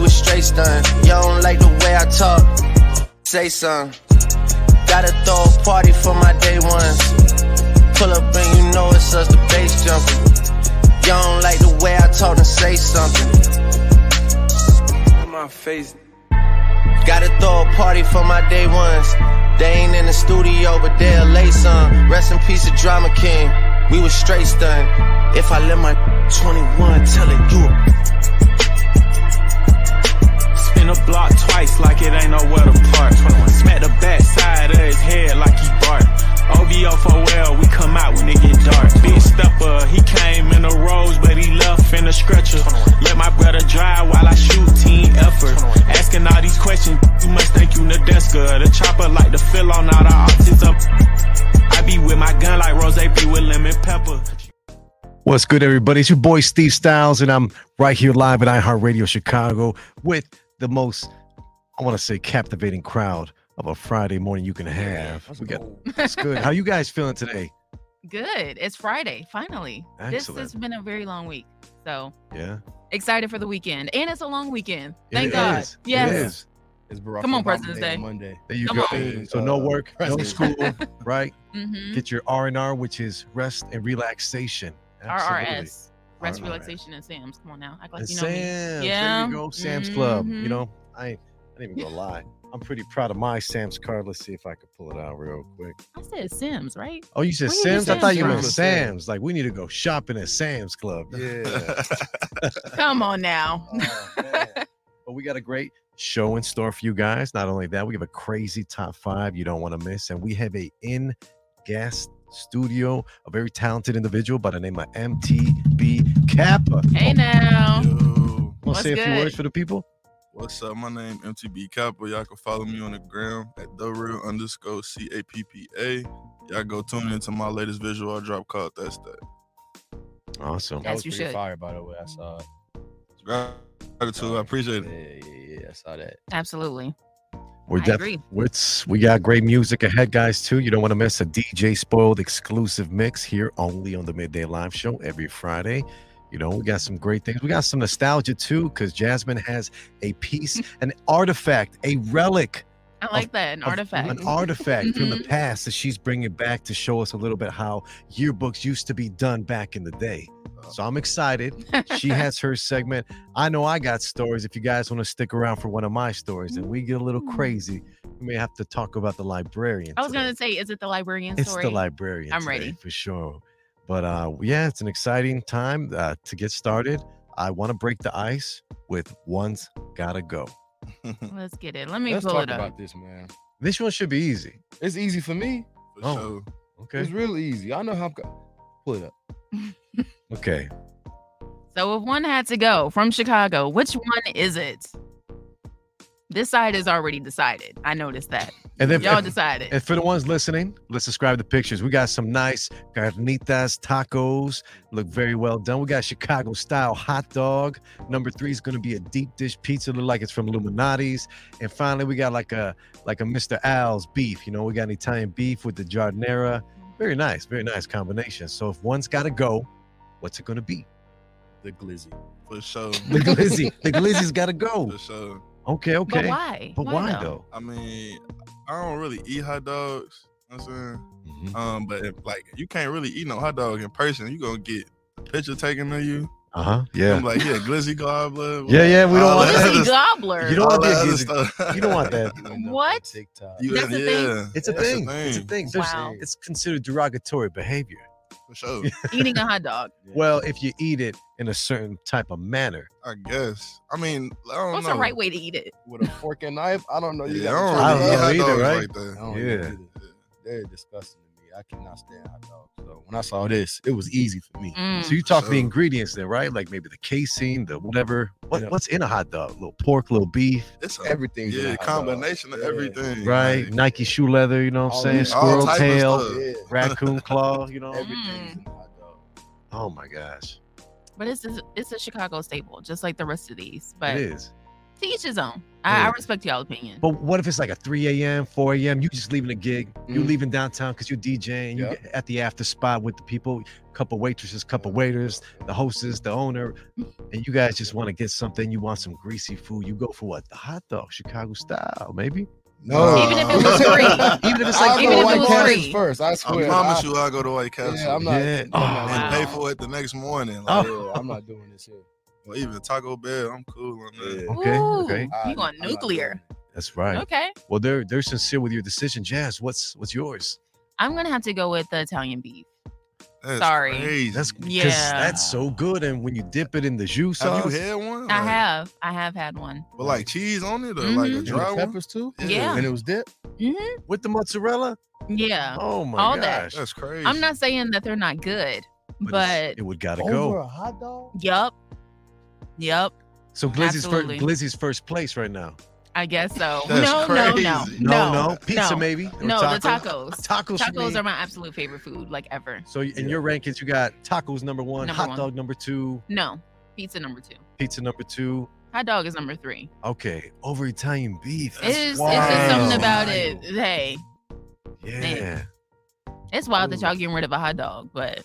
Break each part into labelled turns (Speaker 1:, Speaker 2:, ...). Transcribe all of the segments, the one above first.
Speaker 1: done. Y'all don't like the way I talk. Say something. Gotta throw a party for my day ones. Pull up and you know it's us, the bass jumping. Y'all don't like the way I talk and say something.
Speaker 2: In my face.
Speaker 1: Gotta throw a party for my day ones. They ain't in the studio, but they'll lay some. Rest in peace, the drama king. We was straight stunned. If I let my 21 tell it, you a
Speaker 2: Spin a block twice like it ain't nowhere to park. Smack the back side of his head like he bark. OVO for well, we come out when it get dark. Big stepper, he came in a rose, but he left in a stretcher. Let my brother drive while I shoot team effort. Asking all these questions, you must think you Nadeska. The chopper like the fill on all the autism. I be with my gun like Rose be with lemon pepper.
Speaker 3: What's good, everybody? It's your boy Steve Styles, and I'm right here live at iHeartRadio Chicago with the most, I want to say, captivating crowd of a Friday morning you can have. We got it's good. How you guys feeling today?
Speaker 4: Good. It's Friday, finally. This has
Speaker 3: Excellent.
Speaker 4: been a very long week. So
Speaker 3: Yeah,
Speaker 4: excited for the weekend. And it's a long weekend.
Speaker 3: It
Speaker 4: Thank God.
Speaker 3: is. It
Speaker 4: Yes.
Speaker 3: is.
Speaker 5: It's Barack
Speaker 4: Come on,
Speaker 5: Obama
Speaker 4: President's Day.
Speaker 5: Monday.
Speaker 3: There you
Speaker 4: Come
Speaker 3: go.
Speaker 5: on.
Speaker 3: So no work, no
Speaker 5: President.
Speaker 3: school, right?
Speaker 4: Mhm.
Speaker 3: Get your R and R, which is rest and relaxation. Absolutely.
Speaker 4: RRS. Rest,
Speaker 3: RRS.
Speaker 4: relaxation, and Sam's. Come on now. Act like
Speaker 3: And
Speaker 4: you know me.
Speaker 3: Sam's, there
Speaker 4: Yeah.
Speaker 3: you go, Sam's Club. You
Speaker 4: Mhm.
Speaker 3: know, I ain't, I ain't even gonna lie. I'm pretty proud of my Sam's card. Let's see if I can pull it out real quick.
Speaker 4: I said Sims, right?
Speaker 3: Oh, you said
Speaker 4: Where you get
Speaker 3: Sam's? I thought
Speaker 4: Sam's
Speaker 3: you meant
Speaker 4: from?
Speaker 3: Sam's. Like we need to go shopping at Sam's Club.
Speaker 5: Yeah.
Speaker 4: Come on now.
Speaker 3: Oh, man. but we got a great show in store for you guys. Not only that, we have a crazy top five you don't want to miss, and we have a in guest studio, a very talented individual by the name of MTB Kappa.
Speaker 4: Hey now.
Speaker 6: Yo,
Speaker 3: Want to
Speaker 4: what's
Speaker 3: say a few
Speaker 4: good?
Speaker 3: words for the people?
Speaker 6: what's up? My name MTB Kappa. Y'all can follow me on the gram at the real underscore C A P P A. Y'all go tune into my latest visual I drop called That's That.
Speaker 3: Awesome.
Speaker 4: Yes,
Speaker 5: That was
Speaker 4: you
Speaker 5: pretty
Speaker 4: should.
Speaker 5: Fire, by the way. I saw. it.
Speaker 6: Gratitude, I appreciate it.
Speaker 5: Yeah, yeah, yeah, I saw that.
Speaker 4: Absolutely.
Speaker 3: We're
Speaker 4: I agree.
Speaker 3: definitely we got great music ahead, guys. Too, you don't want to miss a DJ Spoiled exclusive mix here only on the Midday Live Show every Friday. You know, we got some great things. We got some nostalgia too, because Jasmine has a piece, an artifact, a relic,
Speaker 4: I like that. An
Speaker 3: of-
Speaker 4: artifact.
Speaker 3: an artifact from the past that she's bringing back to show us a little bit how yearbooks used to be done back in the day. So I'm excited. She has her segment. I know I got stories. If you guys want to stick around for one of my stories and we get a little
Speaker 4: Mm.
Speaker 3: crazy, we may have to talk about the librarian.
Speaker 4: I was
Speaker 3: today.
Speaker 4: going to say, is it the librarian
Speaker 3: It's
Speaker 4: Oh, story?
Speaker 3: the librarian.
Speaker 4: I'm
Speaker 3: today,
Speaker 4: ready.
Speaker 3: for sure. But uh, yeah, it's an exciting time uh, to get started. I want to break the ice with one's gotta go.
Speaker 4: Let's get it. Let me
Speaker 5: Let's
Speaker 4: pull
Speaker 5: talk
Speaker 4: it up.
Speaker 5: about this, man.
Speaker 3: This one should be easy.
Speaker 5: It's easy for me.
Speaker 6: For
Speaker 3: Oh.
Speaker 6: sure.
Speaker 3: Okay.
Speaker 5: It's real easy. I know how. I'm go- Pull it up.
Speaker 3: Okay.
Speaker 4: So if one had to go from Chicago, which one is it? This side is already decided. I noticed that.
Speaker 3: And then
Speaker 4: Y'all decided.
Speaker 3: And for the ones listening, let's describe the pictures. We got some nice carnitas tacos, look very well done. We got Chicago style hot dog. Number three is going to be a deep dish pizza, look like it's from Illuminati's. And finally, we got like a like a Mr. Al's beef. You know, we got an Italian beef with the giardiniera. Very nice, very nice combination. So if one's got to go, what's it going to be?
Speaker 5: The glizzy.
Speaker 6: For sure.
Speaker 3: The glizzy, the glizzy's got to
Speaker 6: For
Speaker 3: go.
Speaker 6: sure.
Speaker 3: Okay, okay.
Speaker 4: But why?
Speaker 3: But why though?
Speaker 6: I mean, I don't really eat hot dogs. You know what I'm saying?
Speaker 3: Mhm.
Speaker 6: Um, but if, like you can't really eat no hot dog in person, you gonna get a picture taken of you.
Speaker 3: Uh huh. Yeah.
Speaker 6: I'm like, yeah, glizzy gobbler.
Speaker 3: Yeah, yeah. We don't
Speaker 6: All
Speaker 3: want
Speaker 6: that
Speaker 3: that.
Speaker 4: Glizzy
Speaker 6: other-
Speaker 4: gobbler.
Speaker 3: You don't
Speaker 6: all
Speaker 3: want
Speaker 6: that
Speaker 3: that
Speaker 6: other
Speaker 3: glizzy-
Speaker 6: stuff.
Speaker 3: You don't want that.
Speaker 5: Even though on
Speaker 4: What?
Speaker 5: TikTok.
Speaker 6: You-
Speaker 4: That's the thing.
Speaker 6: yeah,
Speaker 3: It's a
Speaker 6: that's the
Speaker 3: thing. It's a thing. There's-
Speaker 4: Wow.
Speaker 3: It's considered derogatory behavior.
Speaker 6: For sure.
Speaker 4: Eating a hot dog.
Speaker 3: Well, if you eat it in a certain type of manner,
Speaker 6: I guess. I mean, I don't
Speaker 4: What's
Speaker 6: know.
Speaker 4: the right way to eat it?
Speaker 5: with a fork and knife. I don't know. You
Speaker 6: Yeah,
Speaker 5: gotta
Speaker 6: I
Speaker 5: try
Speaker 6: don't really eat
Speaker 5: it.
Speaker 3: I
Speaker 6: hot
Speaker 3: don't
Speaker 6: dogs
Speaker 3: either, right?
Speaker 6: like
Speaker 5: I
Speaker 6: that.
Speaker 5: don't
Speaker 3: Yeah.
Speaker 5: eat either. They're disgusting to me. I cannot stand hot dogs. So when I saw this, it was easy for me.
Speaker 4: Mm.
Speaker 3: so you talk the
Speaker 6: Sure.
Speaker 3: ingredients there, right? Like maybe the casein, the whatever. What,
Speaker 5: Yeah.
Speaker 3: What's in a hot dog? Little pork, little beef,
Speaker 6: It's a
Speaker 5: Everything's in a
Speaker 6: yeah,
Speaker 5: hot dog.
Speaker 6: combination of
Speaker 5: Yeah.
Speaker 6: everything.
Speaker 3: right?
Speaker 6: Like,
Speaker 3: Nike shoe leather, you know what I'm
Speaker 5: All
Speaker 3: saying?
Speaker 5: these- all
Speaker 3: Squirrel
Speaker 6: type of
Speaker 3: tail,
Speaker 6: stuff.
Speaker 5: Yeah.
Speaker 3: raccoon claw, you know?
Speaker 4: Every-
Speaker 5: Everything's in a hot dog.
Speaker 3: Oh my gosh.
Speaker 4: But it's it's a Chicago staple, just like the rest of these. But
Speaker 3: it is.
Speaker 4: To each his own. I, I
Speaker 3: Yeah.
Speaker 4: respect y'all opinion.
Speaker 3: But what if it's like a 3 a.m., 4 a.m.? You just leaving a gig. You
Speaker 4: Mm-hmm.
Speaker 5: Mhm.
Speaker 3: leaving downtown because you're DJing. You
Speaker 5: Yeah.
Speaker 3: get at the after spot with the people, couple waitresses, couple waiters, the hostess, the owner, and you guys just want to get something. You want some greasy food. You go for what? The hot dog, Chicago style, maybe.
Speaker 5: No.
Speaker 4: Even if it was free.
Speaker 3: Even if it's
Speaker 5: I'll
Speaker 3: like
Speaker 5: go
Speaker 4: even if it
Speaker 5: White
Speaker 4: was
Speaker 5: Castle
Speaker 4: free.
Speaker 5: first. I
Speaker 6: I
Speaker 5: swear.
Speaker 6: promise you, I'll go to White Castle
Speaker 5: Yeah, I'm not.
Speaker 3: Yeah.
Speaker 5: I'm
Speaker 3: Oh,
Speaker 5: not-
Speaker 6: and
Speaker 4: Wow.
Speaker 6: pay for it the next morning. Like,
Speaker 5: yeah, I'm not doing this here.
Speaker 6: or even Taco Bell, I'm cool on that.
Speaker 3: okay,
Speaker 4: Ooh,
Speaker 3: okay.
Speaker 5: I-
Speaker 4: You going
Speaker 5: I'm not
Speaker 4: nuclear.
Speaker 5: doing
Speaker 3: that's right.
Speaker 4: Okay.
Speaker 3: Well, they're they're sincere with your decision, Jazz. What's what's yours?
Speaker 4: I'm gonna have to go with the Italian beef.
Speaker 6: That's
Speaker 4: Sorry.
Speaker 6: crazy.
Speaker 3: That's because
Speaker 4: Yeah.
Speaker 3: that's so good. And when you dip it in the juice
Speaker 6: Have
Speaker 3: sauce
Speaker 6: you had one?
Speaker 4: I
Speaker 6: Like,
Speaker 4: have. I have had one.
Speaker 6: But like cheese on it or like a
Speaker 4: Mhm.
Speaker 5: that. You
Speaker 6: dry
Speaker 5: want
Speaker 6: one?
Speaker 5: peppers too.
Speaker 4: Yeah.
Speaker 5: And it was dip.
Speaker 4: hmm
Speaker 3: with the mozzarella,
Speaker 4: Yeah.
Speaker 3: oh my
Speaker 4: All that.
Speaker 3: gosh,
Speaker 6: That's crazy.
Speaker 4: I'm not saying that they're not good,
Speaker 3: But
Speaker 4: but,
Speaker 3: it's- it would gotta
Speaker 5: Over
Speaker 3: go.
Speaker 5: a hot dog.
Speaker 4: yup. Yup.
Speaker 3: So Glizzy's first,
Speaker 4: Absolutely.
Speaker 3: Glizzy's first place right now.
Speaker 4: I guess so.
Speaker 6: That's
Speaker 4: no, no,
Speaker 6: crazy.
Speaker 4: no,
Speaker 3: no, pizza
Speaker 4: no.
Speaker 3: maybe. or
Speaker 4: No, the
Speaker 3: tacos.
Speaker 4: tacos.
Speaker 3: Tacos, for
Speaker 4: Tacos
Speaker 3: me.
Speaker 4: are my absolute favorite food, like ever.
Speaker 3: So in your rankings, you got tacos number one,
Speaker 4: Number
Speaker 3: hot
Speaker 4: one.
Speaker 3: dog number two,
Speaker 4: No, pizza number two.
Speaker 3: pizza number two.
Speaker 4: Hot dog is number three.
Speaker 3: Okay, over Italian beef.
Speaker 4: It's
Speaker 6: That's
Speaker 4: just, it's just
Speaker 3: wild.
Speaker 4: something about it. Hey,
Speaker 3: Yeah,
Speaker 4: it's wild that y'all getting rid of a hot dog, but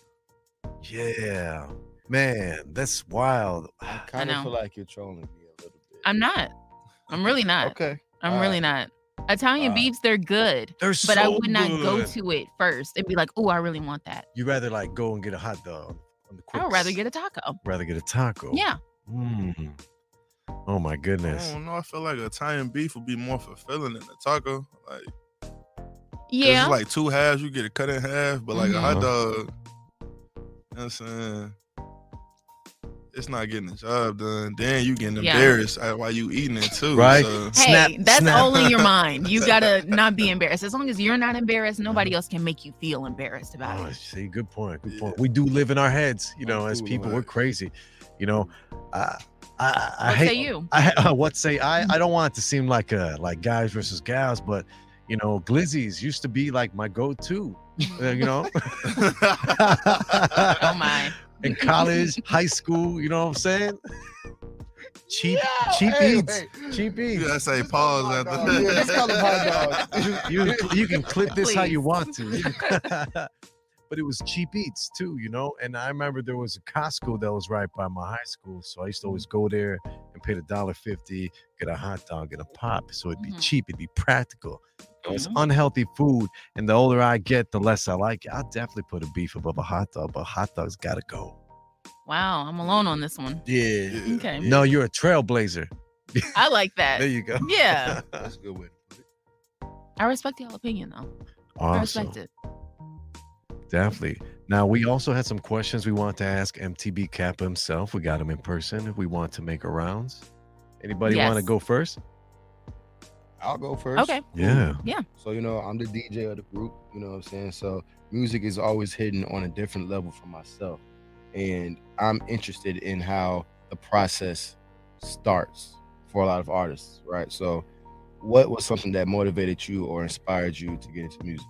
Speaker 3: yeah, man, that's wild.
Speaker 5: Kind
Speaker 4: know.
Speaker 5: of feel like you're trolling me a little bit.
Speaker 4: I'm not. I'm really not.
Speaker 5: Okay.
Speaker 4: I'm really not. Italian
Speaker 5: Uh,
Speaker 4: beefs, they're good,
Speaker 3: They're
Speaker 4: but I
Speaker 3: so
Speaker 4: would not go
Speaker 3: good.
Speaker 4: to it first and be like, oh, I really want that.
Speaker 3: You rather like go and get a hot dog on the
Speaker 4: I would rather
Speaker 3: quicks.
Speaker 4: get a taco.
Speaker 3: rather get a taco.
Speaker 4: Yeah.
Speaker 3: Mm. Oh my
Speaker 6: I
Speaker 3: goodness.
Speaker 6: don't know. I feel like Italian beef would be more fulfilling than a taco. Like 'cause
Speaker 4: Yeah.
Speaker 6: it's like two halves. You get it cut in half, but like a
Speaker 3: Mhm.
Speaker 6: hot dog, you know what I'm saying. It's not getting the job done. Then you getting
Speaker 4: Yeah.
Speaker 6: embarrassed at while you eating it too.
Speaker 3: Right.
Speaker 6: So,
Speaker 4: Hey,
Speaker 3: Snap,
Speaker 4: that's
Speaker 3: snap.
Speaker 4: all in your mind. You gotta not be embarrassed. As long as you're not embarrassed,
Speaker 3: Mm-hmm.
Speaker 4: nobody else can make you feel embarrassed about
Speaker 3: Oh,
Speaker 4: it.
Speaker 3: see, good point. Good
Speaker 6: Yeah.
Speaker 3: point. We do live in our heads, you
Speaker 5: That's
Speaker 3: know, as
Speaker 5: cool,
Speaker 3: people.
Speaker 5: man.
Speaker 3: We're crazy. You know, I I, I, I
Speaker 4: What
Speaker 3: hate
Speaker 4: say you?
Speaker 3: I uh, what say I? I don't want it to seem like uh like guys versus gals, but you know, glizzies used to be like my go-to. uh, you know,
Speaker 4: Oh my.
Speaker 3: in college, high school. You know what I'm saying? Cheap, cheap eats, cheap
Speaker 6: you
Speaker 3: eats.
Speaker 6: gotta say pause after
Speaker 4: Oh,
Speaker 5: Yeah, just call them hot dogs.
Speaker 3: You, you, you can clip this how you want to. You can- but it was cheap eats too, you know. And I remember there was a Costco that was right by my high school, so I used to always go there and pay the dollar fifty, get a hot dog and a pop. So it'd be
Speaker 4: Mhm.
Speaker 3: cheap, it'd be practical. You know, It's
Speaker 4: Mhm.
Speaker 3: unhealthy food, and the older I get, the less I like it. I definitely put a beef above a hot dog, but hot dogs gotta go.
Speaker 4: Wow, I'm alone on this one.
Speaker 5: Yeah.
Speaker 6: Yeah.
Speaker 4: Okay.
Speaker 3: No, you're a trailblazer.
Speaker 4: I like
Speaker 3: There
Speaker 4: that.
Speaker 3: you go.
Speaker 4: Yeah.
Speaker 5: That's a good way. to put it.
Speaker 4: I respect y'all opinion though. I
Speaker 3: Awesome.
Speaker 4: respect it.
Speaker 3: Definitely. Now we also had some questions we want to ask MTB Kappa himself. We got him in person. If we want to make a rounds, anybody want to
Speaker 4: Yes.
Speaker 3: go first?
Speaker 5: I'll go first.
Speaker 4: Okay.
Speaker 3: Yeah.
Speaker 5: So, you know, I'm the DJ of the group, you know what I'm saying? So, music is always hidden on a different level for myself. And I'm interested in how the process starts for a lot of artists, right? So, what was something that motivated you or inspired you to get into music?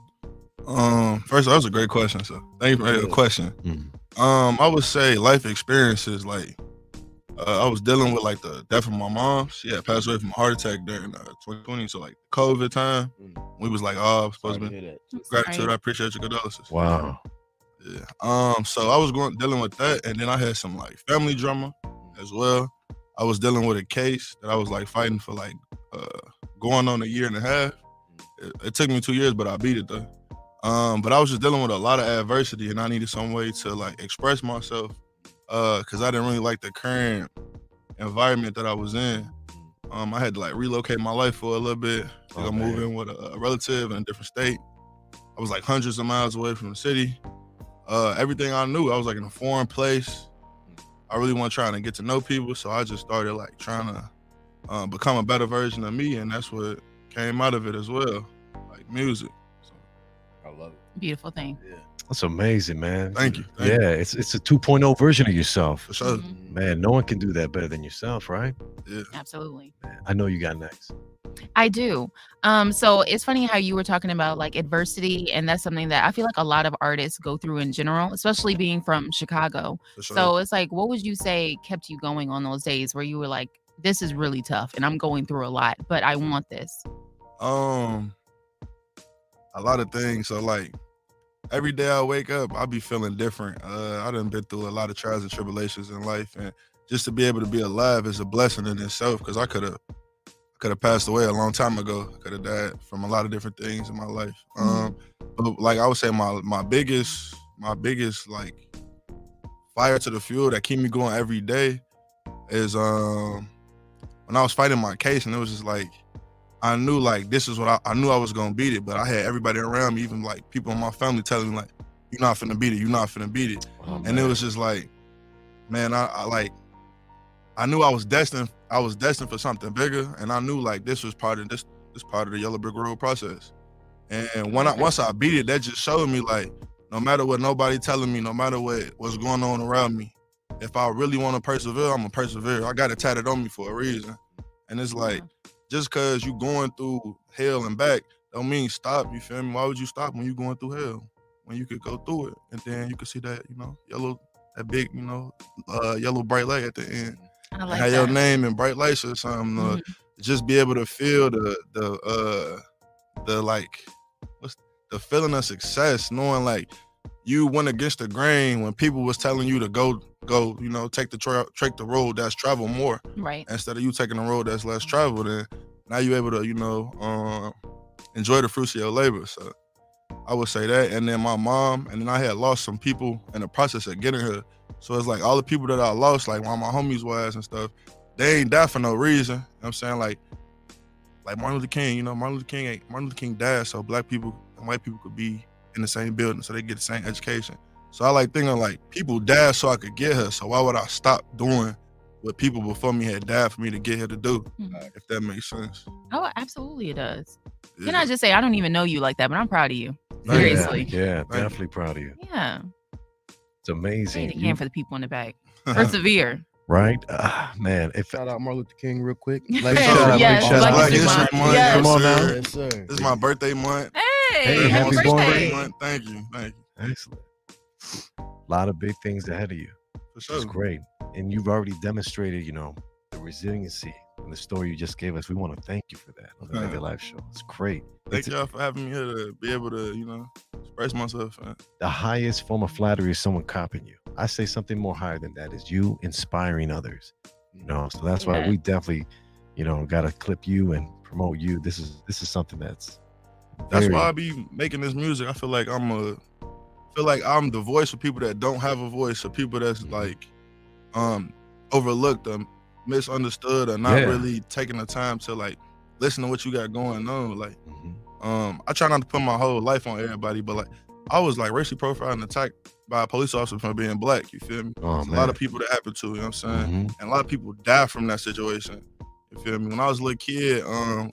Speaker 6: Um, first, that was a great question. So, thank you for
Speaker 5: Yeah.
Speaker 6: your
Speaker 5: Mm-hmm.
Speaker 6: question. Um, I would say life experiences. Like, uh, I was dealing with like the death of my mom. She had passed away from a heart attack during uh, 2020. So, like COVID time,
Speaker 5: Mm.
Speaker 6: we was like, oh, I'm
Speaker 5: Sorry
Speaker 6: supposed to
Speaker 5: to
Speaker 6: be
Speaker 5: hear that.
Speaker 4: I'm
Speaker 6: gratitude. I
Speaker 4: sorry.
Speaker 6: appreciate your condolences.
Speaker 3: Wow.
Speaker 6: Yeah. Um. So I was going dealing with that, and then I had some like family drama as well. I was dealing with a case that I was like fighting for like uh going on a year and a half. It, it took me two years, but I beat it though. Um. But I was just dealing with a lot of adversity, and I needed some way to like express myself. Uh. Because I didn't really like the current environment that I was in. Um. I had to like relocate my life for a little bit. Like
Speaker 3: Oh,
Speaker 6: I'm
Speaker 3: man.
Speaker 6: moving with a, a relative in a different state. I was like hundreds of miles away from the city. Uh, everything I knew, I was like in a foreign place. I really want trying to get to know people, so I just started like trying to uh, become a better version of me, and that's what came out of it as well, like music. So,
Speaker 5: I love it.
Speaker 4: Beautiful thing.
Speaker 5: Yeah.
Speaker 3: That's amazing, man.
Speaker 6: thank you. Thank
Speaker 3: yeah,
Speaker 6: you.
Speaker 3: it's it's a 2.0 version of yourself.
Speaker 6: For sure.
Speaker 4: Mhm.
Speaker 3: Man, no one can do that better than yourself, right?
Speaker 6: Yeah.
Speaker 4: Absolutely.
Speaker 3: I know you got next.
Speaker 4: I do. Um, so it's funny how you were talking about like adversity, and that's something that I feel like a lot of artists go through in general, especially being from Chicago.
Speaker 6: For sure.
Speaker 4: So it's like, what would you say kept you going on those days where you were like, this is really tough and I'm going through a lot, but I
Speaker 6: Mm-hmm.
Speaker 4: want this.
Speaker 6: Um, a lot of things. So like every day I wake up, I be feeling different. Uh, I done been through a lot of trials and tribulations in life, and just to be able to be alive is a blessing in itself. Because I could have, could have passed away a long time ago. Could have died from a lot of different things in my life. Um, but like I would say, my my biggest, my biggest like fire to the fuel that keep me going every day is um when I was fighting my case, and it was just like. I knew like this is what I, I knew I was gonna beat it, but I had everybody around me, even like people in my family telling me like, you're not finna beat it, you're not finna beat it. and it was just like, man, I, I like I knew I was destined I was destined for something bigger and I knew like this was part of this this part of the yellow brick road process. And when I once I beat it, that just showed me like no matter what nobody telling me, no matter what what's going on around me, if I really wanna persevere, I'm gonna persevere. I got it tatted on me for a reason. And it's like just cause you going through hell and back don't mean stop. You feel me? Why would you stop when you going through hell? When you could go through it, and then you could see that you know yellow, that big you know uh, yellow bright light at the end.
Speaker 4: I
Speaker 6: Have
Speaker 4: like
Speaker 6: your
Speaker 4: that.
Speaker 6: name in bright lights or something. Or
Speaker 4: Mhm.
Speaker 6: Just be able to feel the the uh the like what's the feeling of success, knowing like you went against the grain when people was telling you to go go you know take the tra- take the road that's travel more
Speaker 4: Right.
Speaker 6: instead of you taking a road that's less traveled and now you're able to you know um, enjoy the fruits of your labor so i would say that and then my mom and then i had lost some people in the process of getting her so it's like all the people that i lost like while my homies was and stuff they ain't die for no reason you know what i'm saying like like martin luther king you know martin luther king ain't martin luther king died so black people and white people could be in the same building so they get the same education so i like thinking like people died so i could get her so why would i stop doing what people before me had died for me to get here to do.
Speaker 4: Mhm.
Speaker 6: If that makes sense.
Speaker 4: Oh, absolutely it does. Can
Speaker 6: Yeah. Oh,
Speaker 4: I just say I don't even know you like that, but I'm proud of you.
Speaker 6: Thank you.
Speaker 4: Seriously.
Speaker 3: Yeah, yeah,
Speaker 6: you.
Speaker 3: definitely proud of you.
Speaker 4: Yeah.
Speaker 3: It's amazing.
Speaker 4: Hand
Speaker 3: You-
Speaker 4: again for the people in the back. Persevere.
Speaker 3: right? Ah, man, if
Speaker 5: Shout out Martin Luther King real quick.
Speaker 4: Yes,
Speaker 6: Shout out,
Speaker 4: yes,
Speaker 3: shout out.
Speaker 4: Black
Speaker 3: Black
Speaker 4: History
Speaker 3: History
Speaker 4: Month.
Speaker 6: Month.
Speaker 4: Yes.
Speaker 3: Come on now.
Speaker 5: Yes, sir.
Speaker 6: this is my birthday month.
Speaker 4: Hey,
Speaker 3: Hey,
Speaker 4: happy,
Speaker 3: happy
Speaker 4: birthday.
Speaker 6: month. Thank you. Thank you.
Speaker 3: excellent. A lot of big things ahead of you.
Speaker 6: For sure.
Speaker 3: That's great. And you've already demonstrated, you know, the resiliency and the story you just gave us. We want to thank you for that on the
Speaker 6: Yeah.
Speaker 3: Mega Life Show. It's great.
Speaker 6: Thank
Speaker 3: It's
Speaker 6: y'all for having me here to be able to, you know, express myself. And
Speaker 3: the highest form of flattery is someone copying you. I say something more higher than that is you inspiring others. You know, so that's why
Speaker 4: Yeah.
Speaker 3: we definitely, you know, gotta clip you and promote you. This is this is something that's
Speaker 6: that's
Speaker 3: very-
Speaker 6: why I be making this music. I feel like I'm a feel like I'm the voice for people that don't have a voice, or people that's
Speaker 3: Mm-hmm.
Speaker 6: like um overlooked or misunderstood or not
Speaker 3: Yeah.
Speaker 6: really taking the time to like listen to what you got going on. Like
Speaker 3: Mhm.
Speaker 6: Um, I try not to put my whole life on everybody, but like I was like racially profiled and attacked by a police officer for being black. You feel me?
Speaker 3: Oh,
Speaker 6: It's a lot of people that happened to. You know what I'm saying?
Speaker 3: Mhm.
Speaker 6: And a lot of people die from that situation. You feel me? When I was a little kid, um,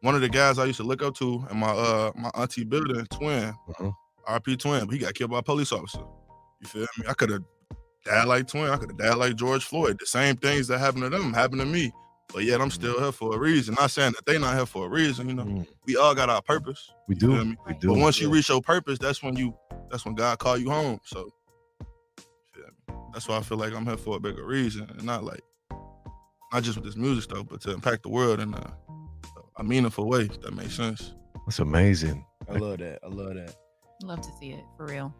Speaker 6: one of the guys I used to look up to and my uh my auntie building twin,
Speaker 3: Mhm.
Speaker 6: RP twin, but he got killed by a police officer. You feel me? I could have died like twin. I could have died like George Floyd. The same things that happened to them happened to me. But yet I'm still here for a reason. Not saying that they not here for a reason. You know,
Speaker 3: Mhm.
Speaker 6: we all got our purpose.
Speaker 3: We
Speaker 6: You feel
Speaker 3: do.
Speaker 6: me?
Speaker 3: We
Speaker 6: But
Speaker 3: do.
Speaker 6: once you reach your purpose, that's when you that's when God call you home. So yeah, that's why I feel like I'm here for a bigger reason, and not like not just with this music stuff, but to impact the world in a, a meaningful way. If that makes sense.
Speaker 3: That's amazing.
Speaker 5: I love that. I love that.
Speaker 4: Love to see it for real.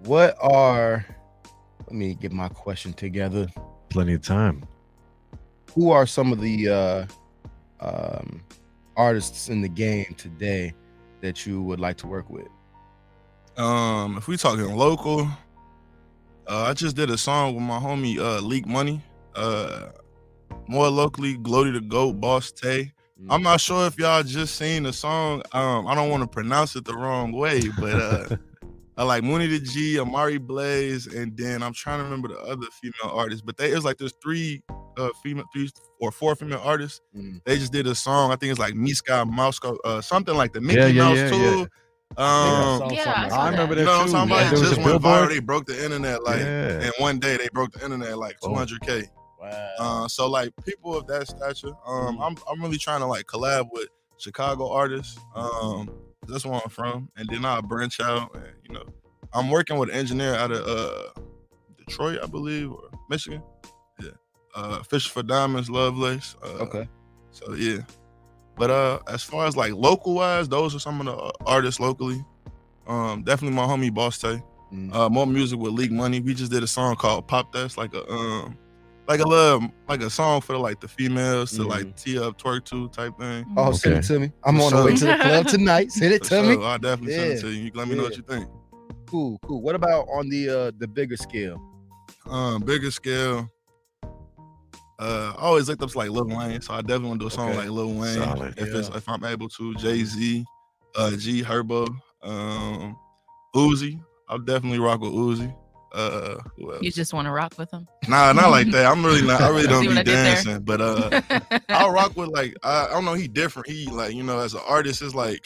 Speaker 5: What are let me get my question together.
Speaker 3: Plenty of time.
Speaker 5: Who are some of the uh um artists in the game today that you would like to work with?
Speaker 6: Um, if we talking local, uh, I just did a song with my homie uh, Leak Money. Uh, more locally, Glory to Goat, Boss Tay. I'm not
Speaker 3: Mm.
Speaker 6: sure if y'all just seen the song. Um, I don't want to pronounce it the wrong way, but uh, I like Mooney the G, Amari Blaze, and then I'm trying to remember the other female artists. But they it was like there's three uh female three or four female artists.
Speaker 5: Mm.
Speaker 6: They just did a song. I think it's like Miska Mouse, uh, something like the Mickey
Speaker 3: Yeah, yeah,
Speaker 6: Mouse
Speaker 3: yeah, yeah.
Speaker 6: too.
Speaker 5: Yeah,
Speaker 6: Um,
Speaker 5: I saw
Speaker 4: Yeah,
Speaker 5: something like
Speaker 4: I saw
Speaker 5: that.
Speaker 4: that. remember
Speaker 6: you know what I'm talking
Speaker 4: Yeah.
Speaker 6: about?
Speaker 4: There
Speaker 6: It
Speaker 4: was
Speaker 6: just
Speaker 3: a
Speaker 6: went
Speaker 3: billboard.
Speaker 6: viral. They broke the internet like
Speaker 3: yeah.
Speaker 6: in one day. They broke the internet like
Speaker 3: Oh.
Speaker 6: 200k.
Speaker 5: Wow.
Speaker 6: Uh, so like people of that stature,
Speaker 3: Mm-hmm.
Speaker 6: um, I'm I'm really trying to like collab with Chicago artists. Um, that's where I'm from, and then I'll branch out. And you know, I'm working with an engineer out of uh Detroit, I believe, or Michigan. Yeah, uh Fisher for Diamonds, Lovelace. Uh,
Speaker 5: Okay.
Speaker 6: So yeah, but uh, as far as like local wise, those are some of the uh, artists locally. Um, definitely my homie Boss Tay.
Speaker 5: Mm.
Speaker 6: Uh, more music with League Money. We just did a song called Pop That's like a um, like a love, like a song for like the females to
Speaker 5: Mm.
Speaker 6: like tee up, twerk to type thing.
Speaker 5: Oh, send it
Speaker 3: Okay.
Speaker 5: to me. I'm
Speaker 6: For
Speaker 5: on the way
Speaker 6: sure.
Speaker 5: to the club tonight. Send it
Speaker 6: For
Speaker 5: to
Speaker 6: sure,
Speaker 5: me.
Speaker 6: I'll definitely send
Speaker 5: Yeah.
Speaker 6: it to you. You can Let me know what you think.
Speaker 5: Cool, cool. What about on the uh the bigger scale?
Speaker 6: Um, bigger scale. Uh, I always looked up to like Lil Wayne, so I definitely want to do a song
Speaker 5: Okay.
Speaker 6: like Lil Wayne
Speaker 3: Solid.
Speaker 6: if it's
Speaker 5: Yeah.
Speaker 6: if I'm able to. Jay Z, uh, G Herbo, um, Uzi. I'll definitely rock with Uzi. Uh, who else?
Speaker 4: You just want to rock with them.
Speaker 6: Nah, not like that. I'm really not. I really
Speaker 4: See
Speaker 6: don't
Speaker 4: what
Speaker 6: be
Speaker 4: I did there?
Speaker 6: dancing, but uh, I'll rock with like I, I don't know. He different. He like you know as an artist, it's like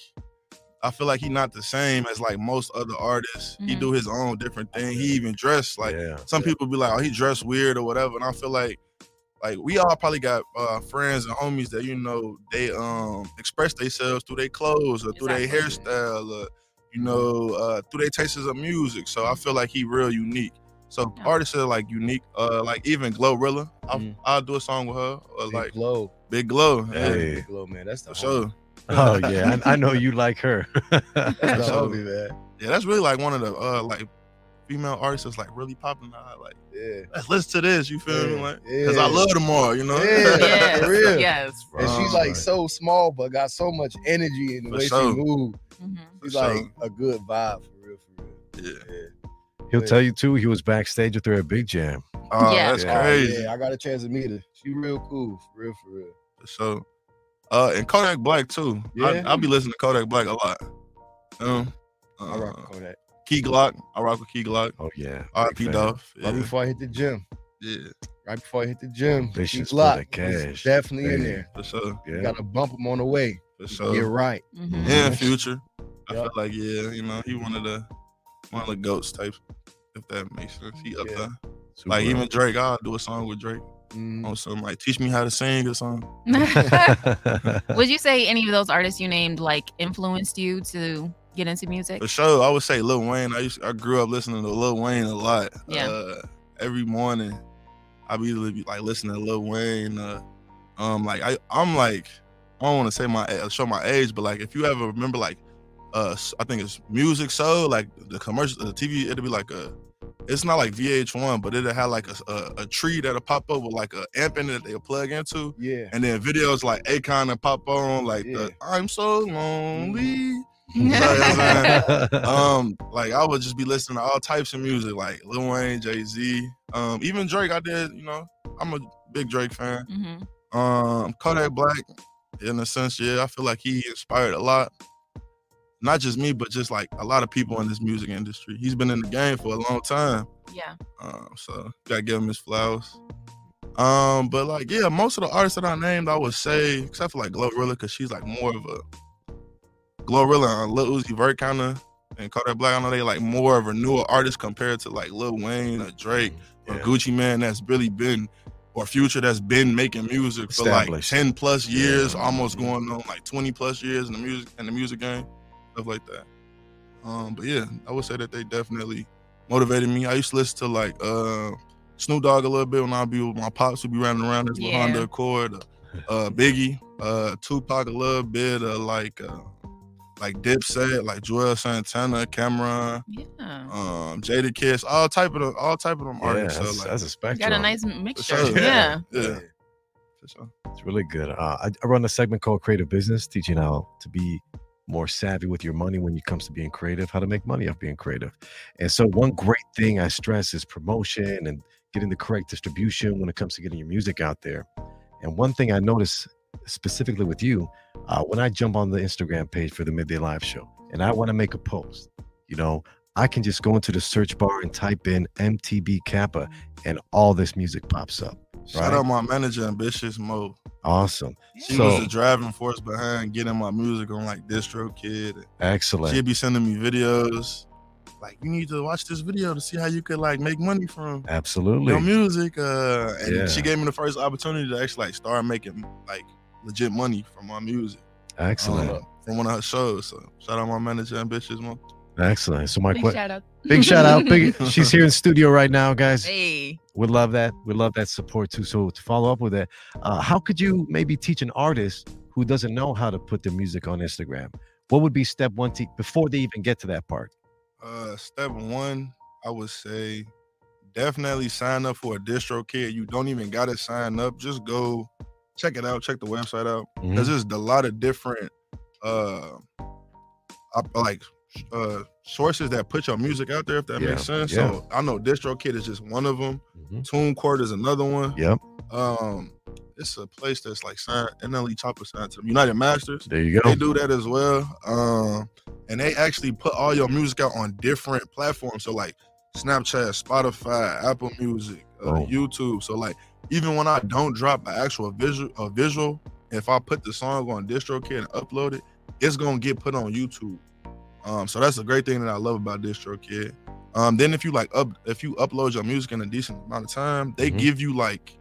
Speaker 6: I feel like he not the same as like most other artists. He
Speaker 4: Mhm.
Speaker 6: do his own different thing. He even dress like
Speaker 3: yeah.
Speaker 6: some people be like, oh, he dressed weird or whatever. And I feel like like we all probably got uh, friends and homies that you know they um express themselves through their clothes or through their
Speaker 4: Exactly.
Speaker 6: hairstyle or you know uh, through their tastes of music. So I feel like he real unique. So
Speaker 4: Yeah.
Speaker 6: artists are like unique. Uh, like even Glorilla, I'll,
Speaker 5: Mhm.
Speaker 6: I'll do a song with her or
Speaker 5: Big
Speaker 6: like
Speaker 5: glow.
Speaker 6: Big Glow. Yeah,
Speaker 3: Hey.
Speaker 5: Big glow, man. That's the
Speaker 6: for
Speaker 5: homie.
Speaker 6: sure.
Speaker 3: Oh yeah, I, I know you like her.
Speaker 5: That's the
Speaker 6: For sure.
Speaker 5: homie, man.
Speaker 6: Yeah, that's really like one of the uh like female artists that's like really popping now. Like
Speaker 5: Yeah.
Speaker 6: let's listen to this. You feel me?
Speaker 5: Yeah,
Speaker 6: Like because
Speaker 5: yeah.
Speaker 6: I love them all. You know.
Speaker 5: Yeah.
Speaker 4: yes,
Speaker 5: For real.
Speaker 4: yes.
Speaker 5: And she's
Speaker 6: Um,
Speaker 5: like so small, but got so much energy in the
Speaker 6: For
Speaker 5: way
Speaker 6: sure.
Speaker 5: she moves.
Speaker 4: Mhm.
Speaker 5: She's
Speaker 6: For
Speaker 5: like
Speaker 6: sure.
Speaker 5: a good vibe, for real, for real.
Speaker 6: yeah.
Speaker 5: Yeah.
Speaker 3: He'll tell you too. He was backstage with her at Big Jam.
Speaker 6: Oh,
Speaker 4: Yeah.
Speaker 6: that's
Speaker 5: Oh,
Speaker 6: crazy.
Speaker 5: yeah, I got a chance to meet her. She real cool, for real, for real.
Speaker 6: So, uh, and Kodak Black too.
Speaker 5: Yeah.
Speaker 6: I, I'll be listening to Kodak Black a lot. Um,
Speaker 5: I
Speaker 6: uh,
Speaker 5: rock with Kodak.
Speaker 6: Key Glock. I rock with Key Glock.
Speaker 3: Oh yeah, Big
Speaker 6: R.I.P.
Speaker 3: fan.
Speaker 6: Dolph.
Speaker 5: Right
Speaker 6: Yeah.
Speaker 5: before I hit the gym.
Speaker 6: yeah,
Speaker 5: Right before I hit the gym.
Speaker 3: They
Speaker 5: she
Speaker 3: should split
Speaker 5: locked.
Speaker 3: that
Speaker 5: He's
Speaker 3: cash.
Speaker 5: Definitely in
Speaker 3: Hey.
Speaker 5: there.
Speaker 6: for sure,
Speaker 3: yeah. Mm-hmm.
Speaker 5: Gotta bump him on the way.
Speaker 6: for
Speaker 5: You're
Speaker 6: sure.
Speaker 5: right.
Speaker 4: Mhm.
Speaker 3: Yeah.
Speaker 6: And Future. I
Speaker 5: Yup.
Speaker 6: feel like yeah, you know, he one of the one of the goats types. If that makes sense, he up
Speaker 5: Yeah.
Speaker 6: there.
Speaker 3: Super.
Speaker 6: Like even Drake, I'll do a song with Drake
Speaker 5: Mm,
Speaker 6: on something like "Teach Me How to Sing" or something.
Speaker 4: Would you say any of those artists you named like influenced you to get into music?
Speaker 6: For sure, I would say Lil Wayne. I used I grew up listening to Lil Wayne a lot.
Speaker 4: Yeah.
Speaker 6: Uh, every morning, I be li- like listening to Lil Wayne. Uh, um, like I, I'm like, I don't want to say my a- show my age, but like if you ever remember like, uh, s- I think it's Music Soul, like the commercial, the TV, it'll be like a. It's not like VH1, but it'll have like a, s- a, a tree that'll pop up with like a amp in it that they'll plug into.
Speaker 5: yeah.
Speaker 6: And then videos like Akon that pop on, like the, I'm so lonely. um, like I would just be listening to all types of music, like Lil Wayne, Jay Z, um, even Drake. I did, you know, I'm a big Drake fan.
Speaker 4: Mhm.
Speaker 6: Um, Kodak Black, in a sense, yeah, I feel like he inspired a lot, not just me, but just like a lot of people in this music industry. He's been in the game for a long time,
Speaker 4: Yeah.
Speaker 6: um, so gotta give him his flowers. Um, but like, yeah, most of the artists that I named, I would say, except for like Glorilla, because she's like more of a Glorilla and Lil Uzi Vert kind of, and Kodak Black. I know they like more of a newer artist compared to like Lil Wayne or Drake or
Speaker 3: Yeah.
Speaker 6: Gucci Man that's really been or Future that's been making music for like
Speaker 3: Established.
Speaker 6: ten plus years,
Speaker 3: Yeah.
Speaker 6: almost going on like twenty plus years in the music in the music game, stuff like that. Um, but yeah, I would say that they definitely motivated me. I used to listen to like uh Snoop Dogg a little bit when I'd be with my pops. We'd be running around this little
Speaker 4: Yeah.
Speaker 6: Honda Accord, uh, uh, Biggie, uh, Tupac a little bit, uh, like uh, like Dipset, like Joel Santana, Cameron,
Speaker 4: Yeah.
Speaker 6: um, Jada Kiss, all type of the, all type of them
Speaker 3: yeah,
Speaker 6: artists. So,
Speaker 3: that's,
Speaker 6: like,
Speaker 3: that's a
Speaker 4: You
Speaker 3: spectrum.
Speaker 4: got a nice mixture.
Speaker 6: sure.
Speaker 4: Yeah.
Speaker 6: yeah, for sure.
Speaker 3: It's really good. Uh, I, I run a segment called Creative Business, teaching how to be more savvy with your money when it comes to being creative, how to make money off being creative. And so, one great thing I stress is promotion and getting the correct distribution when it comes to getting your music out there. And one thing I notice specifically with you, uh, when I jump on the Instagram page for the Midday Live Show and I want to make a post, you know, I can just go into the search bar and type in MTB Kappa, and all this music pops up.
Speaker 6: Shout
Speaker 3: Right.
Speaker 6: out my manager, Ambitious Mo.
Speaker 3: Awesome.
Speaker 6: She
Speaker 3: So-
Speaker 6: was the driving force behind getting my music on like Distro Kid
Speaker 3: Excellent.
Speaker 6: She'd be sending me videos. Like, you need to watch this video to see how you could like make money from
Speaker 3: Absolutely.
Speaker 6: your music. Uh, and
Speaker 3: Yeah.
Speaker 6: she gave me the first opportunity to actually like start making like legit money from my music. uh,
Speaker 3: Excellent.
Speaker 6: um, from one of her shows. So shout out my manager, ambitious mom.
Speaker 3: Excellent. So my
Speaker 7: Big
Speaker 3: que-
Speaker 7: shout out.
Speaker 3: big shout out. Big, she's here in studio right now, guys.
Speaker 4: Hey,
Speaker 3: We love that. We love that support too. So to follow up with that, uh, how could you maybe teach an artist who doesn't know how to put their music on Instagram? What would be step one to, before they even get to that part?
Speaker 6: Uh, step one, I would say definitely sign up for a distro kid. You don't even gotta sign up. Just go check it out. Check the website out.
Speaker 3: Mm-hmm.
Speaker 6: There's just a lot of different uh op- like uh sources that put your music out there if that
Speaker 3: Yeah,
Speaker 6: makes sense.
Speaker 3: yeah.
Speaker 6: So I know distro kid is just one of them.
Speaker 3: Mhm.
Speaker 6: TuneCourt is another one.
Speaker 3: Yep.
Speaker 6: Um it's a place that's like signed NLE E Chopper signed to United Masters.
Speaker 3: There you go.
Speaker 6: They do that as well. Um, and they actually put all your music out on different platforms. So like Snapchat, Spotify, Apple Music, uh,
Speaker 3: Boom.
Speaker 6: YouTube. So like even when I don't drop an actual visual, a visual, if I put the song on DistroKid and upload it, it's gonna get put on YouTube. Um, so that's a great thing that I love about DistroKid. Um, then if you like up if you upload your music in a decent amount of time, they
Speaker 3: Mhm.
Speaker 6: give you like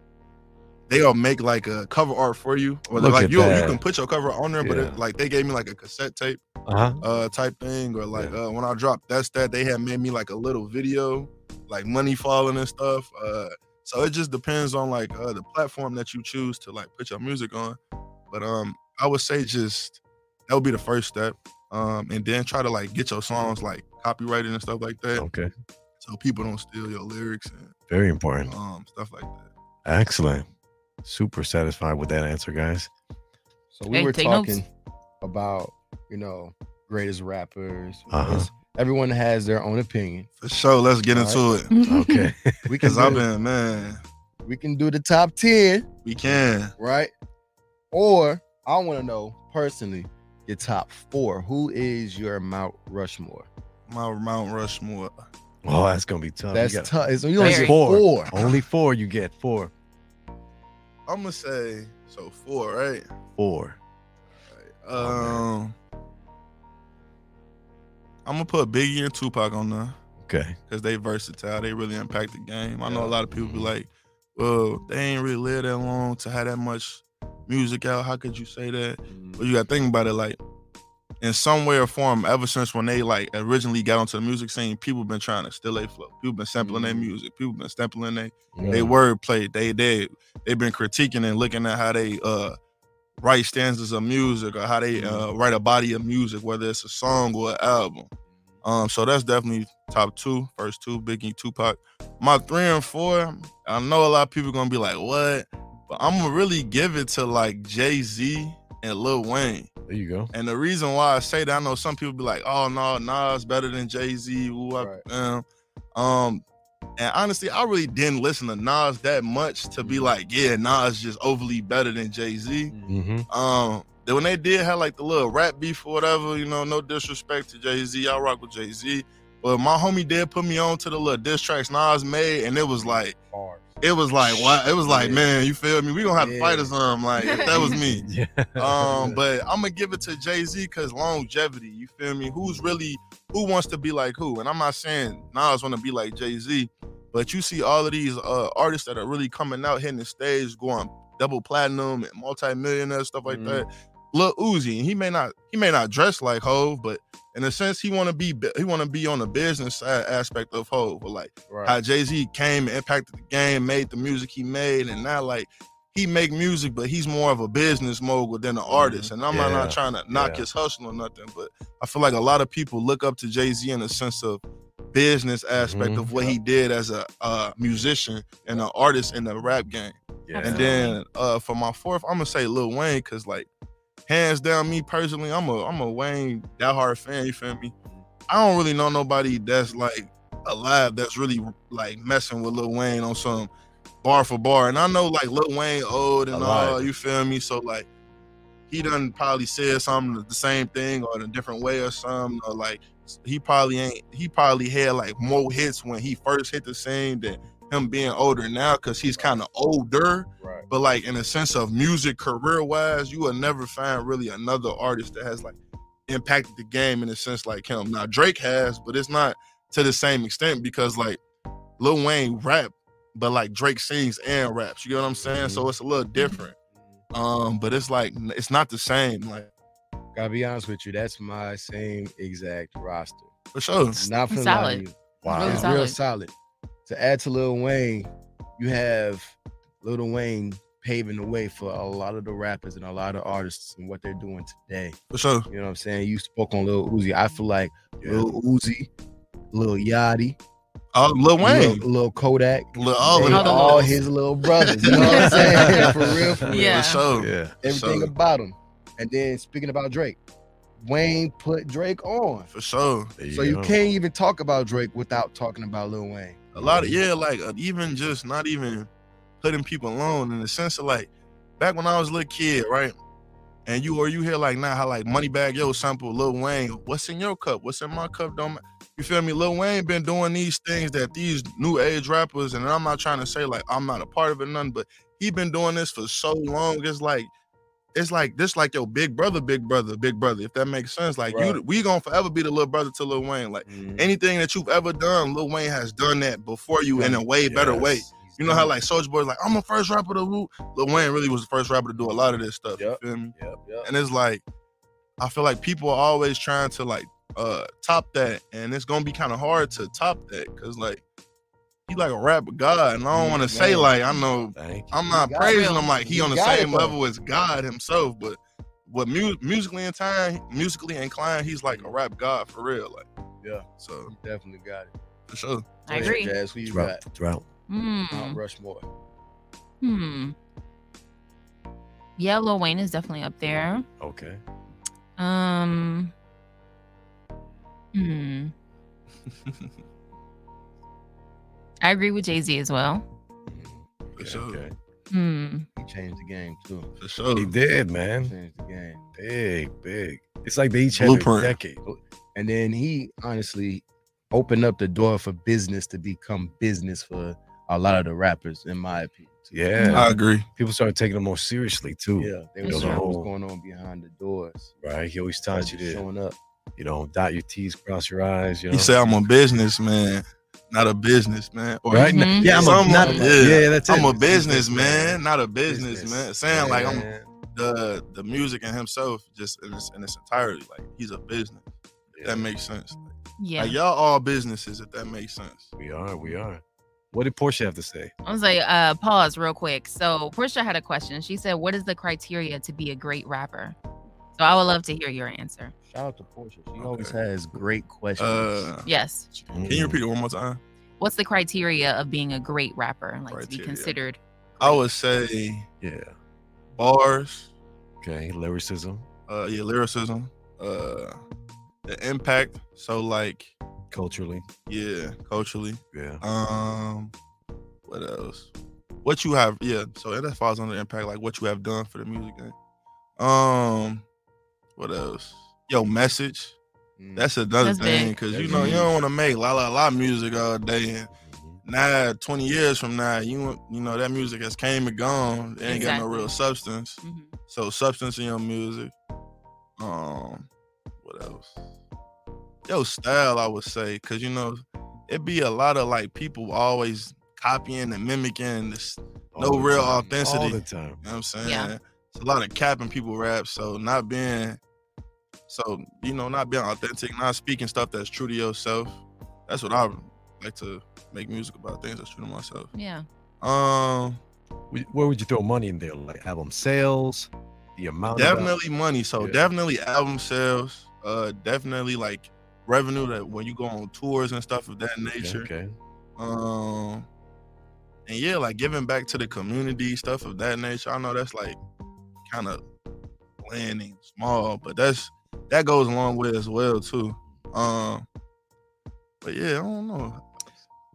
Speaker 6: they'll make like a cover art for you. Or
Speaker 3: Look
Speaker 6: like
Speaker 3: at
Speaker 6: you you
Speaker 3: that.
Speaker 6: can put your cover on there, but
Speaker 3: Yeah.
Speaker 6: it, like they gave me like a cassette tape
Speaker 3: Uh-huh.
Speaker 6: uh type thing, or like uh when I dropped that's that they had made me like a little video, like money falling and stuff. Uh so it just depends on like uh the platform that you choose to like put your music on. But um I would say just that would be the first step. Um and then try to like get your songs like copyrighted and stuff like that.
Speaker 3: Okay.
Speaker 6: So people don't steal your lyrics and
Speaker 3: Very important.
Speaker 6: um stuff like that.
Speaker 3: Excellent. Super satisfied with that answer, guys.
Speaker 5: So we
Speaker 4: Hey,
Speaker 5: were
Speaker 4: take notes.
Speaker 5: talking about you know greatest rappers. you know,
Speaker 3: Uh-huh.
Speaker 5: it's- Everyone has their own opinion.
Speaker 6: For sure, let's get
Speaker 5: Alright.
Speaker 6: into it.
Speaker 3: Okay.
Speaker 5: We can
Speaker 6: Cause I've
Speaker 5: do,
Speaker 6: been man,
Speaker 5: we can do the top ten.
Speaker 6: we can.
Speaker 5: right? Or I want to know personally your top four. Who is your Mount Rushmore?
Speaker 6: My Mount Rushmore.
Speaker 3: oh, that's gonna be tough. You
Speaker 5: That's
Speaker 3: got-
Speaker 5: tough. It's you only get
Speaker 4: Very.
Speaker 5: four.
Speaker 3: Only four you get. Four.
Speaker 6: I'm gonna say so four, right?
Speaker 3: Four. Oh,
Speaker 6: Um, I'm gonna put Biggie and Tupac on there
Speaker 3: Okay.
Speaker 6: because they versatile. They really impact the game. I know a lot of people be like, "Well, they ain't really live that long to have that much music out. How could you say that?"
Speaker 3: Mm-hmm.
Speaker 6: But you gotta think about it, like in some way or form, ever since when they like originally got onto the music scene, people been trying to steal their flow. People been sampling their
Speaker 3: Mm-hmm.
Speaker 5: Mhm.
Speaker 6: music. People been sampling their
Speaker 5: Yeah.
Speaker 6: they word play. They they they've been critiquing and looking at how they uh write stanzas of music or how they uh, write a body of music, whether it's a song or an album. Um, so that's definitely top two, first two, Biggie, Tupac. My three and four, I know a lot of people gonna be like, what? But I'm gonna really give it to like Jay Z and Lil Wayne.
Speaker 3: There you go.
Speaker 6: And the reason why I say that, I know some people be like, "Oh no, Nas better than Jay Z."
Speaker 5: Right.
Speaker 6: Um, um, and honestly, I really didn't listen to Nas that much to be like, "Yeah, Nas just overly better than Jay Z."
Speaker 5: Mm.
Speaker 3: Mm-hmm.
Speaker 6: Um, then when they did have like the little rap beef or whatever, you know, no disrespect to Jay Z, I rock with Jay Z, but my homie did put me on to the little diss tracks Nas made, and it was like,
Speaker 5: Bars.
Speaker 6: it was like, wow, it was like,
Speaker 5: Yeah.
Speaker 6: man, you feel me? We gonna have to fight
Speaker 5: Yeah.
Speaker 6: or something. Like if that was me.
Speaker 3: Yeah.
Speaker 6: Um, but I'm gonna give it to Jay Z because longevity. You feel me? Who's really who wants to be like who? And I'm not saying Nas want to be like Jay Z, but you see all of these uh, artists that are really coming out hitting the stage, going double platinum and multi-millionaire stuff like
Speaker 5: Mhm.
Speaker 6: that. Lil Uzi, and he may not he may not dress like Hove, but in a sense he want to be bu- he want to be on the business side aspect of Hove, but like
Speaker 5: Right.
Speaker 6: how Jay Z came and impacted the game, made the music he made, and now like he make music, but he's more of a business mogul than an artist. And I'm not,
Speaker 3: Mm-hmm. Yeah,
Speaker 6: not trying to knock
Speaker 3: yeah.
Speaker 6: his hustle or nothing, but I feel like a lot of people look up to Jay Z in the sense of business aspect
Speaker 3: Mhm.
Speaker 6: of what he did as a uh, musician and an artist in the rap game.
Speaker 3: yeah.
Speaker 6: And then uh for my fourth, I'm gonna say Lil Wayne, cause like hands down, me personally, I'm a I'm a Wayne that hard fan, you feel me? I don't really know nobody that's like alive that's really like messing with Lil Wayne on some bar for bar. And I know like Lil Wayne old and all,
Speaker 3: Alive.
Speaker 6: you feel me? So like he done probably said something the same thing or in a different way or something, or like he probably ain't he probably had like more hits when he first hit the scene than him being older now because he's kind of older
Speaker 5: right.
Speaker 6: but like in a sense of music career wise, you will never find really another artist that has like impacted the game in a sense like him. Now Drake has, but it's not to the same extent because like Lil Wayne rap, but like Drake sings and raps. You get what I'm saying?
Speaker 5: Mm-hmm.
Speaker 6: So it's a little different. Um, but it's like it's not the same. Like
Speaker 5: Gotta be honest with you. That's my same exact roster.
Speaker 6: For sure.
Speaker 5: Not for
Speaker 4: Solid.
Speaker 5: you.
Speaker 4: Really
Speaker 5: it's real solid. To add to Lil Wayne, you have Lil Wayne paving the way for a lot of the rappers and a lot of artists and what they're doing today.
Speaker 6: For sure.
Speaker 5: You know what I'm saying? You spoke on Lil Uzi. I feel like Lil Uzi, Lil Yachty,
Speaker 6: Uh, Lil Wayne.
Speaker 5: Lil, Lil Kodak,
Speaker 6: Lil, all of
Speaker 5: and
Speaker 4: All the
Speaker 6: them.
Speaker 5: all
Speaker 4: Lils.
Speaker 5: his little brothers. You know what I'm saying? for real, for real.
Speaker 4: Yeah.
Speaker 6: For sure.
Speaker 3: Yeah.
Speaker 5: Everything
Speaker 6: So-
Speaker 5: about him. And then speaking about Drake, Wayne put Drake on.
Speaker 6: For sure.
Speaker 3: There
Speaker 5: So you
Speaker 3: go.
Speaker 5: can't even talk about Drake without talking about Lil Wayne.
Speaker 6: A lot of yeah, like uh, even just not even putting people alone in the sense of like back when I was a little kid, right? And you or you hear like now how like Moneybag Yo sample Lil Wayne, what's in your cup? What's in my cup? Don't ma-" you feel me? Lil Wayne been doing these things that these new age rappers, and I'm not trying to say like I'm not a part of it none, but he been doing this for so long. It's like it's like this like your big brother, big brother, big brother. If that makes sense, like you,
Speaker 5: Right.
Speaker 6: we gonna forever be the little brother to Lil Wayne. Like anything that you've ever done, Lil Wayne has done that before you in a way better way. You know how like Soulja Boy's like, I'm the first rapper to root. Lil Wayne really was the first rapper to do a lot of this stuff.
Speaker 5: Yep.
Speaker 6: You feel me?
Speaker 5: Yep, yep.
Speaker 6: And it's like, I feel like people are always trying to like uh top that, and it's gonna be kind of hard to top that because like he like a rapper god, and I don't want to say
Speaker 5: Yeah.
Speaker 6: like I know
Speaker 3: Thank you.
Speaker 6: I'm not
Speaker 5: You got
Speaker 6: praising
Speaker 4: it.
Speaker 6: him like he
Speaker 5: You
Speaker 6: on the
Speaker 5: got it,
Speaker 6: same
Speaker 5: though.
Speaker 6: level as God himself, but what mu- musically inclined, musically inclined, he's like a rap god for real, like
Speaker 5: Yeah.
Speaker 6: so
Speaker 5: You definitely got it.
Speaker 6: for sure.
Speaker 4: I agree.
Speaker 5: Jazz, who you
Speaker 3: Drought.
Speaker 5: got?
Speaker 3: Drought.
Speaker 4: Hmm.
Speaker 5: Mount Rushmore.
Speaker 4: Hmm. Yeah, Lil Wayne is definitely up there.
Speaker 3: Okay.
Speaker 4: Um. Hmm. I agree with Jay Z as well.
Speaker 6: For sure.
Speaker 3: okay.
Speaker 4: Hmm.
Speaker 5: He changed the game too.
Speaker 6: For sure.
Speaker 3: He did, man.
Speaker 5: Changed the game.
Speaker 3: Big, big. It's like they each had
Speaker 6: Blueprint.
Speaker 3: a decade.
Speaker 5: And then he honestly opened up the door for business to become business for a lot of the rappers, in my opinion. too.
Speaker 4: Mm.
Speaker 3: Yeah.
Speaker 6: I agree.
Speaker 3: People started taking them more seriously too.
Speaker 5: Yeah. They
Speaker 4: It's
Speaker 5: was what
Speaker 3: true.
Speaker 5: was going on behind the doors.
Speaker 3: Oh. Right? He always taught you to,
Speaker 5: showing up.
Speaker 3: you know, dot your T's, cross your eyes, you know.
Speaker 6: He said, "I'm a businessman, not a businessman." Or
Speaker 3: right?
Speaker 4: Mhm.
Speaker 3: Yeah, I'm a,
Speaker 6: Something
Speaker 3: not,
Speaker 5: like
Speaker 3: yeah.
Speaker 6: that.
Speaker 3: that's it.
Speaker 6: I'm a
Speaker 3: It's- it's-
Speaker 6: businessman, not a businessman. Saying like I'm
Speaker 3: Yeah.
Speaker 6: the the music and himself just in its, in its entirety. Like he's a business. If that makes sense.
Speaker 4: Yeah.
Speaker 6: Like y'all all businesses. If that makes sense.
Speaker 3: We are, we are. What did Portia have to say?
Speaker 4: I was like, uh, pause real quick. So Portia had a question. She said, "What is the criteria to be a great rapper?" So I would love to hear your answer.
Speaker 5: Shout out to Portia. She always
Speaker 6: Okay.
Speaker 5: has great questions.
Speaker 6: Uh,
Speaker 4: Yes.
Speaker 6: can you repeat it one more time?
Speaker 4: What's the criteria of being a great rapper, like to be
Speaker 6: Criteria.
Speaker 4: considered?
Speaker 6: I would say
Speaker 3: Mm. Yeah.
Speaker 6: bars.
Speaker 3: Okay. Lyricism,
Speaker 6: Uh, yeah, lyricism. Uh, the impact. So like,
Speaker 3: culturally.
Speaker 6: yeah, culturally.
Speaker 3: Yeah.
Speaker 6: Um, what else? What you have? Yeah, so that falls under impact, like what you have done for the music game. Um, what else? Yo, message.
Speaker 5: Mm.
Speaker 6: That's another
Speaker 4: That's
Speaker 6: thing,
Speaker 4: big.
Speaker 6: cause you
Speaker 3: That's
Speaker 6: know you
Speaker 3: huge.
Speaker 6: don't want to make la la la music all day. And
Speaker 3: Mhm.
Speaker 6: now, twenty years from now, you you know that music has came and gone. It ain't got no
Speaker 4: Exactly.
Speaker 6: real substance.
Speaker 4: Mhm.
Speaker 6: So substance in your music. Um, what else? Yo, style, I would say, cause you know, it be a lot of like people always copying and mimicking. This, you No
Speaker 3: All the
Speaker 6: real
Speaker 3: time.
Speaker 6: authenticity.
Speaker 3: All the time.
Speaker 6: know what I'm saying?
Speaker 4: Yeah.
Speaker 6: It's a lot of capping people rap. So not being, so you know, not being authentic, not speaking stuff that's true to yourself. That's what I like to make music about. Things that's true to myself.
Speaker 4: Yeah.
Speaker 6: Um,
Speaker 3: Wh- Where would you throw money in there? Like album sales, the amount. of al-
Speaker 6: definitely money. So
Speaker 3: Yeah.
Speaker 6: definitely album sales. Uh, definitely like revenue that when you go on tours and stuff of that
Speaker 3: Okay,
Speaker 6: nature.
Speaker 3: Okay.
Speaker 6: Um, and yeah, like giving back to the community, stuff of that nature. I know that's like kind of bland and small, but that's that goes a long way as well too. Um, but yeah, I don't know.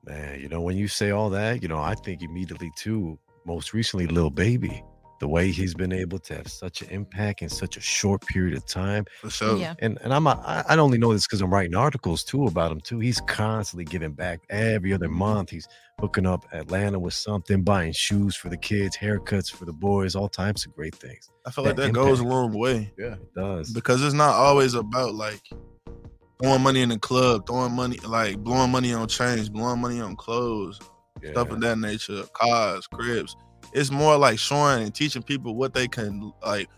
Speaker 3: Man, you know, when you say all that, you know, I think immediately too, most recently, Lil Baby, the way he's been able to have such an impact in such a short period of time.
Speaker 6: For sure.
Speaker 4: Yeah.
Speaker 3: And and I'm a, I, I only know this because I'm writing articles too about him too. He's constantly giving back every
Speaker 6: Mm-hmm.
Speaker 3: other month. He's hooking up Atlanta with something, buying shoes for the kids, haircuts for the boys, all types of great things.
Speaker 6: I feel like
Speaker 3: That
Speaker 6: that goes a
Speaker 3: impact.
Speaker 6: long way.
Speaker 3: It does.
Speaker 6: because it's not always about like throwing money in the club, throwing money like blowing money on change, blowing money on clothes, stuff
Speaker 3: Yeah.
Speaker 6: of that nature, cars, cribs. It's more like showing and teaching people what they can like,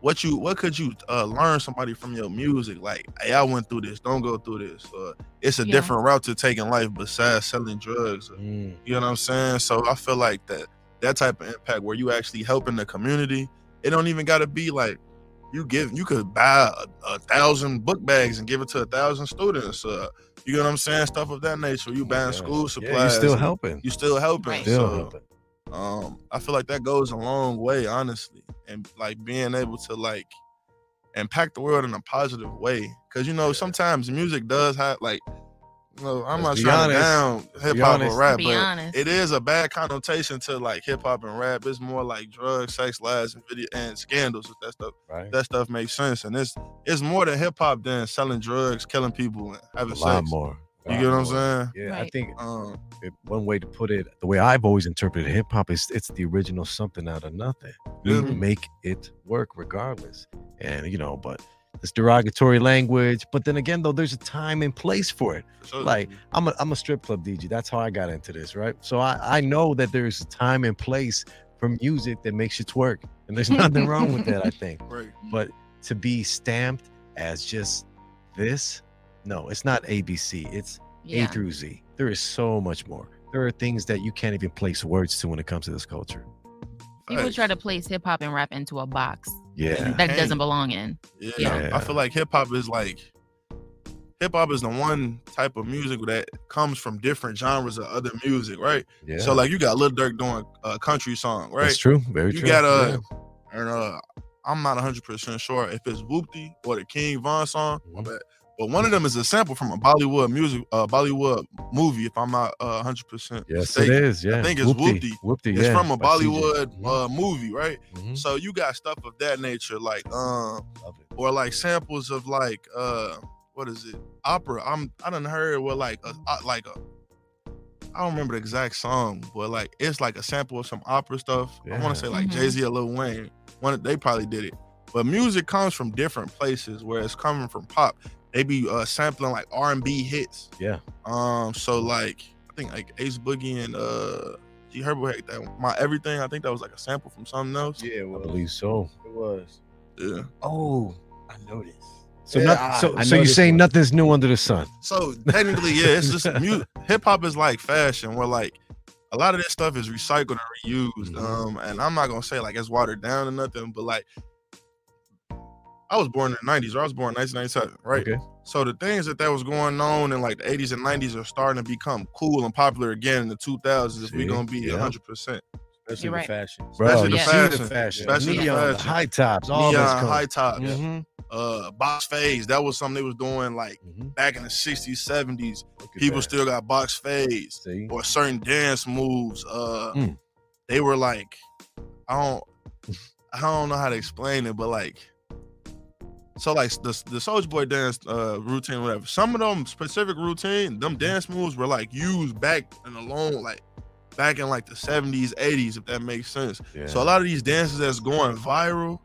Speaker 6: what you what could you uh, learn somebody from your music? Like, hey, I went through this. Don't go through this. Or it's a
Speaker 4: Yeah.
Speaker 6: different route to take in life besides selling drugs. Or,
Speaker 5: Mm.
Speaker 6: you know what I'm saying? So I feel like that that type of impact where you actually helping the community. It don't even got to be like you give. You could buy a, a thousand book bags and give it to a thousand students. Uh, you know what I'm saying? Stuff of that nature. You buying
Speaker 5: Yeah.
Speaker 6: school
Speaker 3: Oh Yeah,
Speaker 6: supplies.
Speaker 3: you still
Speaker 6: and
Speaker 3: helping.
Speaker 6: You still helping.
Speaker 4: Right.
Speaker 5: Still
Speaker 6: so-
Speaker 5: helping.
Speaker 6: um i feel like that goes a long way honestly and like being able to like impact the world in a positive way because you know
Speaker 5: Yeah.
Speaker 6: sometimes music does have like you know i'm
Speaker 3: Let's be
Speaker 6: not trying to
Speaker 3: honest. Let's
Speaker 6: down
Speaker 3: be
Speaker 6: hip-hop
Speaker 3: honest.
Speaker 6: or rap
Speaker 4: be
Speaker 6: but
Speaker 4: honest.
Speaker 6: it is a bad connotation to like hip-hop and rap it's more like drugs sex lies and video and scandals if that stuff
Speaker 5: Right.
Speaker 6: that stuff makes sense and it's it's more than hip-hop than selling drugs killing people and having
Speaker 3: A lot
Speaker 6: sex
Speaker 3: more.
Speaker 6: you get what i'm saying
Speaker 3: Yeah, I
Speaker 4: Right.
Speaker 3: think
Speaker 6: um
Speaker 3: it- one way to put it, the way I've always interpreted hip hop is it's the original something out of nothing. We
Speaker 6: Mhm.
Speaker 3: make it work regardless. And you know, but this derogatory language, but then again though, there's a time and place for it.
Speaker 6: so-
Speaker 3: Like I'm a I'm a strip club DJ. That's how I got into this, right? So I, I know that there's a time and place for music that makes you twerk. And there's nothing wrong with that, I think.
Speaker 6: right
Speaker 3: But to be stamped as just this, no, it's not ABC. It's a
Speaker 4: yeah.
Speaker 3: through Z. There is so much more. There are things that you can't even place words to when it comes to this culture.
Speaker 4: People
Speaker 6: facts.
Speaker 4: try to place hip hop and rap into a box
Speaker 3: Yeah.
Speaker 6: Dang.
Speaker 4: that doesn't belong in.
Speaker 6: Yeah,
Speaker 3: Yeah.
Speaker 6: I feel like hip hop is like hip hop is the one type of music that comes from different genres of other music, right?
Speaker 3: Yeah.
Speaker 6: So like you got Lil Durk doing a country song, right?
Speaker 3: That's true. Very
Speaker 6: you
Speaker 3: true.
Speaker 6: got uh, and uh, I'm not 100 percent sure if it's Whoopty or the King Von song, my
Speaker 3: Mhm.
Speaker 6: bad. but one of them is a sample from a Bollywood music, uh, Bollywood movie. If I'm not uh, 100 percent
Speaker 3: yeah. Yes,
Speaker 6: mistaken,
Speaker 3: it is. Yeah.
Speaker 6: think it's
Speaker 3: Whoopty. Whoopty,
Speaker 6: it's
Speaker 3: yeah,
Speaker 6: from a
Speaker 3: by CJ.
Speaker 6: Bollywood
Speaker 3: Mhm,
Speaker 6: uh, movie, right?
Speaker 3: mhm.
Speaker 6: So you got stuff of that nature, like um,
Speaker 3: Love it.
Speaker 6: or like samples of like uh what is it opera i'm i done heard what like a, uh, like a i don't remember the exact song but like it's like a sample of some opera stuff i
Speaker 3: Yeah.
Speaker 6: want to say like
Speaker 5: Mm-hmm.
Speaker 4: Mhm.
Speaker 6: jay-z or lil wayne one of- they probably did it but music comes from different places where it's coming from pop they be uh sampling like r&b hits
Speaker 3: Yeah.
Speaker 6: um so like i think like ace boogie and uh G Herbo had that my everything. I think that was like a sample from something else.
Speaker 5: Yeah, it
Speaker 3: I
Speaker 5: was.
Speaker 3: believe so.
Speaker 5: It was.
Speaker 6: yeah.
Speaker 5: Oh, I know this.
Speaker 3: So,
Speaker 5: Yeah,
Speaker 3: not, so,
Speaker 5: I- I
Speaker 3: so
Speaker 5: know
Speaker 3: you're
Speaker 5: this
Speaker 3: saying
Speaker 5: one.
Speaker 3: nothing's new under the sun?
Speaker 6: So technically, yeah, it's just mu- hip hop is like fashion, where like a lot of this stuff is recycled and reused.
Speaker 3: Mhm.
Speaker 6: Um, and I'm not gonna say like it's watered down or nothing, but like I was born in the '90s, or I was born in 1997, right?
Speaker 3: Okay.
Speaker 6: So the things that that was going on in like the 80s and 90s are starting to become cool and popular again in the 2000s. If
Speaker 3: See?
Speaker 6: we're gonna be
Speaker 3: Yeah.
Speaker 6: 100, percent
Speaker 5: Especially
Speaker 4: You're
Speaker 5: the
Speaker 4: right.
Speaker 5: fashion.
Speaker 3: Bro,
Speaker 6: Especially
Speaker 3: you
Speaker 4: the
Speaker 3: see
Speaker 6: fashion.
Speaker 3: the fashion.
Speaker 6: Especially
Speaker 4: the
Speaker 3: Neon,
Speaker 6: fashion.
Speaker 3: high tops, all
Speaker 6: neon
Speaker 3: this
Speaker 6: high
Speaker 3: color.
Speaker 6: top,
Speaker 4: Mm-hmm.
Speaker 3: Mhm,
Speaker 6: uh, box fades. That was something they was doing like
Speaker 3: mhm.
Speaker 6: back in the 60s, 70s.
Speaker 3: Look at
Speaker 6: People
Speaker 3: that.
Speaker 6: still got box fades.
Speaker 3: see.
Speaker 6: or certain dance moves. Uh,
Speaker 3: Mm.
Speaker 6: they were like, I don't, I don't know how to explain it, but like, so like the the Soldier Boy dance uh, routine, whatever. Some of them specific routine,
Speaker 3: Mm-hmm.
Speaker 6: them dance moves were like used back in the long, like back in like the seventies, eighties, if that makes sense.
Speaker 3: Yeah.
Speaker 6: So a lot of these dances that's going viral,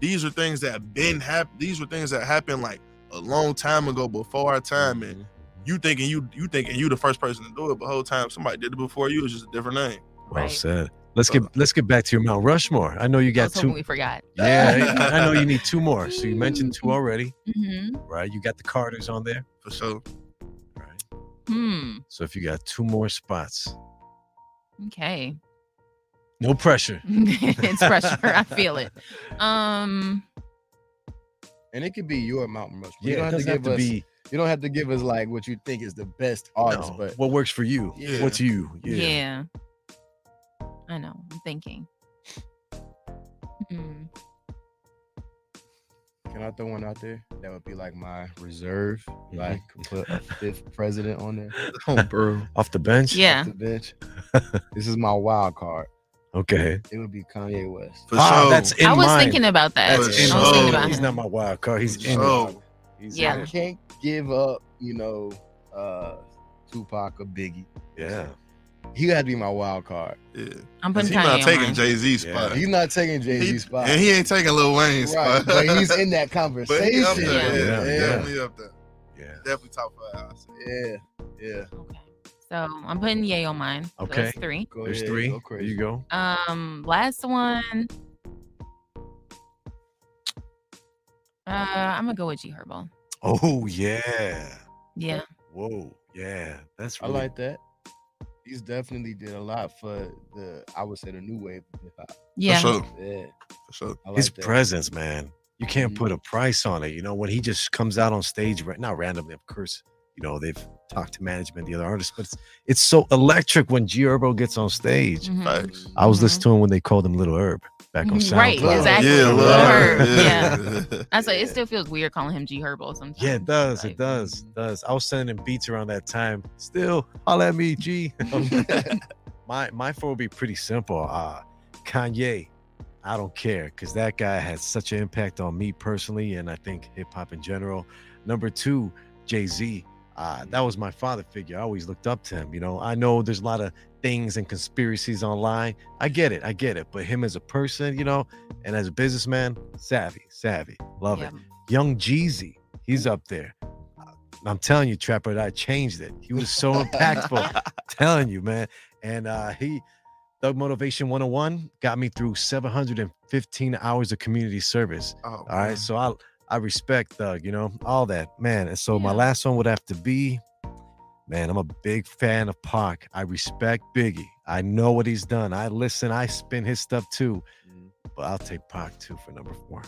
Speaker 6: these are things that been hap- These were things that happened like a long time ago, before our time, and
Speaker 3: Mm-hmm.
Speaker 6: you thinking you you thinking you the first person to do it, but whole time somebody did it before you. It's just a different name.
Speaker 3: well
Speaker 4: Right.
Speaker 3: said. Let's get let's get back to your Mount Rushmore. I know you
Speaker 4: I
Speaker 3: got
Speaker 4: was hoping
Speaker 3: two.
Speaker 4: we forgot.
Speaker 3: Yeah, I I know you need two more. So you mentioned two already,
Speaker 4: hmm
Speaker 3: right? You got the Carters on there,
Speaker 6: For sure.
Speaker 3: right?
Speaker 4: Hmm.
Speaker 3: So if you got two more spots,
Speaker 4: Okay.
Speaker 3: no pressure.
Speaker 4: it's pressure. I feel it. Um.
Speaker 5: And it could be your Mount Rushmore.
Speaker 3: Yeah,
Speaker 5: you don't
Speaker 3: it
Speaker 5: have to
Speaker 3: doesn't
Speaker 5: give
Speaker 3: have to
Speaker 5: us.
Speaker 3: be
Speaker 5: You don't have to give us like what you think is the best artist,
Speaker 3: no,
Speaker 5: but
Speaker 3: what works for you.
Speaker 6: Yeah.
Speaker 3: What's you?
Speaker 4: Yeah. I know. I'm thinking. Hmm.
Speaker 5: can I throw one out there? That would be like my reserve.
Speaker 3: Mm-hmm.
Speaker 5: Like put a fifth president on there,
Speaker 6: Oh, bro.
Speaker 3: Off the bench.
Speaker 4: Yeah.
Speaker 5: off the bench. this is my wild card.
Speaker 3: Okay.
Speaker 5: It would be Kanye West.
Speaker 6: For
Speaker 3: Ah,
Speaker 6: sure.
Speaker 3: that's in
Speaker 4: I was
Speaker 3: mind.
Speaker 4: thinking about that.
Speaker 3: That's
Speaker 6: For
Speaker 3: in
Speaker 4: I was thinking
Speaker 3: mind.
Speaker 6: sure.
Speaker 4: about
Speaker 3: He's
Speaker 4: him.
Speaker 3: not my wild card. He's in.
Speaker 6: So-
Speaker 3: it. He's in
Speaker 4: Yeah.
Speaker 5: I
Speaker 3: it.
Speaker 5: can't give up. You know, uh, Tupac or Biggie.
Speaker 3: Yeah.
Speaker 5: He had to be my wild card.
Speaker 6: Yeah.
Speaker 4: I'm
Speaker 6: 'Cause He
Speaker 4: putting Kanye
Speaker 6: not
Speaker 4: on
Speaker 6: taking
Speaker 4: mine.
Speaker 6: Jay Z
Speaker 3: Yeah.
Speaker 6: spot.
Speaker 5: He's not taking Jay
Speaker 6: He-
Speaker 5: Z spot.
Speaker 6: And he ain't taking Lil Wayne's
Speaker 5: right,
Speaker 6: spot.
Speaker 5: but he's in that
Speaker 6: But he up
Speaker 5: conversation.
Speaker 6: there. Yeah,
Speaker 3: Yeah,
Speaker 6: he
Speaker 3: yeah.
Speaker 6: definitely up there.
Speaker 3: Yeah.
Speaker 6: Definitely top five. I'd say.
Speaker 5: Yeah, yeah.
Speaker 4: Okay. So I'm putting Ye on mine. So that's
Speaker 3: Okay.
Speaker 4: three.
Speaker 5: Go
Speaker 3: There's
Speaker 5: ahead,
Speaker 3: three.
Speaker 5: Go
Speaker 3: There you
Speaker 5: crazy.
Speaker 3: go.
Speaker 4: Um. Last one. Uh, I'm gonna go with G Herbo.
Speaker 3: Oh yeah.
Speaker 4: Yeah,
Speaker 3: Whoa. Yeah. That's
Speaker 5: I
Speaker 3: really,
Speaker 5: like that. He's definitely did a lot for the I would say the new wave of hip hop.
Speaker 4: yeah.
Speaker 6: For sure.
Speaker 5: Yeah,
Speaker 6: For sure.
Speaker 5: I like
Speaker 3: his
Speaker 5: that.
Speaker 3: presence, man. You can't
Speaker 5: Mhm.
Speaker 3: put a price on it. You know, when he just comes out on stage, right now, randomly, of course, you know, they've talked to management, the other artists, but it's, it's so electric when G Herbo gets on stage.
Speaker 4: Mhm.
Speaker 6: Facts.
Speaker 3: I was
Speaker 4: Mhm.
Speaker 3: listening to him when they called him Little Herb back on SoundCloud.
Speaker 4: Mm-hmm. Right, Exactly.
Speaker 6: Yeah,
Speaker 3: Lil
Speaker 6: Lil
Speaker 3: Herb.
Speaker 6: Herb, Yeah.
Speaker 4: That's like it
Speaker 5: Yeah.
Speaker 4: still feels weird calling him G Herbo sometimes.
Speaker 3: Yeah, it does.
Speaker 4: Like,
Speaker 3: It does. It does. I was sending him beats around that time. Still, holla at me, G. my my four would be pretty simple. Uh Kanye, I don't care because that guy had such an impact on me personally, and I think hip hop in general. Number two, Jay Z. Uh, that was my father figure. I always looked up to him. You know, I know there's a lot of things and conspiracies online. I get it. I get it. But him as a person, you know, and as a businessman, savvy, savvy. Love
Speaker 4: Yeah.
Speaker 3: it. Young Jeezy, he's up there. I'm telling you, Trapper, I changed it. He was so impactful. telling you, man. And uh he Thug Motivation 101 got me through 715 hours of community service.
Speaker 6: Oh,
Speaker 3: All right. So I I respect Thug, you know, all that, man. And so my
Speaker 4: Yeah.
Speaker 3: last one would have to be, man, I'm a big fan of Pac. I respect Biggie. I know what he's done. I listen, I spin his stuff too.
Speaker 5: Mhm.
Speaker 3: But I'll take Pac too for number four.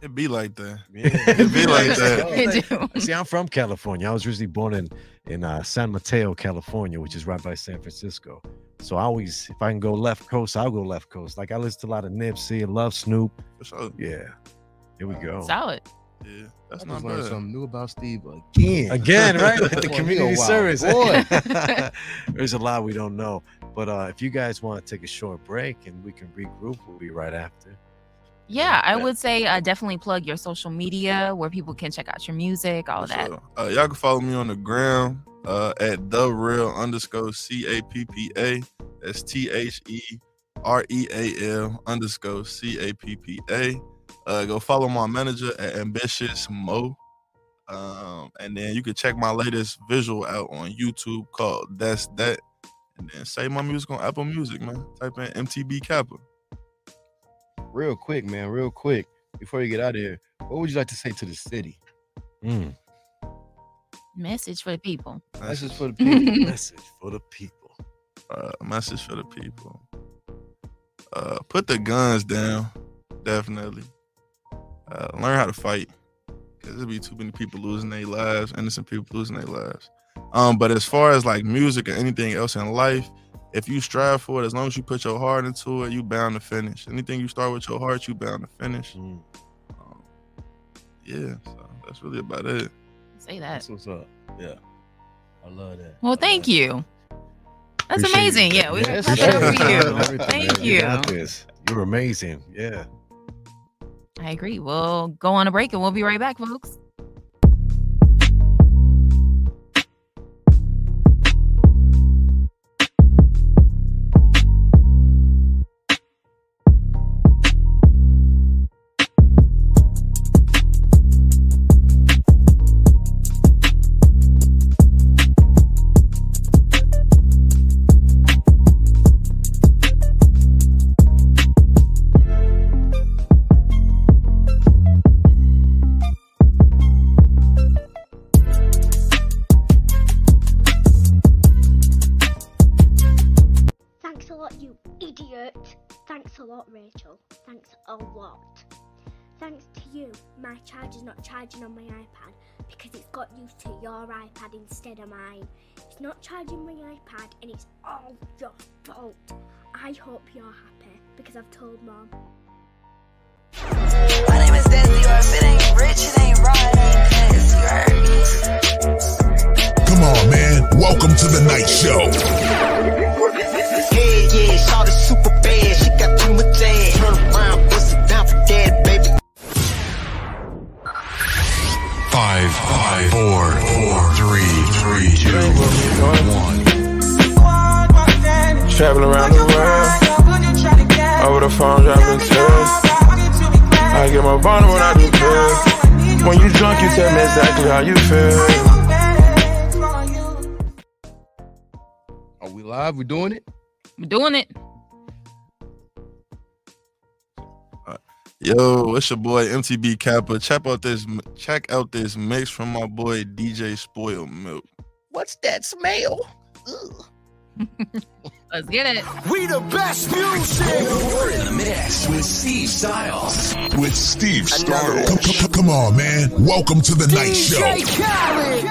Speaker 6: it be like that.
Speaker 3: It'd
Speaker 6: be like that.
Speaker 4: They do.
Speaker 3: See, I'm from California. I was originally born in in uh, San Mateo, California, which is right by San Francisco. So I always, if I can go left coast, I'll go left coast. Like I listen to a lot of Nipsey, I love Snoop.
Speaker 6: For sure.
Speaker 3: Yeah, here we go
Speaker 4: Solid.
Speaker 6: Yeah.
Speaker 5: I
Speaker 6: That's
Speaker 5: just
Speaker 6: not
Speaker 5: learned
Speaker 6: bad.
Speaker 5: something new about Steve again.
Speaker 3: again, right? Like
Speaker 5: Boy,
Speaker 3: the
Speaker 5: he a
Speaker 3: community
Speaker 6: Oh,
Speaker 5: wild
Speaker 3: service.
Speaker 5: boy.
Speaker 3: There's a lot we don't know, but uh, if you guys want to take a short break and we can regroup, we'll be right after.
Speaker 4: Yeah, I
Speaker 6: Yeah.
Speaker 4: would say uh, definitely plug your social media where people can check out your music, all of
Speaker 6: For
Speaker 4: that.
Speaker 6: sure. Uh, y'all can follow me on the gram uh, at the real underscore C A P P A. That's T H E R E A L underscore C A P P A. Uh, go follow my manager at Ambitious Mo. Um, and then you can check my latest visual out on YouTube called That's That. And then say my music on Apple Music, man. Type in MTB Kappa.
Speaker 5: Real quick, man. Real quick. Before you get out of here, what would you like to say to the city?
Speaker 3: Mm,
Speaker 4: Message for the people.
Speaker 5: That's just
Speaker 6: Message,
Speaker 5: for the people.
Speaker 3: message for the people.
Speaker 6: uh, message for the people. Uh, put the guns down, definitely. Uh, learn how to fight, because there'll be too many people losing their lives, innocent people losing their lives. Um, but as far as like music or anything else in life, if you strive for it, as long as you put your heart into it, you bound to finish. Anything you start with your heart, you bound to finish.
Speaker 3: Mm.
Speaker 6: Um, yeah, so that's really about it.
Speaker 4: Say that.
Speaker 5: That's what's up. Yeah. I love that.
Speaker 4: Well, thank you. That's amazing. Yeah, we
Speaker 5: Yeah,
Speaker 4: can clap it up for
Speaker 5: appreciate
Speaker 4: you.
Speaker 5: it.
Speaker 4: Thank
Speaker 3: You
Speaker 4: you.
Speaker 3: got this. You're amazing. Yeah.
Speaker 4: I agree. We'll go on a break and we'll be right back, folks.
Speaker 7: Thanks a lot, you idiot. Thanks a lot, Rachel. Thanks a lot. Thanks to you, my charger's not charging on my iPad because it's got used to your iPad instead of mine. It's not charging my iPad and it's all your fault. I hope you're happy because I've told mom.
Speaker 8: My name is Desi, or if it ain't rich, it ain't raw, it ain't piss, you heard me?
Speaker 9: Come on, man. Welcome to the night show.
Speaker 10: Yeah, yeah, shawty super bad, she got too much ass. Turn around, bust it down for that, baby.
Speaker 9: Five, five, four, four, three, three, two, one.
Speaker 11: Traveling around the world. Over the phone, dropping tears. I get my vulnerable when I do drugs. When you drunk, you tell me exactly how you feel.
Speaker 5: Are we live? We doing it?
Speaker 4: We're doing it.
Speaker 6: Yo, it's your boy MTB Kappa. Check out this check out this mix from my boy DJ Spoil Milk.
Speaker 1: What's that smell?
Speaker 4: Let's get it.
Speaker 10: We the best music. We're in the mix with Steve Styles.
Speaker 9: With Steve Styles. Come, come- come on, man. Welcome to the night
Speaker 10: DJ
Speaker 9: show.
Speaker 10: Khaled.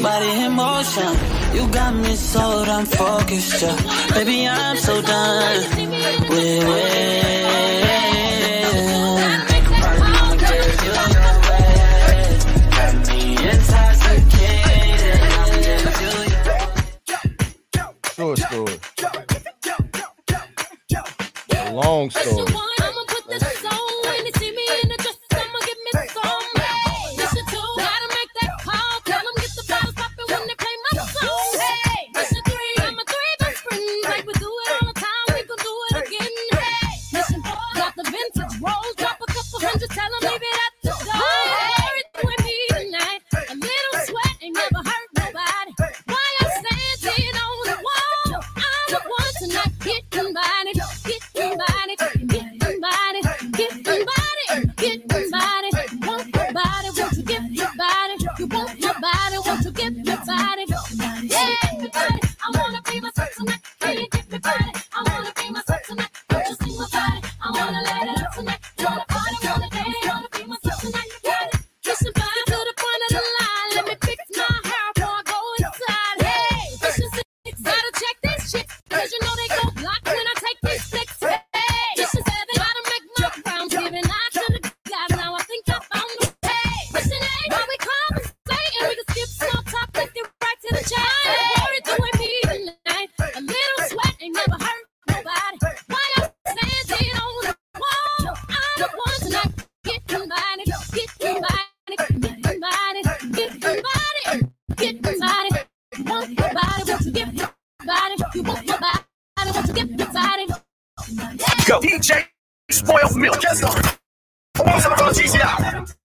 Speaker 12: Body in motion, you got me so damn focused, yeah. Baby, I'm so done with it. Think about my girl, you know it. Got me intoxicated, I'm just doing
Speaker 5: Short story. A long story.
Speaker 10: Go. DJ Spoiled Milk. Yes, sir. Alongside my brother GCI.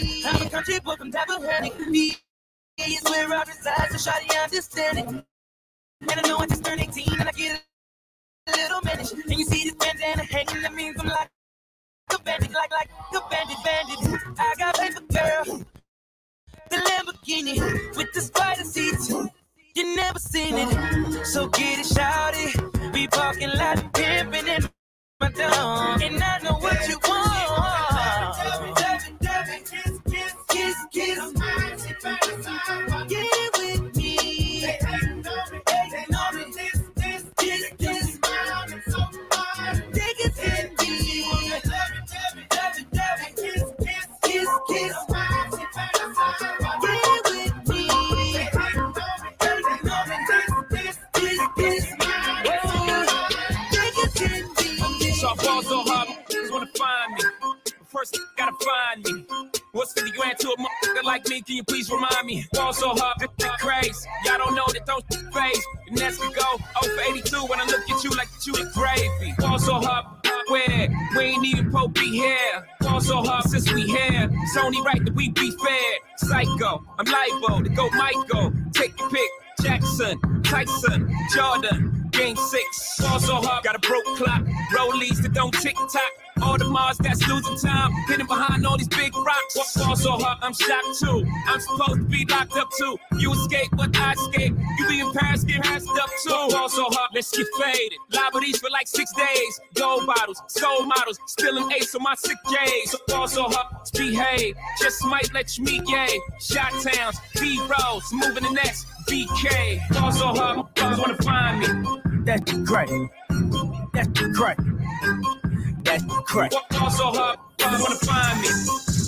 Speaker 13: I'm a country boy from Dapper Honey. Me is where I reside, so shoddy understand it. And I know I just turned 18 and I get a little mannish. And you see this bandana hanging, that means I'm like a bandit, like, like a bandit, bandit. I got paper, girl. The Lamborghini with the spider seats. You never seen it, so get it shouted. We parking lot pimping and my dog. And I know what you want.
Speaker 14: So I ball so hard, just wanna find me. But First, you gotta find me. What's 50 grand to a motherfucker like me? Can you please remind me? Ball so hard, that shit crazy. Y'all don't know that don't shit phase. And that's we go 0 for 82 when I look at you like you the gravy. Ball so hard, where we ain't even Pope be here. Ball so hard since we here. It's only right that we be fair. Psycho, I'm libo to go Michael. Take your pick. Jackson, Tyson, Jordan, Game Six. Ball so hard, got a broke clock. Rollies that don't tick tock. All the Mars that's losing time, hidden behind all these big rocks. What fall so hard, I'm shocked too. I'm supposed to be locked up too. You escape, but I escape. You be in Paris, get passed up too. What fall so hard, let's get faded. Liberties for like six days. Gold bottles, soul models, spilling ace on my sick days. What fall so hard, behave. Just might let you meet, yay. Shot towns, B rolls, moving the next. BK, fall so hard, my brothers wanna find me. That's great. That's great. That's correct. Walk on so hard, brothers wanna find me.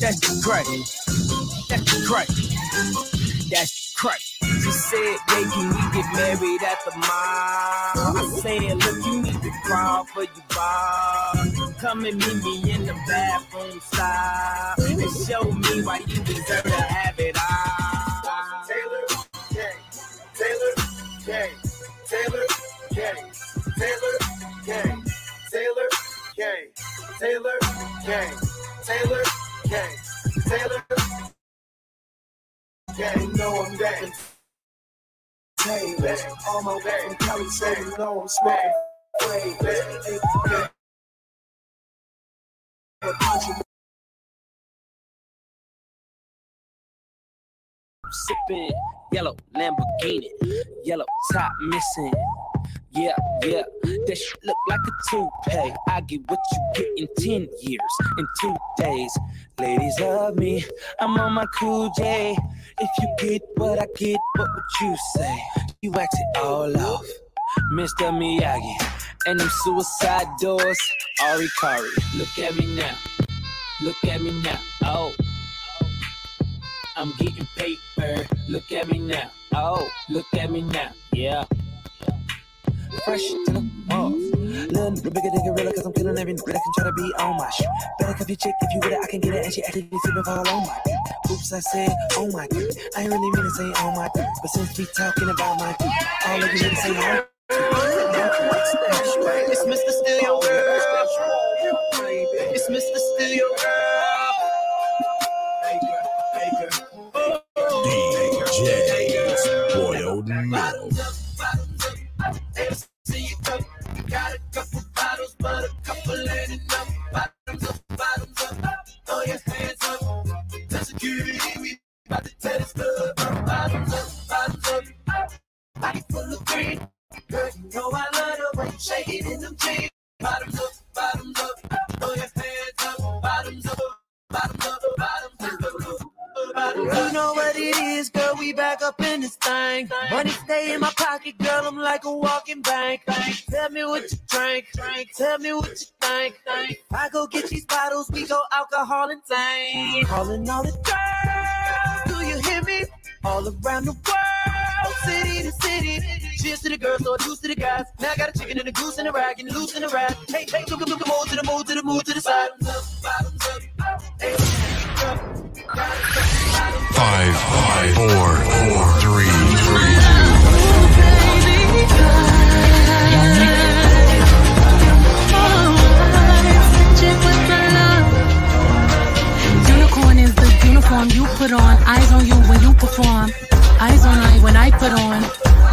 Speaker 14: That's correct. That's correct. That's correct. She said, "Baby, we get married at the mall." I said, "Look, you need to fall for you, ball. Come and meet me in the bathroom style and show me why you deserve to have it all. Taylor J, Taylor J, Taylor J, Taylor J, Taylor J, Taylor J, Taylor J, Taylor J. You know I'm that. Taylor, on my way from Cali, so you know I'm smoking. Taylor,
Speaker 15: sipping yellow Lamborghini, yellow top missing. Yeah, yeah, that shit look like a toupee. I get what you get in ten years, in two days. Ladies love me, I'm on my cool J. If you get what I get, what would you say? You wax it all off, Mr. Miyagi, and them suicide doors, Ari Kari. Look at me now, look at me now, oh. I'm getting paper. Look at me now. Oh, look at me now. Yeah. Fresh to the off. Little nigga, bigger than gorilla, cause I'm killing every nigga that can try to be on my shit. Better cuff your chick if you with it, I can get it, and she actually be flipping all on my dick. Oops, I said, oh my dick. I ain't really mean to say on my dick, but since we talking about my dick, all of you niggas say on
Speaker 13: It's Mr. Steal Your Girl. It's Mr. Steal Your Girl.
Speaker 9: DJs, boiled milk.
Speaker 13: Got a couple bottles, but a couple ain't enough. Bottoms up, bottoms up. Throw your hands up. The security, we about to tear this club up. Bottoms up, bottoms up. Body full of green. Girl, you know I love the way you shake it in them jeans. Bottoms up, bottoms up. Throw your hands up. Bottoms up, bottoms up, bottoms up. Bottoms up.
Speaker 12: You know what it is, girl. We back up in this thing. Money stay in my pocket, girl. I'm like a walking bank. Tell me what you drink. Tell me what you think. I go get these bottles, we go alcohol and tank. Calling all the girls, do you hear me? All around the world, city to city. Cheers to the girls, or juice to the guys. Now I got a chicken and a goose and a rag and loose in a rag. Hey, hey, look, look, look, move to the move to the move to the side.
Speaker 9: Five, five, four, four, three, three.
Speaker 16: Unicorn is the uniform you put on. Eyes on you when you perform. Eyes on I when I put on.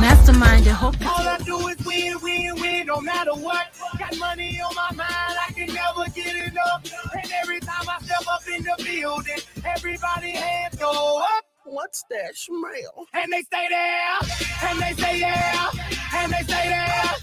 Speaker 16: Masterminded. Hope.
Speaker 12: All I do is win, win, win, no matter what. Got money on my mind, I can never get enough. And every time I step up in the building, everybody hands go up. What's that smell? And they stay there, and they stay there, and they stay there.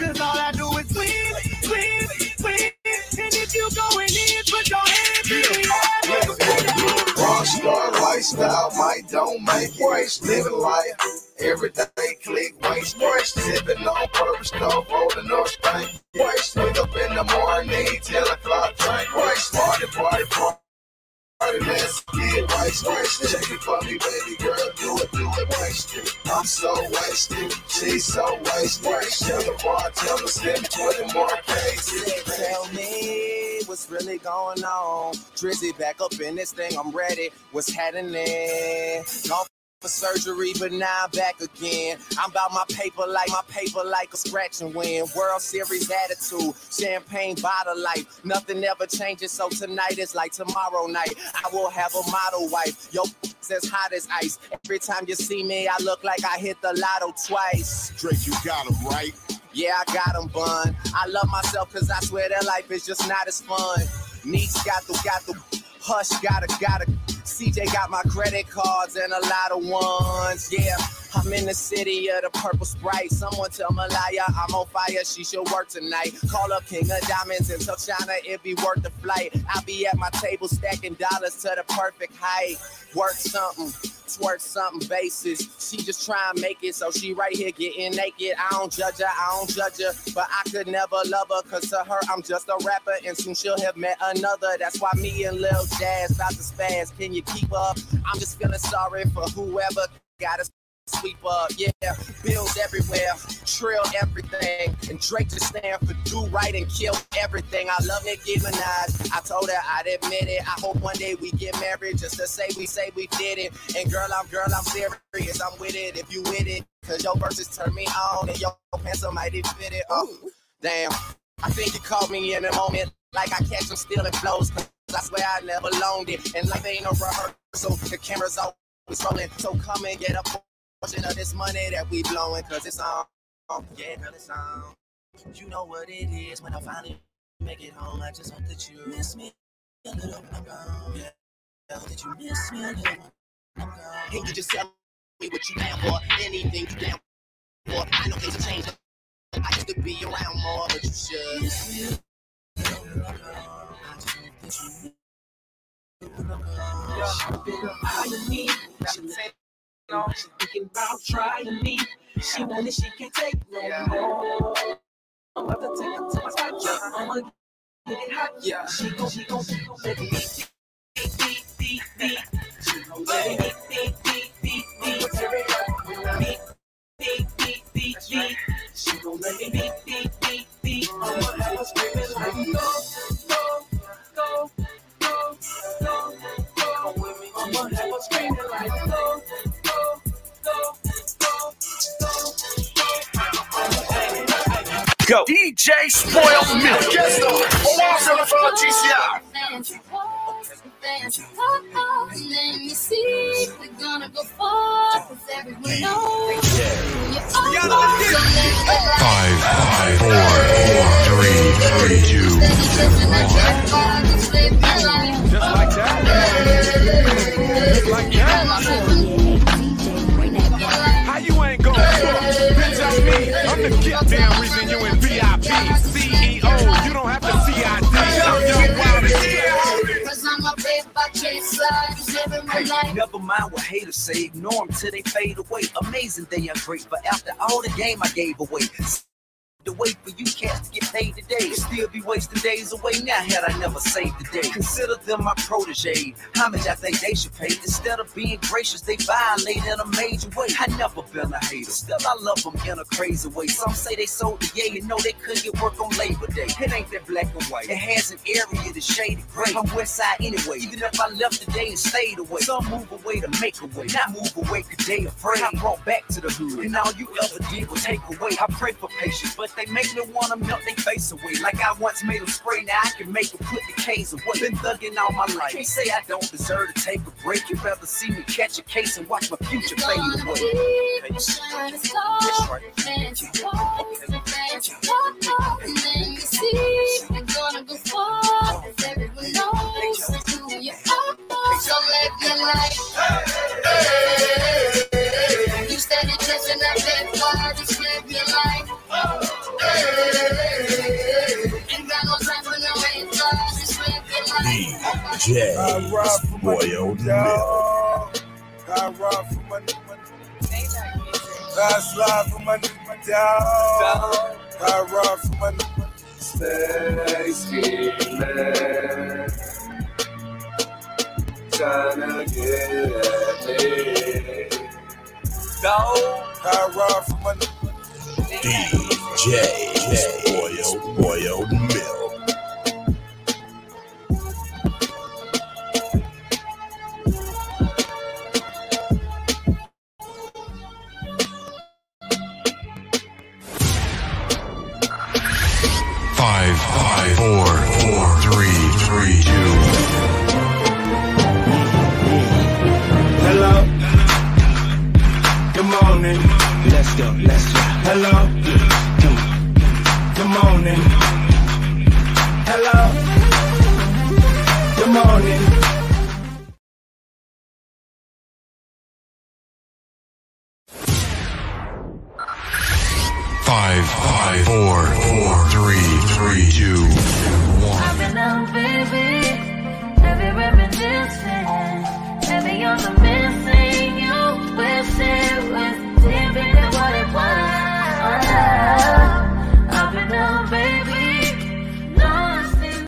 Speaker 12: Cause all I do is win, win, win. And if you going in, put your hands in the air.
Speaker 17: Rockstar lifestyle, my don't make waste. Living life, every day click waste. Waste, sipping on purpose, no rolling no spank. Waste, wake up in the morning, 10 o'clock drink. Waste, party, party, party. Let's get wasted. Waste. Check it for me, baby girl. Do it, do it, waste it. I'm so wasted. She's so wasted. Waste. Tell the bar, tell the send 20 more cases.
Speaker 18: Tell me what's really going on. Drizzy back up in this thing. I'm ready. What's happening? Gone for surgery, but now I'm back again. I'm about my paper like my paper like a scratch and win. World Series attitude, champagne bottle life. Nothing ever changes, so tonight is like tomorrow night. I will have a model wife. Yo, it's as hot as ice. Every time you see me, I look like I hit the lotto twice. Drake, you got him right. Yeah, I got him, bun. I love myself because I swear that life is just not as fun. Neeks got the, got the, Hush got to got to CJ got my credit cards and a lot of ones. Yeah, I'm in the city of the purple sprite. Someone tell Malaya I'm on fire. She should work tonight. Call up King of Diamonds and tell China it be worth the flight. I'll be at my table stacking dollars to the perfect height. Work something, twerk something basis. She just try and make it, so she right here getting naked. I don't judge her, I don't judge her, but I could never love her. Cause to her, I'm just a rapper, and soon she'll have met another. That's why me and Lil Jazz about to spaz. Can you keep up? I'm just feeling sorry for whoever got us sweep up, yeah. Bills everywhere, trill everything. And Drake just stand for do right and kill everything. I love Nicki Minaj. I told her I'd admit it. I hope one day we get married just to say we say we did it. And girl, I'm girl, I'm serious. I'm with it if you with it. Cause your verses turn me on and your pants are mighty fitted. Oh, damn. I think you caught me in a moment. Like I catch them stealing clothes. Cause I swear I never loaned it. And life ain't a rehearsal. The camera's always rolling. So come and get a portion of this money that we blowing. Cause it's on. Yeah, girl, it's on. You know what it is when I finally make it home. I just hope that you miss me a little when I'm gone. Yeah. I hope that you miss me a little when I'm gone. And you just tell me what you down for. Anything you down for. I know things have changed. I used to be around more, but you should.
Speaker 13: Thinking about trying me. She wanted, she can take no more. I'm about to take her to my spot. Yeah. I'ma get it hot. Yeah. She gon' she gon' she gon' let me eat, eat, eat, eat, eat. She gon' let me eat, eat, eat, eat, eat. Eat, eat, eat, eat, eat. She gon' let me eat, eat, eat, eat. I'ma have her screaming like go, go, go, go, go, go. Come with me. I'ma have her screaming like go. go, go, go, go,
Speaker 1: Go. DJ Spoiled Milk.
Speaker 13: Yes, sir.
Speaker 1: Awards on the floor, GCI.
Speaker 10: Let me see, we're gonna go far, cause everyone knows who you are. So let it
Speaker 9: Five, five, four, four, three, three, two, one.
Speaker 2: How you ain't going? Bitch, I'm me. I'm the get down reason you in VIP. CEO, you don't have to CID. I'm young, wild, and CID.
Speaker 10: Cause I'm a big bucket, slide, cause everyone
Speaker 13: Hey,
Speaker 10: like
Speaker 13: never mind what haters say, ignore them till they fade away. Amazing they ungrateful after all the game I gave away. The wait for you cats to get paid today. Still be wasting days away now had I never saved the day. Consider them my protege. How much I think they should pay. Instead of being gracious, they violate in a major way. I never been a hater. Still, I love them in a crazy way. Some say they sold the yay and know they couldn't get work on Labor Day. It ain't that black and white. It has an area that's shaded gray. I'm west side anyway. Even if I left today and stayed away. Some move away to make a way. Not move away cause they afraid. I brought back to the hood. And all you ever did was take away. I pray for patience, but they make me wanna melt their face away. Like I once made them spray, now I can make them put the K's away. Been thugging all my life. Can't say I don't deserve to take a break. You'd rather see me catch a case and watch my future fade
Speaker 10: gonna
Speaker 13: away.
Speaker 10: keep me shining star, let you walk, let you walk, let me see, we're gonna go far, cause everyone knows who you are. So let me light, you steady catching that red fire, just let me light. Ain't got no time for no red flag, just let me light.
Speaker 9: Jay, spoiled milk.
Speaker 1: I ride for my new money. I slide for my new money. I ride for my new money. Stay scheming. Tryna get at me. No. I ride for my new
Speaker 9: DJ, spoiled, spoiled milk. Five, five, four, four, three, three, two.
Speaker 1: Hello. Good morning. Let's go. Let's go. Hello. Come on. Good morning. Hello. Good morning.
Speaker 9: Five, five, four, four, three, three, two,
Speaker 19: I've
Speaker 9: one.
Speaker 19: been out, baby, heavy reminiscing, heavy on the missing you, wish it was different than what it was. I've been out, baby, lost in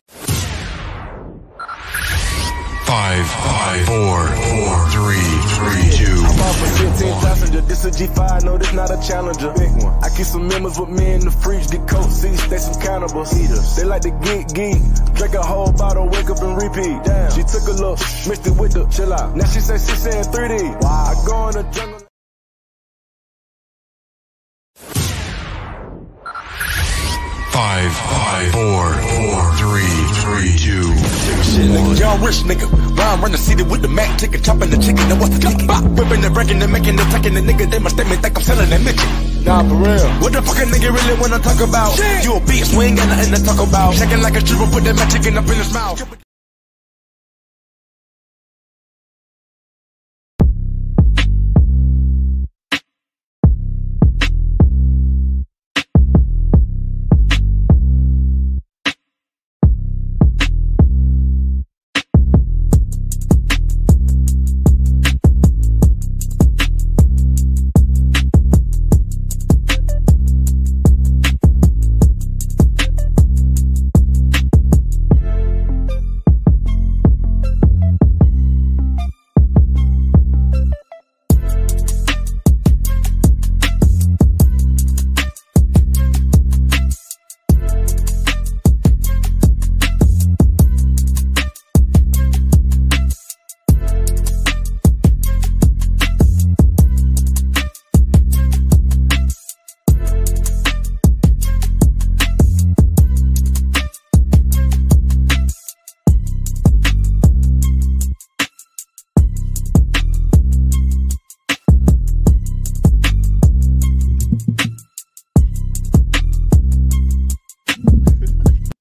Speaker 9: Five, five, four, four, three, three, two,
Speaker 1: I'm off for 15,000
Speaker 20: challenger. This a G5, no, this not a challenger. Big one. I keep some members with me in the fridge. The coat seats, they some cannibals. Eaters. They like to geek geek. Drink a whole bottle, wake up and repeat. Damn. She took a look, mixed it with the chill out. Now she say she saying 3D. Wow. I go in the jungle.
Speaker 9: Five, five, four, four, three, three, two, one.
Speaker 21: Y'all rich nigga, rhyme run the city with the Mac, chicken chopping the chicken. Now what's the ticket? Bop, whipping the breaking and making the taking the nigga. They must statement think I'm selling that midget. Nah, for real. What the fuck a nigga really wanna talk about? You a bitch, we ain't got nothing to talk about. Checking like a stripper, put that Mac chicken up in his mouth.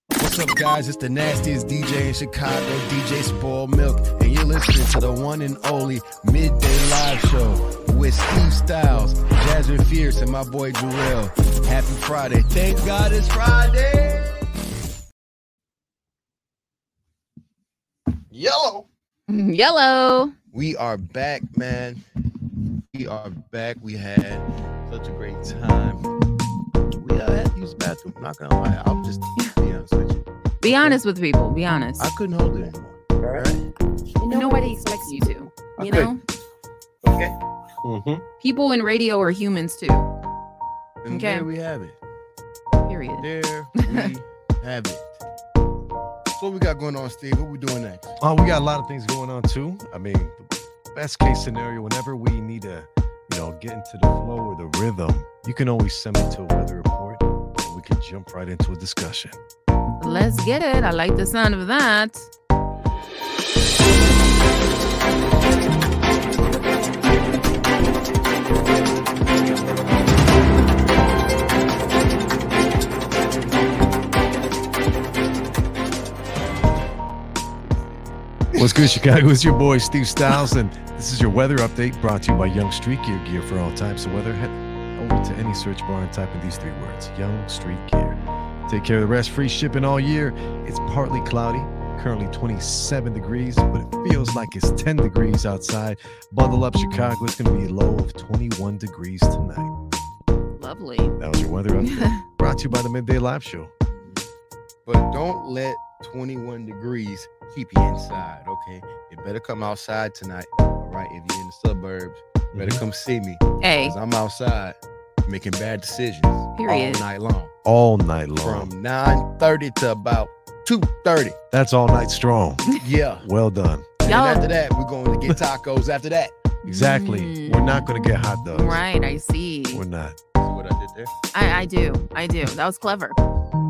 Speaker 5: What's up, guys? It's the nastiest DJ in Chicago, DJ Spoil Milk, and you're listening to the one and only Midday Live Show with Steve Styles, Jasmine Fierce, and my boy Jarrell. Happy Friday. Thank God it's Friday. Yellow.
Speaker 4: Yellow.
Speaker 5: We are back, man. We are back. We had such a great time. We uh, had to use the bathroom. I'm not gonna lie. I'm just be honest with you.
Speaker 4: Be honest with people. Be honest.
Speaker 5: I couldn't hold it anymore. All right.
Speaker 4: Nobody expects you to.
Speaker 5: I
Speaker 4: You
Speaker 5: could.
Speaker 4: know,
Speaker 5: Okay. Mm-hmm.
Speaker 4: people in radio are humans too.
Speaker 5: And
Speaker 4: Okay.
Speaker 5: there we have it.
Speaker 4: Period.
Speaker 5: There we have it. So what we got going on, Steve? What we doing next?
Speaker 3: Oh, we got a lot of things going on too. I mean, the best case scenario, whenever we need to, you know, get into the flow or the rhythm, you can always send me to a weather report and we can jump right into a discussion.
Speaker 4: Let's get it. I like the sound of that.
Speaker 3: What's good, Chicago? It's your boy Steve Styles, and this is your weather update brought to you by Young Street Gear. Gear for all types of weather. Head over to any search bar and type in these three words: Young Street Gear. Take care of the rest. Free shipping all year. It's partly cloudy, currently 27 degrees, but it feels like it's 10 degrees outside. Bundle up, Chicago. It's going to be a low of 21 degrees tonight.
Speaker 4: Lovely.
Speaker 3: That was your weather update brought to you by the Midday Live Show.
Speaker 5: But don't let 21 degrees keep you inside, okay? You better come outside tonight, all right? If you're in the suburbs, you better come see me.
Speaker 4: Mm-hmm. Hey.
Speaker 5: 'cause I'm outside making bad decisions
Speaker 4: Period.
Speaker 5: all night long.
Speaker 3: All night long.
Speaker 5: From 9.30 to about 2.30.
Speaker 3: That's all night strong.
Speaker 5: Yeah.
Speaker 3: Well done.
Speaker 5: And then after that, we're going to get tacos after that.
Speaker 3: Exactly. We're not going to get hot dogs.
Speaker 4: Mm. Right. I see.
Speaker 3: We're not.
Speaker 5: See what I did there?
Speaker 4: I, I do. I do. That was clever.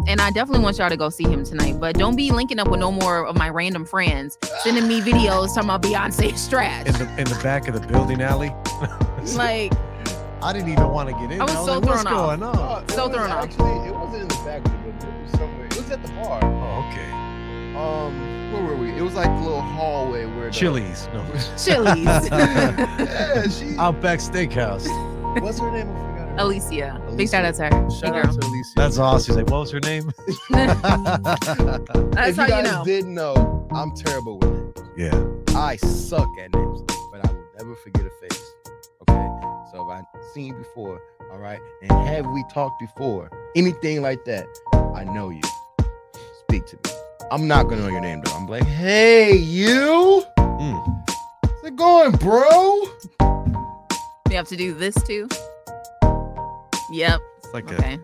Speaker 4: And I definitely want y'all to go see him tonight. But don't be linking up with no more of my random friends sending me videos talking about Beyonce's trash.
Speaker 3: in the in the back of the building alley.
Speaker 4: Like,
Speaker 3: I didn't even want to get in.
Speaker 4: I was so
Speaker 3: like, What's
Speaker 4: thrown off.
Speaker 3: going on?
Speaker 4: So thrown off.
Speaker 5: Actually, it wasn't in the back of the building. It was somewhere. It was at the bar.
Speaker 3: Oh, okay.
Speaker 5: Um, where were we? It was like the little hallway where the,
Speaker 3: Chili's. No.
Speaker 5: yeah, she.
Speaker 3: Outback Steakhouse.
Speaker 5: What's her name? I forgot her name.
Speaker 4: Alicia. Big shout out to her. Big
Speaker 5: Shout
Speaker 4: girl.
Speaker 5: out to Alicia.
Speaker 3: That's awesome. She's like, what was her name?
Speaker 4: That's
Speaker 5: if
Speaker 4: how
Speaker 5: you
Speaker 4: you
Speaker 5: guys
Speaker 4: know.
Speaker 5: didn't know, I'm terrible with names.
Speaker 3: yeah.
Speaker 5: I suck at names, but I will never forget a face. Okay, so if I've seen you before, all right, and have we talked before, anything like that, I know you. Speak to me. I'm not gonna know your name though. I'm like, hey, you.
Speaker 3: Mm.
Speaker 5: How's it going, bro?
Speaker 4: you have to do this too? Yep.
Speaker 3: It's like a-
Speaker 4: Okay.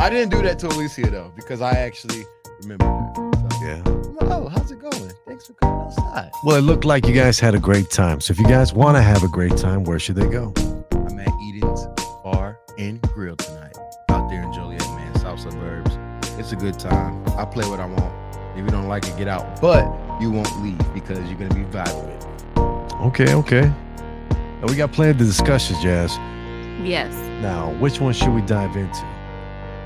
Speaker 5: I didn't do that to Alicia though because I actually remember that. So.
Speaker 3: Yeah.
Speaker 5: Oh, how's it going? Thanks for coming outside.
Speaker 3: Well, it looked like you guys had a great time. So if you guys want to have a great time, where should they go?
Speaker 5: I'm at Eden's Bar and Grill tonight out there in Joliet, man, South Suburbs. It's a good time. I play what I want. If you don't like it, get out. But you won't leave because you're gonna be vibing with me.
Speaker 3: Okay, okay. Now we got plenty to discuss, Jazz.
Speaker 4: Yes.
Speaker 3: Now, which one should we dive into?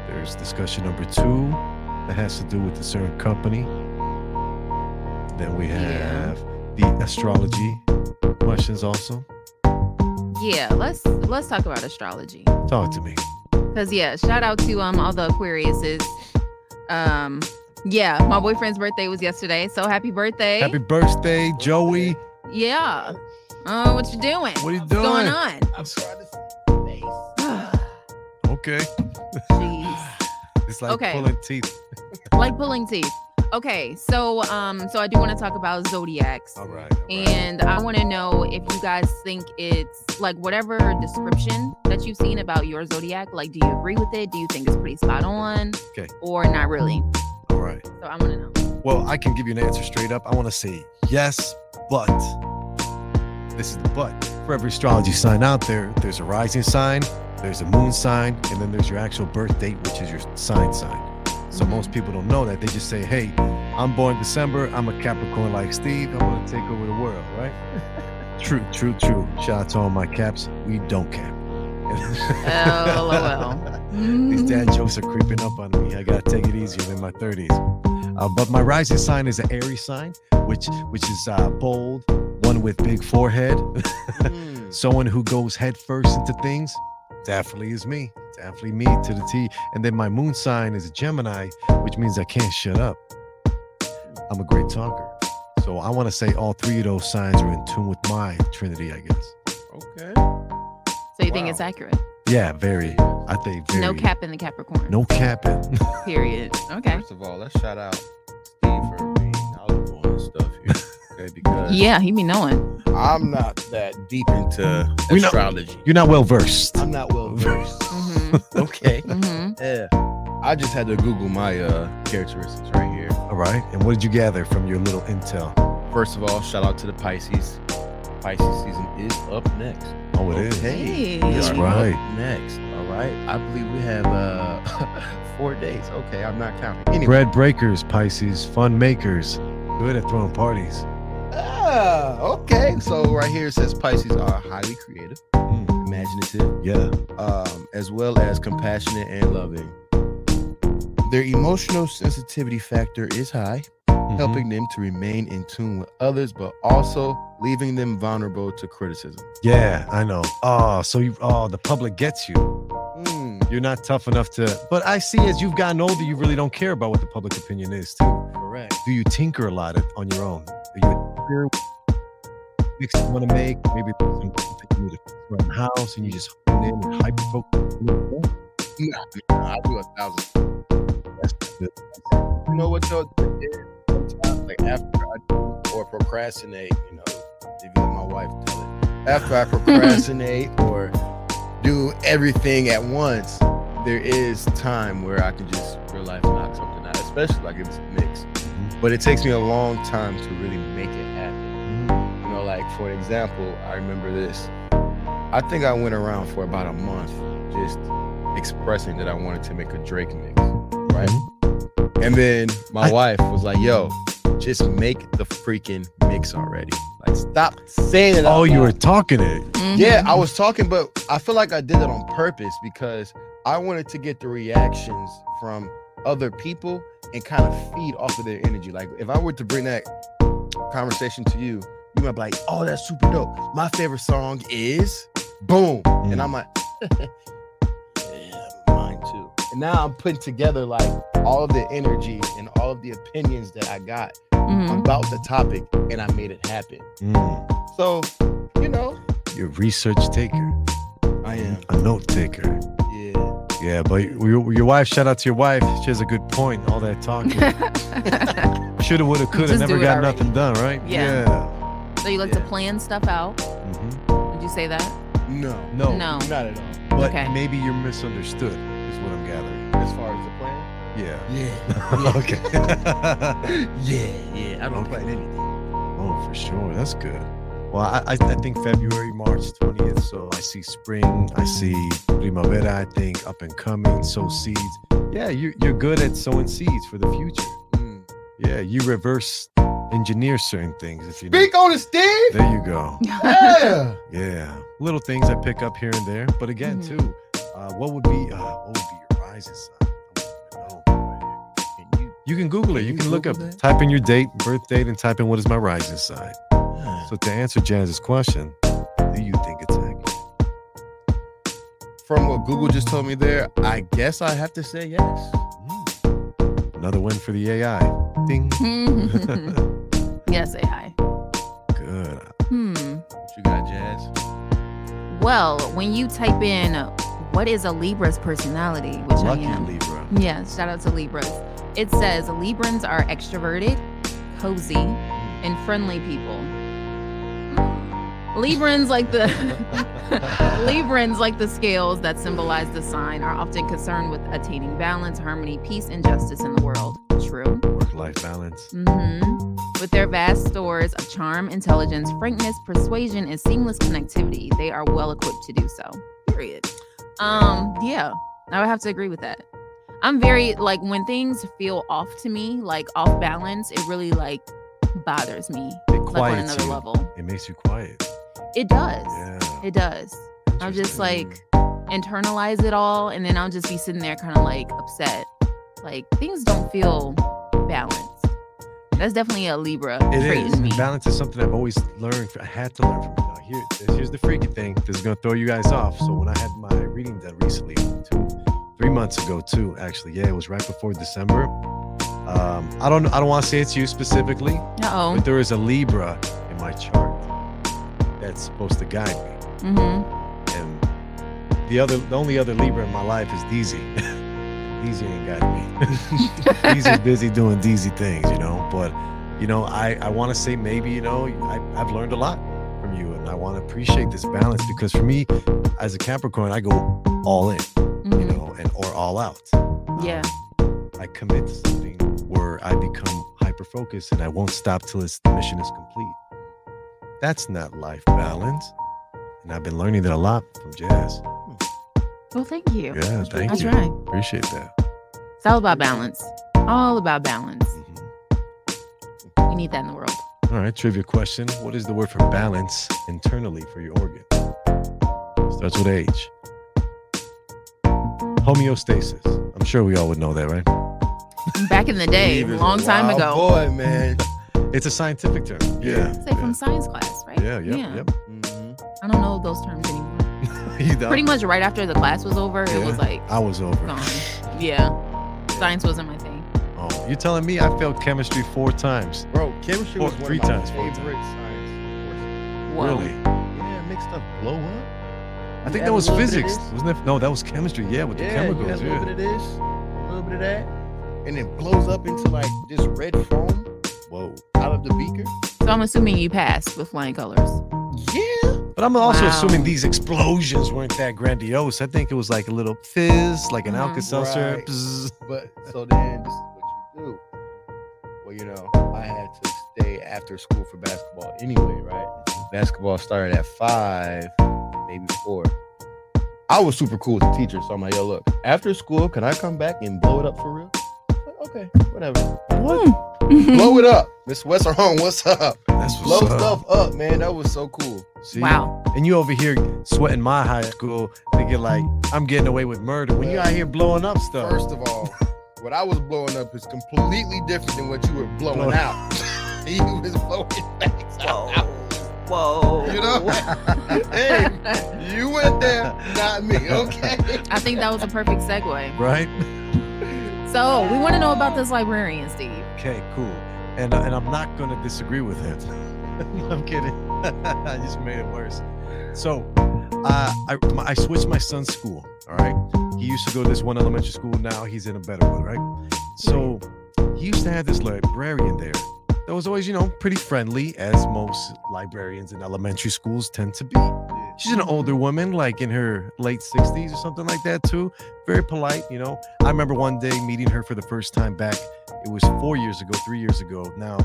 Speaker 3: There's discussion number two that has to do with the certain company. Then we have the astrology questions also.
Speaker 4: Yeah. Let's let's talk about astrology.
Speaker 3: Talk to me.
Speaker 4: Cause yeah, shout out to um all the Aquariuses. Um yeah, my boyfriend's birthday was yesterday. So happy birthday.
Speaker 3: Happy birthday, Joey.
Speaker 4: yeah. Uh, what you doing?
Speaker 3: What are you
Speaker 4: What's going
Speaker 3: doing?
Speaker 4: on? I'm
Speaker 3: Okay. it's like
Speaker 4: Okay.
Speaker 3: pulling teeth.
Speaker 4: like pulling teeth. Okay, so um, so I do want to talk about zodiacs.
Speaker 3: All right.
Speaker 4: And I want to know if you guys think it's like whatever description that you've seen about your zodiac. Like, do you agree with it? Do you think it's pretty spot on,
Speaker 3: Okay.
Speaker 4: or not really?
Speaker 3: All right.
Speaker 4: So I want to know.
Speaker 3: Well, I can give you an answer straight up. I want to say yes, but this is the but. For every astrology sign out there, there's a rising sign, there's a moon sign, and then there's your actual birth date, which is your sign sign.
Speaker 4: Mm-hmm.
Speaker 3: So most people don't know that. They just say, hey, I'm born December. I'm a Capricorn like Steve. I'm going to take over the world, right? true, true, true. Shout out to all my caps. We don't cap.
Speaker 4: Oh,
Speaker 3: These dad jokes are creeping up on me. I gotta take it easier than my 30s. Uh, but my rising sign is an Aries sign, which which is uh, bold, one with big forehead,
Speaker 4: Hmm.
Speaker 3: someone who goes head first into things. Definitely is me. Definitely me to the T. And then my moon sign is Gemini, which means I can't shut up. I'm a great talker. So I want to say all three of those signs are in tune with my Trinity, I guess.
Speaker 5: Okay.
Speaker 4: So you think it's accurate?
Speaker 3: Yeah, very. I think very.
Speaker 4: No cap in the Capricorn.
Speaker 3: No capping.
Speaker 4: Period. Okay.
Speaker 5: First of all, let's shout out Steve for being knowledgeable on this stuff here. Okay, because
Speaker 4: Yeah, he be knowing.
Speaker 5: I'm not that deep into
Speaker 3: We're not-
Speaker 5: astrology.
Speaker 3: You're not well versed.
Speaker 5: I'm not well versed. Okay. Yeah. I just had to Google my uh, characteristics right here.
Speaker 3: All right. And what did you gather from your little intel?
Speaker 5: First of all, shout out to the Pisces. Pisces season is up next.
Speaker 3: Oh, it is.
Speaker 5: Okay.
Speaker 3: Hey. That's
Speaker 5: we are
Speaker 3: right.
Speaker 5: Up next. All right. I believe we have uh four days. Okay, I'm not counting. Anyway.
Speaker 3: Bread breakers, Pisces, fun makers, good at throwing parties.
Speaker 5: Ah, okay. So right here it says Pisces are highly creative, imaginative,
Speaker 3: yeah,
Speaker 5: um, as well as compassionate and loving. Their emotional sensitivity factor is high, helping them to remain in tune with others, but also leaving them vulnerable to criticism.
Speaker 3: Yeah, I know. Oh, so you, oh, the public gets you.
Speaker 5: Hmm.
Speaker 3: You're not tough enough to, but I see as you've gotten older, you really don't care about what the public opinion is, too.
Speaker 5: Correct.
Speaker 3: Do you tinker a lot at- on your own? Are you a tinker? Mix you want to make? Maybe there's some things that you need to fix around the house and you just hone in and hyper focus.
Speaker 5: I do a thousand. You know what though? Sometimes, like after I do or procrastinate, you know, if you let my wife tell it. After I procrastinate or do everything at once, there is time where I can just real life knock something out, especially like if it's mixed. But it takes me a long time to really make it happen. You know, like for example, I remember this. I think I went around for about a month just expressing that I wanted to make a Drake mix, right? And then my wife was like, "Yo, just make the freaking mix already. Like, stop saying it."
Speaker 3: Oh,
Speaker 5: out
Speaker 3: you
Speaker 5: loud."
Speaker 3: were talking it.
Speaker 5: Yeah, I was talking, but I feel like I did it on purpose because I wanted to get the reactions from other people and kind of feed off of their energy. Like, if I were to bring that conversation to you, you might be like, "Oh, that's super dope. My favorite song is Boom," and I'm like, mine too. And now I'm putting together like all of the energy and all of the opinions that I got about the topic, and I made it happen.
Speaker 3: Mm,
Speaker 5: So, you know,
Speaker 3: you're a research taker.
Speaker 5: I am.
Speaker 3: A note taker.
Speaker 5: Yeah.
Speaker 3: Yeah, but your, your wife, shout out to your wife. She has a good point. All that talking. Shoulda, woulda, coulda,
Speaker 4: Just do
Speaker 3: never
Speaker 4: it
Speaker 3: got
Speaker 4: already.
Speaker 3: nothing done, right? Mm-hmm.
Speaker 4: Yeah. So you like to plan stuff out. Would you say that?
Speaker 5: No.
Speaker 3: No.
Speaker 4: No.
Speaker 5: Not at all.
Speaker 3: But
Speaker 4: Okay.
Speaker 3: maybe you're misunderstood, is what I'm gathering.
Speaker 5: As far as the plan.
Speaker 3: Yeah.
Speaker 5: Yeah.
Speaker 3: okay.
Speaker 5: yeah, yeah. I don't plan anything.
Speaker 3: Oh, for sure. That's good. Well, I, I I think February, March 20th. So I see spring. I see primavera. I think up and coming. Sow seeds. Yeah, you're, you're good at sowing seeds for the future. Yeah, you reverse engineer certain things. If you know.
Speaker 5: Speak on it, Steve.
Speaker 3: There you go.
Speaker 5: Yeah.
Speaker 3: Yeah, little things I pick up here and there. But again, too, uh, what would be uh, what would be your rising sign? I don't even know. You can Google it. You can look up, type in your date, birth date, and type in what is my rising sign. So to answer Jazz's question, do you think it's accurate?
Speaker 5: From what Google just told me there, I guess I have to say yes.
Speaker 3: Another win for the AI. Ding.
Speaker 4: yes, AI.
Speaker 3: Good.
Speaker 4: Hmm.
Speaker 5: What you got, Jazz?
Speaker 4: Well, when you type in what is a Libra's personality, which
Speaker 3: Lucky
Speaker 4: I am.
Speaker 3: Libra.
Speaker 4: Yeah, shout out to Libras. It says Librans are extroverted, cozy, and friendly people. Librans like the Librans like the scales that symbolize the sign are often concerned with attaining balance, harmony, peace, and justice in the world. True.
Speaker 3: Work-life balance.
Speaker 4: hmm With their vast stores of charm, intelligence, frankness, persuasion, and seamless connectivity, they are well equipped to do so. Period. Um, yeah, I would have to agree with that. I'm very like when things feel off to me, like off balance, it really like bothers me. like on
Speaker 3: Quiets
Speaker 4: another
Speaker 3: you.
Speaker 4: level.
Speaker 3: It makes you quiet.
Speaker 4: It does.
Speaker 3: Yeah.
Speaker 4: It does. I'll just like internalize it all and then I'll just be sitting there kind of like upset. Like things don't feel balanced. That's definitely a Libra
Speaker 3: It
Speaker 4: trait.
Speaker 3: is. Balance is something I've always learned. I had to learn from. Now, here, here's the freaky thing. This is gonna throw you guys off. So when I had my reading done recently, two, three months ago, too, actually, yeah, it was right before December. Um, I don't, I don't want to say it's you specifically,
Speaker 4: Uh-oh.
Speaker 3: but there is a Libra in my chart that's supposed to guide me.
Speaker 4: Mm-hmm.
Speaker 3: And the other, the only other Libra in my life is DZ. DZ ain't got me. He's just busy doing DZ things, you know. But you know, I I want to say maybe you know I, I've learned a lot from you, and I want to appreciate this balance because for me, as a Capricorn, I go all in, you know, and or all out.
Speaker 4: Yeah.
Speaker 3: I commit to something where I become hyper focused and I won't stop till it's, the mission is complete. That's not life balance, and I've been learning that a lot from Jazz.
Speaker 4: Well, thank you.
Speaker 3: Yeah, thank
Speaker 4: I
Speaker 3: you.
Speaker 4: try.
Speaker 3: Appreciate that.
Speaker 4: It's all about balance. All about balance.
Speaker 3: Mm-hmm.
Speaker 4: We need that in the world.
Speaker 3: All right, trivia question. What is the word for balance internally for your organ? Starts with H. Homeostasis. I'm sure we all would know that, right?
Speaker 4: Back in the day,
Speaker 3: Libras are
Speaker 4: long time
Speaker 3: wild
Speaker 4: ago.
Speaker 5: Boy, man.
Speaker 3: It's a scientific term. Yeah.
Speaker 4: Say from science class, right?
Speaker 3: Yeah, yep, yep.
Speaker 4: I don't know those terms anymore.
Speaker 3: You know?
Speaker 4: Pretty much right after the class was over, it was
Speaker 3: Yeah.
Speaker 4: like
Speaker 3: I was over.
Speaker 4: gone. Yeah. Science wasn't my thing.
Speaker 3: Oh, you're telling me I failed chemistry four times.
Speaker 5: Bro, chemistry
Speaker 3: Four-
Speaker 5: was one
Speaker 3: three
Speaker 5: of my
Speaker 3: times, four
Speaker 5: favorite science courses.
Speaker 4: Whoa.
Speaker 3: Really?
Speaker 5: Yeah, mixed up blow up.
Speaker 3: I think that was physics. Wasn't it? No, that was chemistry. Yeah, with
Speaker 5: yeah,
Speaker 3: the
Speaker 5: you had
Speaker 3: chemicals.
Speaker 5: a little bit
Speaker 3: Yeah.
Speaker 5: of this, a little bit of that, and it blows up into like this red foam
Speaker 3: Whoa.
Speaker 5: out of the beaker.
Speaker 4: So I'm assuming you passed with flying colors.
Speaker 5: Yeah.
Speaker 3: But I'm also
Speaker 4: Wow.
Speaker 3: assuming these explosions weren't that grandiose. I think it was like a little fizz, like an
Speaker 4: Mhm.
Speaker 3: Alka-Seltzer.
Speaker 5: Uh-huh. Mm-hmm. Right.
Speaker 3: Bzzz.
Speaker 5: But so then this is what you do. Well, you know, I had to stay after school for basketball anyway, right? Basketball started at five, maybe four. I was super cool with the teacher, so I'm like, yo, look, after school, can I come back and blow it up for real? Okay, whatever.
Speaker 4: What?
Speaker 5: blow it up. Miss Westerholm, what's up?
Speaker 3: That's
Speaker 5: blow
Speaker 3: what's up.
Speaker 5: stuff up, man. That was so cool.
Speaker 3: See?
Speaker 4: Wow.
Speaker 3: And you over here sweating my high school, thinking like I'm getting away with murder when you out here blowing up stuff.
Speaker 5: First of all, what I was blowing up is completely different than what you were blowing
Speaker 3: Blowing-
Speaker 5: out. he was blowing things out.
Speaker 4: Whoa.
Speaker 5: You know? hey, you went there, not me, okay?
Speaker 4: I think that was a perfect segue.
Speaker 3: right?
Speaker 4: So we want to know about this librarian, Steve.
Speaker 3: Okay, cool. And uh, and I'm not gonna disagree with him. I'm kidding. I just made it worse. So, uh, I my, I switched my son's school. All right, he used to go to this one elementary school. Now he's in a better one. Right. So he used to have this librarian there that was always, you know, pretty friendly, as most librarians in elementary schools tend to be. She's an older woman, like in her late 60s or something like that, too. Very polite, you know. I remember one day meeting her for the first time back. It was four years ago, three years ago. Now,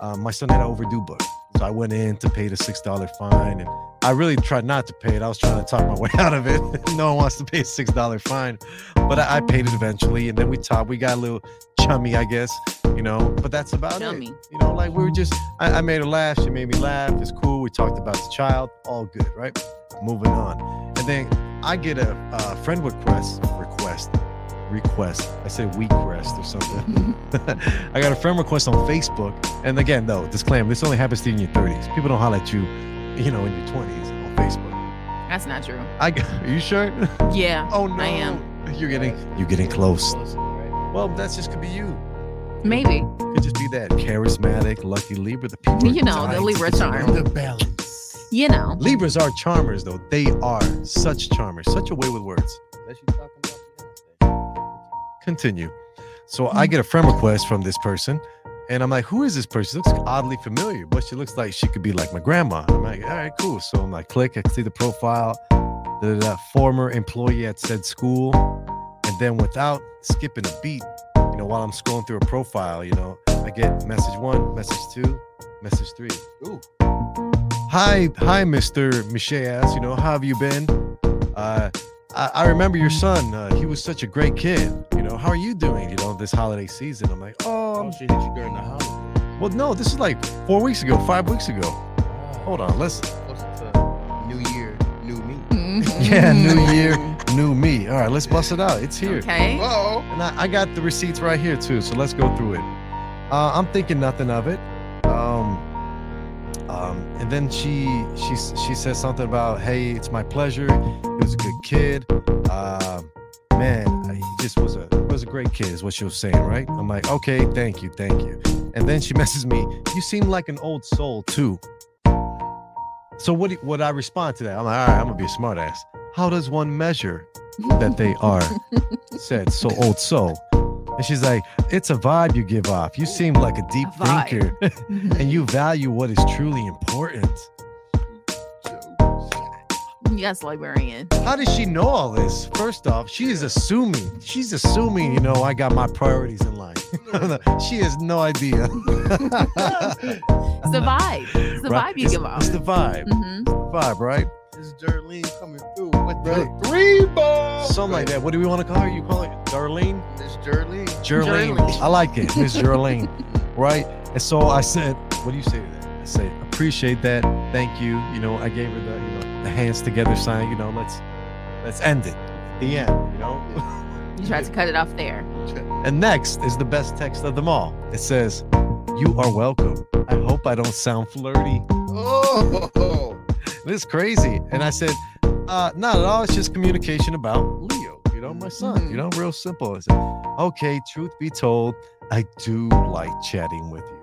Speaker 3: uh, my son had an overdue book. So I went in to pay the $6 fine. And I really tried not to pay it. I was trying to talk my way out of it. no one wants to pay a $6 fine. But I, I paid it eventually. And then we talked. We got a little chummy, I guess, you know. But that's about it. You know, like we were just, I, I made her laugh. She made me laugh. It's cool. We talked about the child. All good, right? Moving on. And then I get a uh, friend request, request, request. I say request or something. I got a friend request on Facebook. And again, though, disclaimer, this only happens to you in your 30s. People don't holler at you, you know, in your 20s on Facebook.
Speaker 4: That's not true.
Speaker 3: I, g- are you sure?
Speaker 4: Yeah.
Speaker 3: Oh no.
Speaker 4: I am.
Speaker 3: You're getting, you're getting close. Well, that's just could be you.
Speaker 4: Maybe.
Speaker 3: Could just be that charismatic, lucky Libra. The people, are
Speaker 4: You know, the
Speaker 3: dying to
Speaker 4: Libra
Speaker 3: get
Speaker 4: charm.
Speaker 3: around The balance.
Speaker 4: You know.
Speaker 3: Libras are charmers, though. They are such charmers, such a way with words. Continue. So I get a friend request from this person, and I'm like, who is this person? She looks oddly familiar, but she looks like she could be like my grandma. I'm like, all right, cool. So I'm like, click, I can see the profile, the, the former employee at said school. And then without skipping a beat, you know, while I'm scrolling through a profile, you know, I get message one, message two, message three. Ooh. Hi, hi, Mr. Micheas. You know, how have you been? Uh, I, I remember your son. Uh, he was such a great kid. You know, how are you doing? You know, this holiday season. I'm like, oh, she hit you during the holiday. Well, no, this is like four weeks ago, five weeks ago. Hold on, let's.
Speaker 5: New year, new me.
Speaker 4: Mm-hmm.
Speaker 3: Yeah, new year, new me. All right, let's bust it out. It's here.
Speaker 5: Okay. Hello.
Speaker 3: And I, I got the receipts right here too, so let's go through it. Uh, I'm thinking nothing of it. Um, um, and then she she s- she says something about, "Hey, it's my pleasure. He was a good kid. Uh, man, uh, he just was a was a great kid." Is what she was saying, right? I'm like, "Okay, thank you, thank you." And then she messes me, "You seem like an old soul too." So what do- what I respond to that? I'm like, all right, I'm gonna be a smartass. How does one measure that they are said so old soul? And she's like, it's a vibe you give off. You seem like a deep thinker,
Speaker 4: Mm-hmm.
Speaker 3: and you value what is truly important.
Speaker 4: Yes, librarian.
Speaker 3: How does she know all this? First off, she is assuming. She's assuming, you know, I got my priorities in line. she has no idea.
Speaker 4: It's the vibe. It's the
Speaker 3: Right?
Speaker 4: vibe you
Speaker 3: It's-
Speaker 4: give off.
Speaker 3: It's the vibe.
Speaker 4: Mhm.
Speaker 3: It's the vibe, right?
Speaker 5: This Darlene coming through. What
Speaker 3: Right.
Speaker 5: the three ball?
Speaker 3: Something like that. What do we want to call her? You call her Darlene?
Speaker 5: This Darlene.
Speaker 3: Gerlene. I like it. Miss Gerlene. right? And so I said, what do you say to that? I said, appreciate that. Thank you. You know, I gave her the, you know, the hands together sign, you know, let's let's end it. The end, you know?
Speaker 4: You tried to cut it off there.
Speaker 3: And next is the best text of them all. It says, You are welcome. I hope I don't sound flirty.
Speaker 5: Oh,
Speaker 3: This is crazy. And I said, uh, not at all. It's just communication about Leo, you know, my son, you know, real simple. I said, okay, truth be told, I do like chatting with you.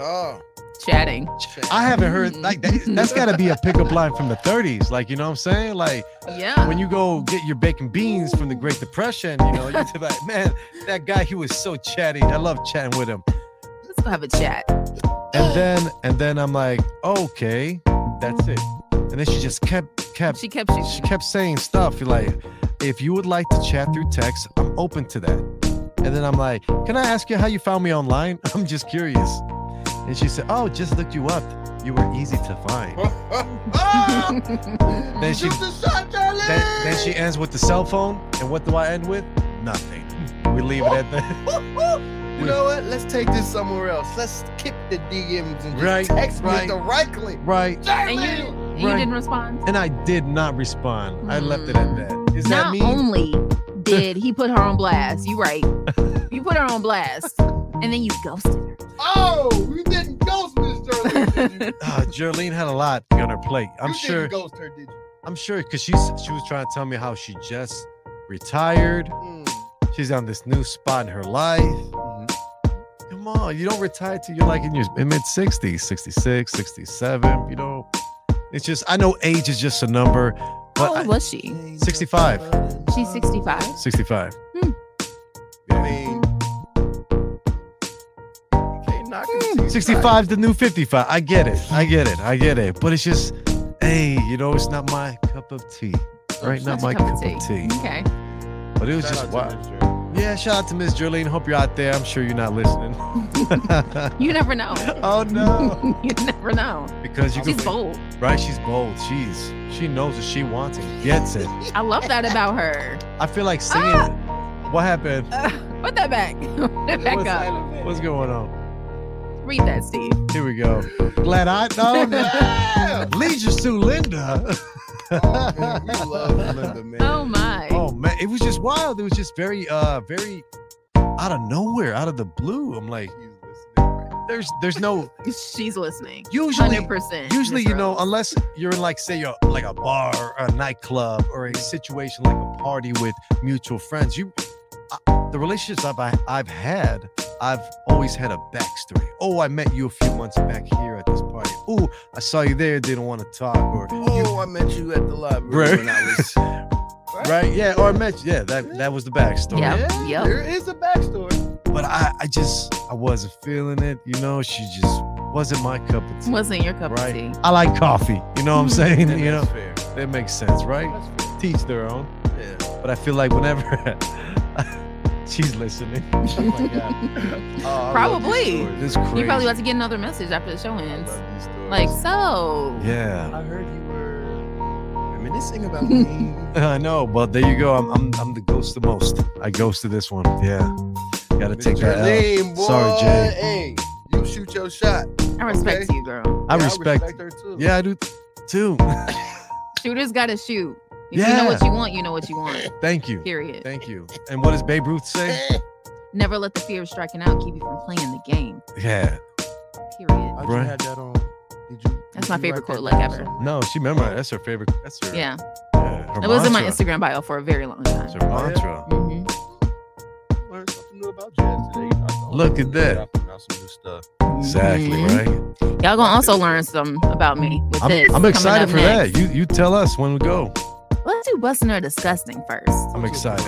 Speaker 5: oh.
Speaker 4: Chatting.
Speaker 3: I haven't
Speaker 4: Mm-hmm.
Speaker 3: heard like that, that's got to be a pickup line from the 30s. Like, you know what I'm saying? Like,
Speaker 4: Yeah.
Speaker 3: when you go get your bacon beans from the Great Depression, you know, you're like, man, that guy, he was so chatty. I love chatting with him.
Speaker 4: Let's go have a chat.
Speaker 3: And then, and then I'm like, okay, that's it. And then she just kept, kept,
Speaker 4: she kept,
Speaker 3: she kept saying stuff like, if you would like to chat through text, I'm open to that. And then I'm like, can I ask you how you found me online? I'm just curious. And she said, oh, just looked you up. You were easy to find. Ah! then she, then, then she ends with the cell phone. And what do I end with? Nothing. We leave it at that.
Speaker 5: You know what? Let's take this somewhere else. Let's skip the DMs and just
Speaker 3: Right,
Speaker 5: text
Speaker 3: right.
Speaker 5: me directly.
Speaker 3: Right.
Speaker 4: And you, and you
Speaker 3: Right.
Speaker 4: didn't respond.
Speaker 3: And I did not respond. I left it at that. Is that
Speaker 4: Not
Speaker 3: me?
Speaker 4: only did he put her on blast, you right. You put her on blast, and then you ghosted her.
Speaker 5: Oh, you didn't ghost Miss Darlene. did you?
Speaker 3: Ah, Geraldine had a lot on her plate. I'm
Speaker 5: you
Speaker 3: sure.
Speaker 5: didn't ghost her, did you?
Speaker 3: I'm sure because she's she was trying to tell me how she just retired. She's on this new spot in her life. Come on, you don't retire till you're like in your mid 60s, 66, 67. You know, it's just I know age is just a number. But
Speaker 4: How
Speaker 3: I-
Speaker 4: old was she?
Speaker 3: 65.
Speaker 4: She's 65.
Speaker 3: 65.
Speaker 5: I mean, you can't knock it.
Speaker 3: Hmm. 65 is the new 55. I get it. I get it. I get it. But it's just hey, you know, it's not my cup of tea. Right?
Speaker 4: It's
Speaker 3: Not
Speaker 4: your
Speaker 3: my Oh, cup of tea.
Speaker 4: Okay.
Speaker 3: But it was just wild. Yeah, shout out to Miss Jolene. Hope you're out there. I'm sure you're not listening.
Speaker 4: You never know.
Speaker 3: oh no.
Speaker 4: you never know.
Speaker 3: because you
Speaker 4: She's
Speaker 3: could-
Speaker 4: bold.
Speaker 3: Right? She's bold. She's she knows what she wants and gets it.
Speaker 4: I love that about her.
Speaker 3: I feel like singing. What happened?
Speaker 4: Put that back. Put that back
Speaker 3: What's-
Speaker 4: up.
Speaker 3: What's going on?
Speaker 4: Read that, Steve.
Speaker 3: Here we go. Glad I know. that. Leisure Sue Linda.
Speaker 4: Oh my.
Speaker 3: Oh man, it was just wild. It was just very, uh, very out of nowhere, out of the blue. I'm like, there's, there's no.
Speaker 4: She's listening.
Speaker 3: Usually,
Speaker 4: 100%.
Speaker 3: usually,
Speaker 4: Miss
Speaker 3: you know, unless you're in like, say, you're like a bar, or a nightclub, or a situation like a party with mutual friends. You, I, the relationships I've I- I've had, I've always had a backstory. Oh, I met you a few months back here at this party. Oh, I saw you there. Didn't want to talk, or
Speaker 7: Oh, I met you at the library
Speaker 3: Right.
Speaker 7: when I was.
Speaker 3: right, yeah, or I met you. Yeah, that that was the backstory.
Speaker 7: Yeah, There is a backstory.
Speaker 3: but I, I just I wasn't feeling it. You know, she just wasn't my cup of tea.
Speaker 4: Wasn't your cup
Speaker 3: right?
Speaker 4: of tea.
Speaker 3: I like coffee. You know what I'm
Speaker 4: Mhm.
Speaker 3: saying?
Speaker 4: Yeah,
Speaker 3: you know,
Speaker 4: that's
Speaker 3: that makes sense, right? Teach their own.
Speaker 7: Yeah.
Speaker 3: But I feel like whenever she's listening, oh my God. Oh, I love
Speaker 4: Probably.
Speaker 3: these stories. This is crazy.
Speaker 4: You probably about to get another message after the show ends. Like so.
Speaker 3: Yeah.
Speaker 7: I heard you were reminiscing about me.
Speaker 3: I know, but there you go. I'm, I'm I'm the ghost the most. I ghosted this one. Yeah, gotta take that. L.
Speaker 7: Jolene, boy.
Speaker 3: Sorry, Jay.
Speaker 7: Hey, you shoot your shot.
Speaker 4: I respect you, girl.
Speaker 3: I respect.
Speaker 7: her too.
Speaker 3: yeah, I do too.
Speaker 4: Shooters gotta shoot. If you
Speaker 3: Yeah.
Speaker 4: know what you want, you know what you want.
Speaker 3: Thank you.
Speaker 4: Period.
Speaker 3: Thank you. And what does Babe Ruth say?
Speaker 4: Never let the fear of striking out keep you from playing the game.
Speaker 3: Yeah.
Speaker 4: Period.
Speaker 3: you Right.
Speaker 7: had that on?
Speaker 4: That's my favorite quote like ever.
Speaker 3: No, she memorized. That's her favorite. That's her.
Speaker 4: Yeah.
Speaker 3: yeah, her
Speaker 4: It was in my
Speaker 3: mantra.
Speaker 4: Instagram bio for a very long time. Mm-hmm.
Speaker 3: That's her mantra.
Speaker 7: Learned something new about jazz today. I thought
Speaker 3: Look at that.
Speaker 7: I pronounced some new stuff.
Speaker 3: Exactly
Speaker 4: Mhm.
Speaker 3: right.
Speaker 4: Y'all gonna also learn some about me with
Speaker 3: I'm,
Speaker 4: this.
Speaker 3: I'm
Speaker 4: coming
Speaker 3: excited
Speaker 4: up
Speaker 3: for
Speaker 4: next.
Speaker 3: that. You you tell us when we go.
Speaker 4: Let's do busting or disgusting first.
Speaker 3: I'm excited.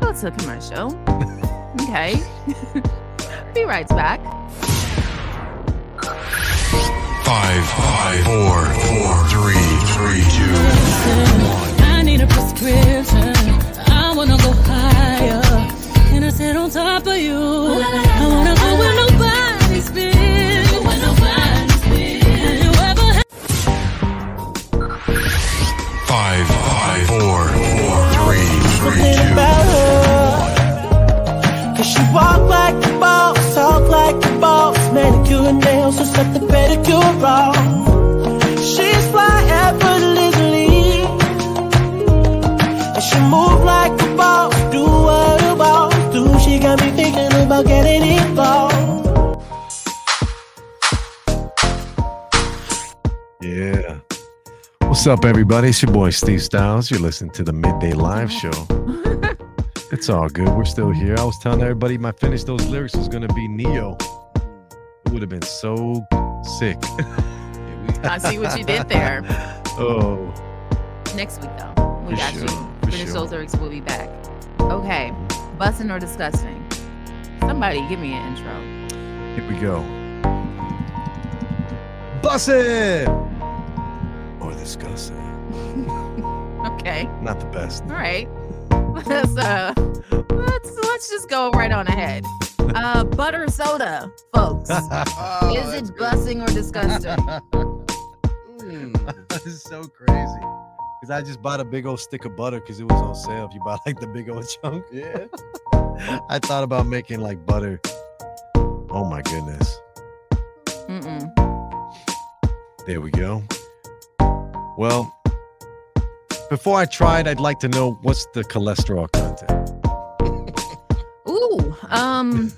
Speaker 4: Go to commercial. okay. Be right back.
Speaker 9: Five, five, four, four, three, three, two, one.
Speaker 16: I need a prescription. I wanna go higher. Can I sit on top of you? I wanna go where nobody's been. You ever had-
Speaker 9: Five, five, four, four, three, three,
Speaker 12: Something
Speaker 9: two.
Speaker 12: about her. Cause she walk like the boss, talk like the boss. Manicure and nails, so set the pedicure wrong. She's fly effortlessly. And she move like a boss, do what a boss do. She got me thinking about getting involved.
Speaker 3: Yeah. What's up, everybody? It's your boy Steve Styles. You're listening to the Midday Live Show. it's all good. We're still here. I was telling everybody my finish those lyrics was gonna be Neo. It would have been so sick.
Speaker 4: I see what you did there.
Speaker 3: Oh,
Speaker 4: Next week though, we
Speaker 3: For
Speaker 4: got
Speaker 3: sure,
Speaker 4: you.
Speaker 3: for
Speaker 4: Finish
Speaker 3: sure.
Speaker 4: those lyrics. We'll be back. Okay. Busting or disgusting. Somebody give me an intro.
Speaker 3: here we go. Bust it or discuss it.
Speaker 4: Okay.
Speaker 3: Not the best.
Speaker 4: All right. Let's uh let's let's just go right on ahead. Uh butter soda, folks.
Speaker 3: Oh,
Speaker 4: Is it busting or disgusting?
Speaker 3: this is so crazy. Cause I just bought a big old stick of butter because it was on sale. If you buy like the big old chunk,
Speaker 7: Yeah.
Speaker 3: I thought about making like butter. Oh my goodness.
Speaker 4: Mm-mm.
Speaker 3: There we go. Well, before I try it, I'd like to know what's the cholesterol content.
Speaker 4: Ooh, um,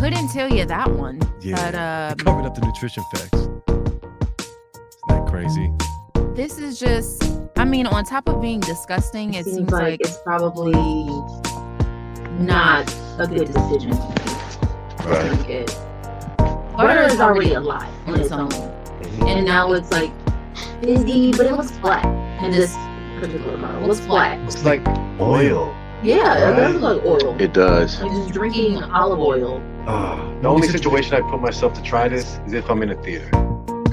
Speaker 4: couldn't tell you that one.
Speaker 3: Yeah.
Speaker 4: But um,
Speaker 3: Covered up the nutrition facts. Isn't that crazy?
Speaker 4: um, this is just, I mean, on top of being disgusting, it, seems, like, it's probably not a good decision.
Speaker 3: Right.
Speaker 8: Butter is already a lot on its own. And now it's like fizzy, but it was flat. And this particular bottle was flat.
Speaker 22: It's like oil.
Speaker 8: Yeah, it does look like oil.
Speaker 22: It does.
Speaker 8: Like just drinking olive oil.
Speaker 3: Ah,
Speaker 22: The only situation I put myself to try this is if I'm in a theater.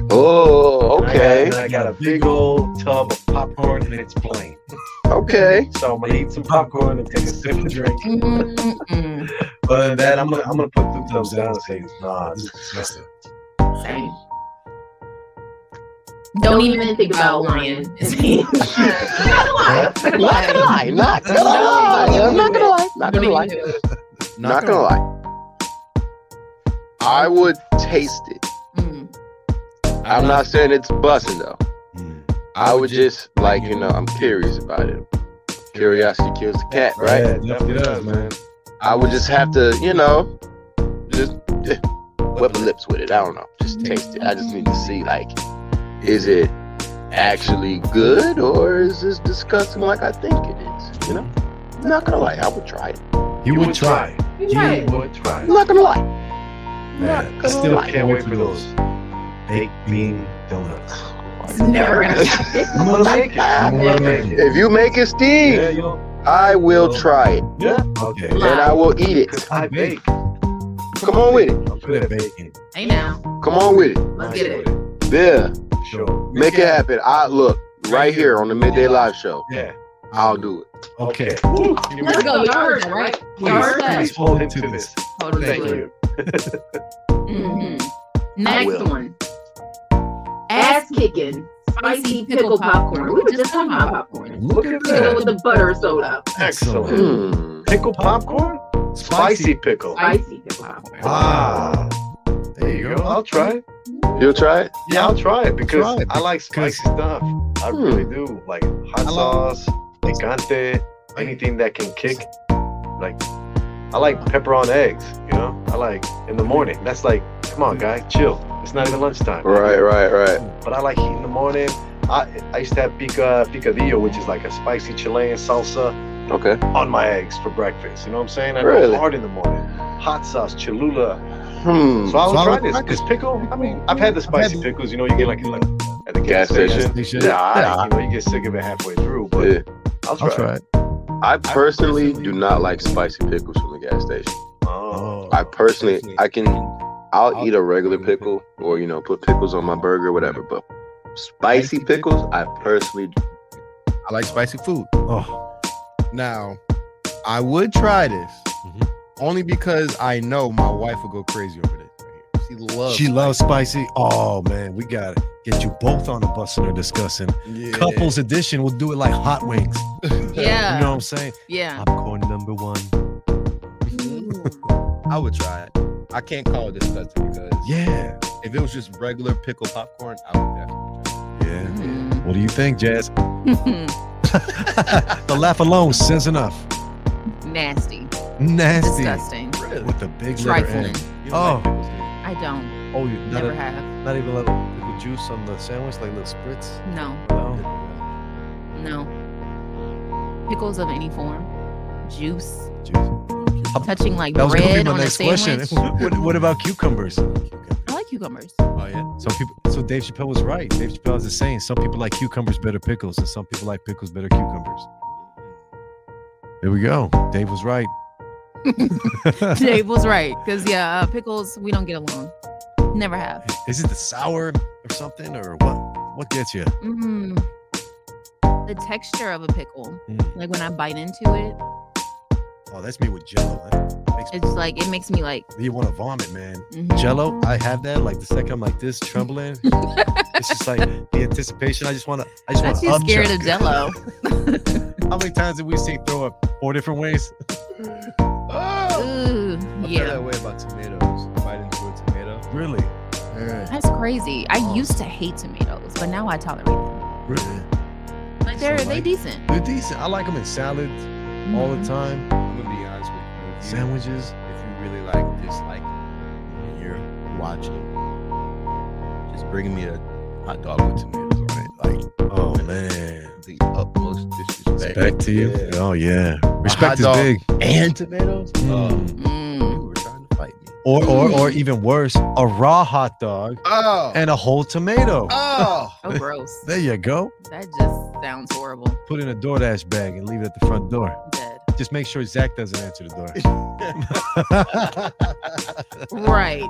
Speaker 6: Oh, okay.
Speaker 3: And I got a big old tub of popcorn and it's plain.
Speaker 6: Okay.
Speaker 3: So I'm gonna eat some popcorn and take a sip of drink. But that I'm gonna I'm gonna put two thumbs down and say, nah, this is disgusting.
Speaker 4: Same. Don't even think about lying.
Speaker 6: Not gonna lie. Not gonna lie. I'm not gonna lie. Not gonna lie. Not gonna lie. I would taste it. Hmm. I'm not saying it's busting though. Hmm. I would just like you know I'm curious about it. Curiosity kills the cat, right?
Speaker 3: Left it up, man.
Speaker 6: I would just have to, you know, just eh, wet my lips with it. I don't know. Just taste it. I just need to see, like, is it actually good or is this disgusting like I think it is? You know? I'm not gonna lie, I would try it.
Speaker 3: You would try.
Speaker 6: You try.
Speaker 3: would try.
Speaker 6: I'm not gonna lie.
Speaker 3: Man, I still can't wait for those baked bean donuts.
Speaker 4: never gonna
Speaker 3: I'm gonna make it. I'm gonna make it.
Speaker 6: If you make it, Steve, I will try it.
Speaker 3: Yeah. Okay.
Speaker 6: And I will eat it.
Speaker 3: I bake.
Speaker 6: Come on with it.
Speaker 3: I'm good at baking.
Speaker 4: Hey now,
Speaker 6: Come on with it.
Speaker 4: let's get it.
Speaker 6: Yeah.
Speaker 3: Sure.
Speaker 6: Make it happen. I look right here on the midday live show.
Speaker 3: Yeah.
Speaker 6: I'll do it.
Speaker 3: Okay.
Speaker 4: Let's go. Y'all heard that, right? Y'all
Speaker 3: Please,
Speaker 4: heard that.
Speaker 3: please hold into this.
Speaker 4: Hold
Speaker 3: Thank
Speaker 4: into it.
Speaker 3: you.
Speaker 4: Mm-hmm.
Speaker 6: I
Speaker 4: Next
Speaker 6: will.
Speaker 4: one. Ass kicking. Spicy pickle popcorn. We were just talking about popcorn.
Speaker 3: Look at
Speaker 4: Pickle
Speaker 3: that.
Speaker 4: with the butter soda.
Speaker 3: Excellent.
Speaker 6: Hmm.
Speaker 3: Pickle popcorn? Spicy pickle.
Speaker 4: Spicy pickle popcorn.
Speaker 3: Ah. There you go. I'll try it.
Speaker 6: You'll try it?
Speaker 3: Yeah, I'll try it because
Speaker 6: Try it.
Speaker 3: I like spicy stuff. I
Speaker 6: Hmm.
Speaker 3: really do. Like hot sauce, picante, anything that can kick. Like, I like pepper on eggs, you know? I like in the morning. That's like, come on, guy, chill. It's not even lunchtime.
Speaker 6: Right, right, right.
Speaker 3: But I like heat in the morning. I, I used to have pica, picadillo, which is like a spicy Chilean salsa
Speaker 6: Okay.
Speaker 3: on my eggs for breakfast. You know what I'm saying? I
Speaker 6: Really?
Speaker 3: go hard in the morning. Hot sauce, Cholula.
Speaker 6: Hmm.
Speaker 3: So I
Speaker 6: So I
Speaker 3: was
Speaker 6: would
Speaker 3: trying this.
Speaker 6: like
Speaker 3: This pickle. I mean, I've had the spicy pickles. You know, you get like, like at the
Speaker 6: Gas
Speaker 3: gas,
Speaker 6: station.
Speaker 3: station.
Speaker 6: Gas station.
Speaker 3: Yeah, all right,
Speaker 6: Yeah.
Speaker 3: you know, you get sick of it halfway through. But
Speaker 6: Yeah.
Speaker 3: I'll try.
Speaker 6: it. I personally do not like spicy pickles from the gas station.
Speaker 3: Oh,
Speaker 6: I personally, I can, I'll eat a regular pickle or, you know, put pickles on my burger, whatever. But spicy pickles, I personally
Speaker 5: I like spicy food.
Speaker 3: Oh.
Speaker 5: Now, I would try this
Speaker 3: Mm-hmm.
Speaker 5: only because I know my wife will go crazy over this. right here. She loves.
Speaker 3: She loves spicy. Oh man, we gotta get you both on the bus and are discussing
Speaker 5: Yeah.
Speaker 3: couples edition. We'll do it like hot wings.
Speaker 4: Yeah.
Speaker 3: you know what I'm saying?
Speaker 4: Yeah.
Speaker 3: Popcorn number one.
Speaker 5: I would try it. I can't call it disgusting because
Speaker 3: Yeah,
Speaker 5: if it was just regular pickle popcorn, I would definitely.
Speaker 3: yeah.
Speaker 4: Mm-hmm.
Speaker 3: What do you think, Jazz?
Speaker 4: Mm.
Speaker 3: The laugh alone says enough.
Speaker 4: Nasty.
Speaker 3: Nasty.
Speaker 4: Disgusting.
Speaker 3: With the big letter
Speaker 4: Trifling.
Speaker 3: N. Oh,
Speaker 4: I don't.
Speaker 3: oh, you
Speaker 4: Never have.
Speaker 3: Not even little pickle juice on the sandwich, like little spritz.
Speaker 4: No.
Speaker 3: No.
Speaker 4: No. Pickles of any form. Juice.
Speaker 3: Juice.
Speaker 4: Touching like
Speaker 3: That was gonna be
Speaker 4: bread
Speaker 3: my
Speaker 4: on a
Speaker 3: next
Speaker 4: sandwich.
Speaker 3: question. What, what about cucumbers?
Speaker 4: I like cucumbers.
Speaker 5: Oh yeah.
Speaker 3: Some people. So Dave Chappelle was right. Dave Chappelle has a saying: some people like cucumbers better pickles, and some people like pickles better cucumbers. There we go. Dave was right.
Speaker 4: Dave was right. Because, yeah, uh, pickles, we don't get along. Never have.
Speaker 3: Is it the sour or something, or what? What gets you?
Speaker 4: Mm. The texture of a pickle,
Speaker 3: Mm.
Speaker 4: like when I bite into it,
Speaker 3: Oh, that's me with Jello. That makes
Speaker 4: it's like it makes me like
Speaker 3: you want to vomit, man.
Speaker 4: Mhm.
Speaker 3: Jello, I have that. Like the second I'm like this, trembling. it's just like the anticipation. I just want to. I just want
Speaker 4: Aren't
Speaker 3: to.
Speaker 4: you scared of Jello?
Speaker 3: How many times did we see throw up four different ways? Oh!
Speaker 4: Ooh,
Speaker 5: I feel
Speaker 4: yeah,
Speaker 5: that way about tomatoes. Bite into a tomato.
Speaker 3: Really?
Speaker 4: that's crazy. I used to hate tomatoes, but now I tolerate them.
Speaker 3: Really?
Speaker 4: Like they're
Speaker 3: So,
Speaker 4: they
Speaker 3: like-
Speaker 4: decent.
Speaker 3: They're decent. I like them in salads all the time.
Speaker 5: Mm-hmm. I'm gonna be honest with you. If you,
Speaker 3: Sandwiches.
Speaker 5: if you really like dislike, and you're watching, just bringing me a hot dog with tomatoes on it, like
Speaker 3: Oh man.
Speaker 5: the utmost disrespect.
Speaker 3: Respect to you.
Speaker 5: Yeah.
Speaker 3: Oh yeah. Respect is
Speaker 5: hot dog
Speaker 3: big.
Speaker 5: And tomatoes.
Speaker 3: Mm.
Speaker 5: Oh, you were trying to fight me.
Speaker 3: Or or or even worse, a raw hot dog
Speaker 5: Oh.
Speaker 3: and a whole tomato.
Speaker 5: oh.
Speaker 4: Oh, gross.
Speaker 3: There you go.
Speaker 4: That just sounds horrible.
Speaker 3: Put in a DoorDash bag and leave it at the front door.
Speaker 4: Dead.
Speaker 3: Just make sure Zach doesn't answer the door.
Speaker 5: Oh,
Speaker 4: Right.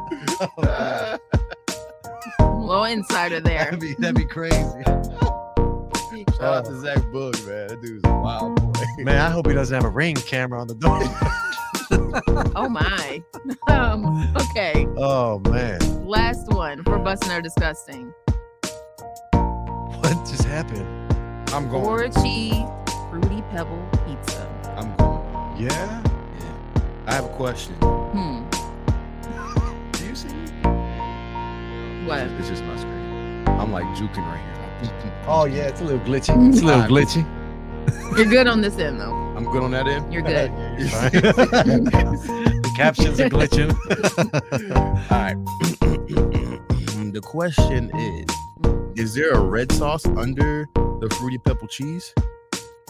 Speaker 4: Little insider there.
Speaker 5: That'd be, that'd be crazy. Shout out to Zach Boog, man. That dude's a wild boy.
Speaker 3: Oh. Man, I hope he doesn't have a ring camera on the door.
Speaker 4: oh my. Um, okay.
Speaker 3: oh man,
Speaker 4: Last one for busting or disgusting.
Speaker 3: what just happened?
Speaker 5: I'm
Speaker 4: Orchi fruity pebble pizza.
Speaker 5: I'm going.
Speaker 3: Yeah.
Speaker 5: I have a question.
Speaker 4: Hmm.
Speaker 5: Do you see me?
Speaker 4: What?
Speaker 5: It's just my screen. I'm like juking right here.
Speaker 3: Oh yeah, it's a little glitchy. It's a little glitchy.
Speaker 4: You're good on this end though.
Speaker 5: I'm good on that end.
Speaker 4: You're good.
Speaker 3: Fine. the captions are glitching.
Speaker 5: All right. the question is Is there a red sauce under the fruity pebble cheese?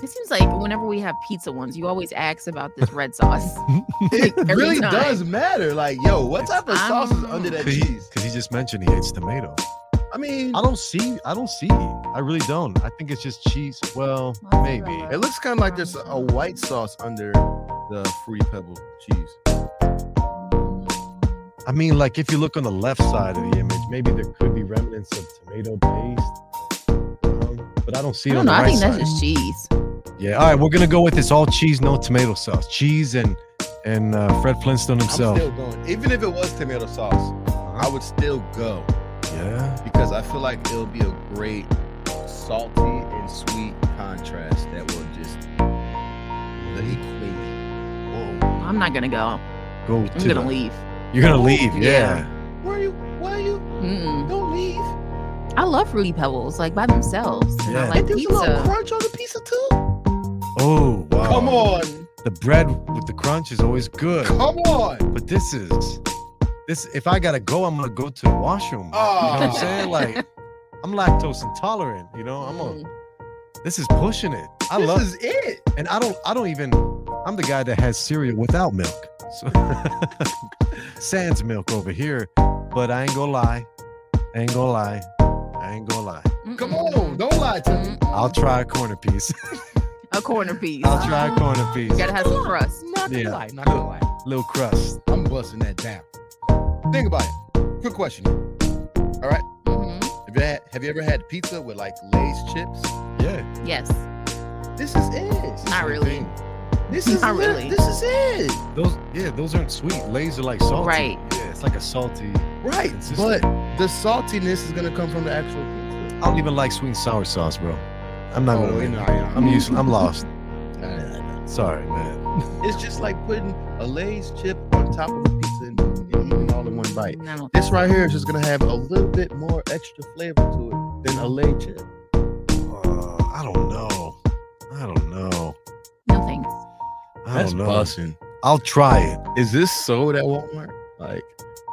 Speaker 4: It seems like whenever we have pizza ones, you always ask about this red sauce. Like,
Speaker 5: It
Speaker 4: every
Speaker 5: really
Speaker 4: time.
Speaker 5: does matter. Like, yo, what type of sauce is under that
Speaker 3: Cause he,
Speaker 5: cheese?
Speaker 3: 'cause he just mentioned he hates tomato.
Speaker 5: I mean,
Speaker 3: I don't see. I don't see. I really don't. I think it's just cheese. Well, maybe.
Speaker 5: it looks kind of like there's a white sauce under the fruity pebble cheese.
Speaker 3: I mean, like if you look on the left side of the image, maybe there could be remnants of tomato paste. Um, but I don't see
Speaker 4: I
Speaker 3: it
Speaker 4: don't
Speaker 3: on
Speaker 4: know.
Speaker 3: the
Speaker 4: I
Speaker 3: right
Speaker 4: think that's
Speaker 3: side.
Speaker 4: just cheese.
Speaker 3: Yeah. All right, we're gonna go with this all cheese, no tomato sauce. Cheese and and uh, Fred Flintstone himself.
Speaker 5: I'm still going. Even if it was tomato sauce, I would still go
Speaker 3: Uh-huh. yeah.
Speaker 5: because I feel like it'll be a great salty and sweet contrast that will just the equate. Whoa.
Speaker 4: I'm not gonna go.
Speaker 3: Go.
Speaker 4: I'm
Speaker 3: to
Speaker 4: gonna
Speaker 3: the-
Speaker 4: leave.
Speaker 3: You're gonna leave.
Speaker 4: Yeah.
Speaker 3: Yeah.
Speaker 5: Where are you? Why are you?
Speaker 4: Mm-mm.
Speaker 5: Don't leave.
Speaker 4: I love fruity pebbles like by themselves. and I
Speaker 3: Yeah.
Speaker 4: like
Speaker 5: There's a little
Speaker 4: pizza.
Speaker 5: crunch on the pizza too.
Speaker 3: Oh wow.
Speaker 5: Come on,
Speaker 3: The bread with the crunch is always good,
Speaker 5: come on.
Speaker 3: but this is this. If I gotta go, I'm gonna go to the washroom. You know what I'm
Speaker 5: Oh,
Speaker 3: saying? Like, I'm lactose intolerant. You know, I'm a. This is pushing it. I
Speaker 5: this
Speaker 3: love
Speaker 5: is it.
Speaker 3: and I don't I don't even I'm the guy that has cereal without milk. So sans milk over here, but I ain't gonna lie. I ain't gonna lie. I ain't gonna lie.
Speaker 5: Come on, don't lie to me.
Speaker 3: I'll try a corner piece.
Speaker 4: A corner piece.
Speaker 3: I'll try a corner
Speaker 4: You
Speaker 3: piece.
Speaker 4: gotta have some crust.
Speaker 5: Not gonna
Speaker 3: Yeah.
Speaker 5: lie, not gonna lie.
Speaker 3: Little crust.
Speaker 5: I'm busting that down. Think about it. Quick question. All right.
Speaker 4: Mhm.
Speaker 5: Have you, had, have you ever had pizza with like Lay's chips?
Speaker 3: Yeah.
Speaker 4: Yes.
Speaker 5: This is it.
Speaker 4: Not really.
Speaker 5: This is
Speaker 4: Not
Speaker 5: it.
Speaker 4: really.
Speaker 5: This is it.
Speaker 3: Those yeah, those aren't sweet. Lays are like salty.
Speaker 4: Right.
Speaker 3: Yeah, it's like a salty.
Speaker 5: Right. But
Speaker 3: Consistent.
Speaker 5: the saltiness is gonna come from the actual pizza.
Speaker 3: I don't even like sweet and sour sauce, bro. I'm not
Speaker 5: Oh,
Speaker 3: gonna
Speaker 5: you
Speaker 3: win.
Speaker 5: know, I know.
Speaker 3: I'm used I'm lost.
Speaker 5: Uh,
Speaker 3: Sorry, man.
Speaker 5: It's just like putting a Lay's chip on top of a pizza and, and eating it all in one bite.
Speaker 4: I don't-
Speaker 5: This right here is just gonna have a little bit more extra flavor to it than a Lay's chip.
Speaker 3: Uh, I don't know. I don't know.
Speaker 4: No thanks.
Speaker 3: I don't know. I'll try it.
Speaker 5: Is this sold at Walmart? Like,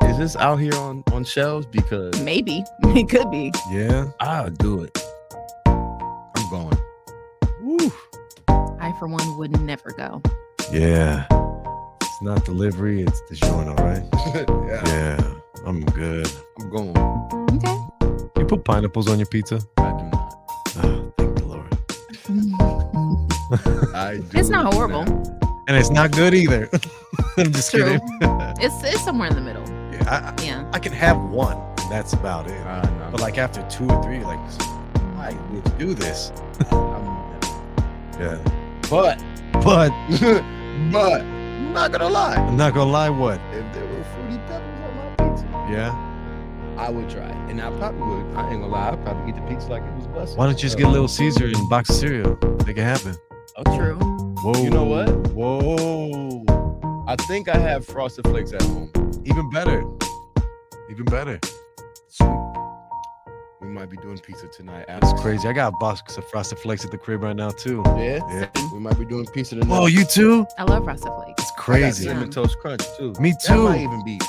Speaker 5: is this out here on on shelves? Because
Speaker 4: Maybe. It could be.
Speaker 3: Yeah.
Speaker 5: I'll do it. I'm going.
Speaker 3: Woo.
Speaker 4: I for one would never go.
Speaker 3: Yeah. It's not delivery, it's DiGiorno, right?
Speaker 5: yeah,
Speaker 3: Yeah. I'm good.
Speaker 5: I'm going. I
Speaker 4: Okay.
Speaker 3: You put pineapples on your pizza?
Speaker 5: do not.
Speaker 3: Oh, thank the Lord.
Speaker 5: I do
Speaker 4: It's not horrible.
Speaker 3: And it's not good either. I'm just
Speaker 4: True.
Speaker 3: kidding. yeah,
Speaker 4: It's it's somewhere in the middle.
Speaker 3: I,
Speaker 4: Yeah.
Speaker 3: I can have one, and that's about it.
Speaker 5: Uh, no,
Speaker 3: But like after two or three, like, why would you do this?
Speaker 5: I'm-
Speaker 3: Yeah.
Speaker 5: but
Speaker 3: But
Speaker 5: but I'm not gonna lie.
Speaker 3: I'm not gonna lie, what?
Speaker 5: If there were fruity pebbles on my pizza,
Speaker 3: Yeah.
Speaker 5: I would try it, and I probably would. I ain't gonna lie. I'd probably eat the pizza like it was blessed.
Speaker 3: Why don't you just get a little Caesar and a box of cereal? Make it happen.
Speaker 4: Oh, True.
Speaker 3: Whoa.
Speaker 5: You know what?
Speaker 3: Whoa.
Speaker 5: I think I have frosted flakes at home.
Speaker 3: Even better. Even better.
Speaker 5: We might be doing pizza tonight.
Speaker 3: That's crazy. I got a box of frosted flakes at the crib right now too.
Speaker 5: Yeah.
Speaker 3: Yeah.
Speaker 5: We might be doing pizza tonight.
Speaker 3: Oh, you too?
Speaker 4: I love Frosted Flakes.
Speaker 3: It's
Speaker 5: I got
Speaker 3: crazy.
Speaker 5: Cinnamon toast crunch too.
Speaker 3: Me
Speaker 5: That might
Speaker 3: too.
Speaker 5: even be.